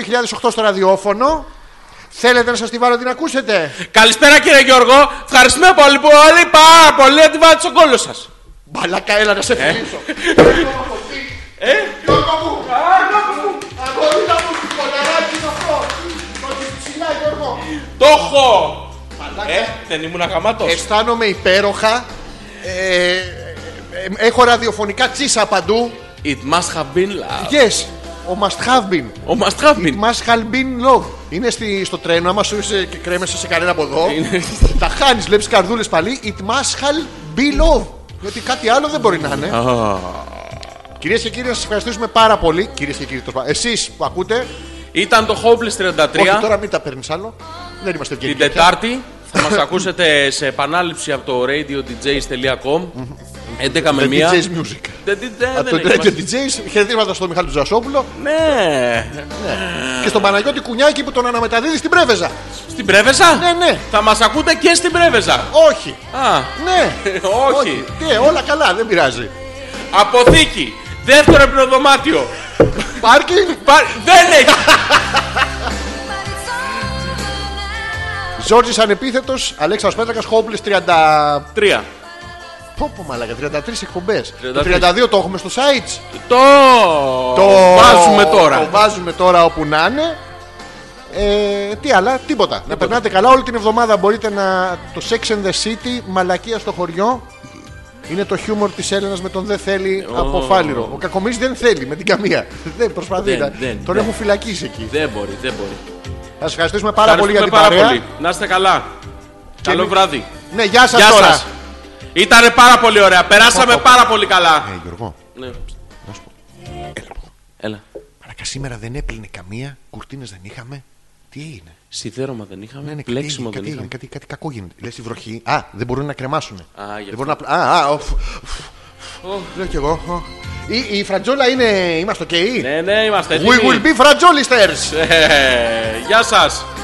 S1: 2008 στο ραδιόφωνο. Θέλετε να σας τη βάλω την ακούσετε.
S2: Καλησπέρα κύριε Γιώργο. Ευχαριστούμε πολύ, πολύ πάρα πολύ. Αντιβάτε τον κόλλο σας.
S1: Μπαλάκα, έλα να σε φιλήσω. Ε. Γιώργο μου, αγόριλα μου, κονταράκι είναι αυτό. Το έχεις ψηλά Γιώργο.
S2: Το έχω! Ε, δεν ήμουν αγαμάτο.
S1: Ε, Αισθάνομαι υπέροχα. Ε, ε, ε, έχω ραδιοφωνικά τσίσα παντού.
S2: It must have been love.
S1: Yes, ο must have been.
S2: Ο must have been.
S1: It must have been love. Είναι στη, στο τρένο, άμα σου είσαι και κρέμεσαι σε κανένα από εδώ,
S2: Είναι-
S1: τα χάνεις, βλέπεις καρδούλες παλί. It must have been love. Γιατί κάτι άλλο δεν μπορεί να είναι. Κυρίες και κύριοι, σας ευχαριστούμε πάρα πολύ. Κυρίες και κύριοι, εσείς που ακούτε.
S2: Ήταν το Hopeless 33.
S1: Όχι, τώρα μην τα παίρνεις άλλο. Δεν είμαστε
S2: Την
S1: ευγενικοί.
S2: Τετάρτη θα μας ακούσετε σε επανάληψη από το radiodjs.com 11 με
S1: The
S2: 1.
S1: DJ's Music.
S2: Δεν- δεν- δεν
S1: Από το
S2: έχει
S1: Radio
S2: μας-
S1: DJs, χαιρετίσματα στον Μιχάλη Τζασόπουλο
S2: Ναι.
S1: και στον Παναγιώτη Κουνιάκη που τον αναμεταδίδει στην Πρέβεζα.
S2: Στην Πρέβεζα.
S1: Ναι, ναι,
S2: Θα μας ακούτε και στην Πρέβεζα.
S1: όχι,
S2: Α,
S1: ναι.
S2: Ε, όχι.
S1: Ναι, όλα καλά, δεν πειράζει.
S2: Αποθήκη. Δεύτερο επνοδωμάτιο.
S1: Πάρκινγκ,
S2: Πα- Δεν έχει.
S1: Ζόρτζη ανεπίθετο, Αλέξα Πέτρακα, Χόμπλε 30.
S2: Τρία.
S1: Πω πω μαλάκα, 33 εκπομπές. Το
S2: 33.
S1: 32 το έχουμε στο site.
S2: Το... βάζουμε τώρα.
S1: Το βάζουμε τώρα όπου να είναι. Ε, τι άλλα, τίποτα. Να περνάτε καλά όλη την εβδομάδα. Μπορείτε να. Το Sex and the City, μαλακία στο χωριό. Είναι το χιούμορ της Έλενα με τον δεν θέλει από φάληρο. Ο Κακομίρη δεν θέλει με την καμία. Δεν προσπαθεί.
S2: Δεν,
S1: να-
S2: δεν,
S1: τον
S2: δεν.
S1: έχουν φυλακίσει εκεί.
S2: Δεν μπορεί, δεν μπορεί.
S1: Θα σα ευχαριστούμε πάρα πολύ για την
S2: Ευχαριστούμε
S1: παρέα.
S2: πολύ. Να είστε καλά. Καλό
S1: εμείς.
S2: βράδυ.
S1: Ναι, γεια σας
S2: Γεια
S1: τώρα.
S2: σας. Ήτανε πάρα πολύ ωραία. Περάσαμε πάρα πολύ καλά.
S1: Ε, Γιώργο,
S2: Ναι.
S1: να σου πω.
S2: Έλα.
S1: Μαρακα, σήμερα δεν έπλυνε καμία, κουρτίνες δεν είχαμε. Τι έγινε.
S2: Σιδέρωμα δεν είχαμε.
S1: Ναι, ναι, κάτι, έγινε,
S2: Ε, πλέξιμο
S1: κάτι,
S2: δεν
S1: έγινε,
S2: είχαμε.
S1: κάτι, κάτι κακό γίνεται. Λες η βροχή. Α, δεν μπορούν να κρεμάσουν.
S2: γι'
S1: δεν
S2: αυτό.
S1: μπορούν να. πλ- Α, α, οφ, οφ. Λέω κι εγώ. οχ. Η, η φρατζόλα είναι. Είμαστε οκ.
S2: Ναι, ναι, είμαστε
S1: We
S2: έτοιμοι.
S1: will be φρατζόλιστers.
S2: Ε, Γεια σας.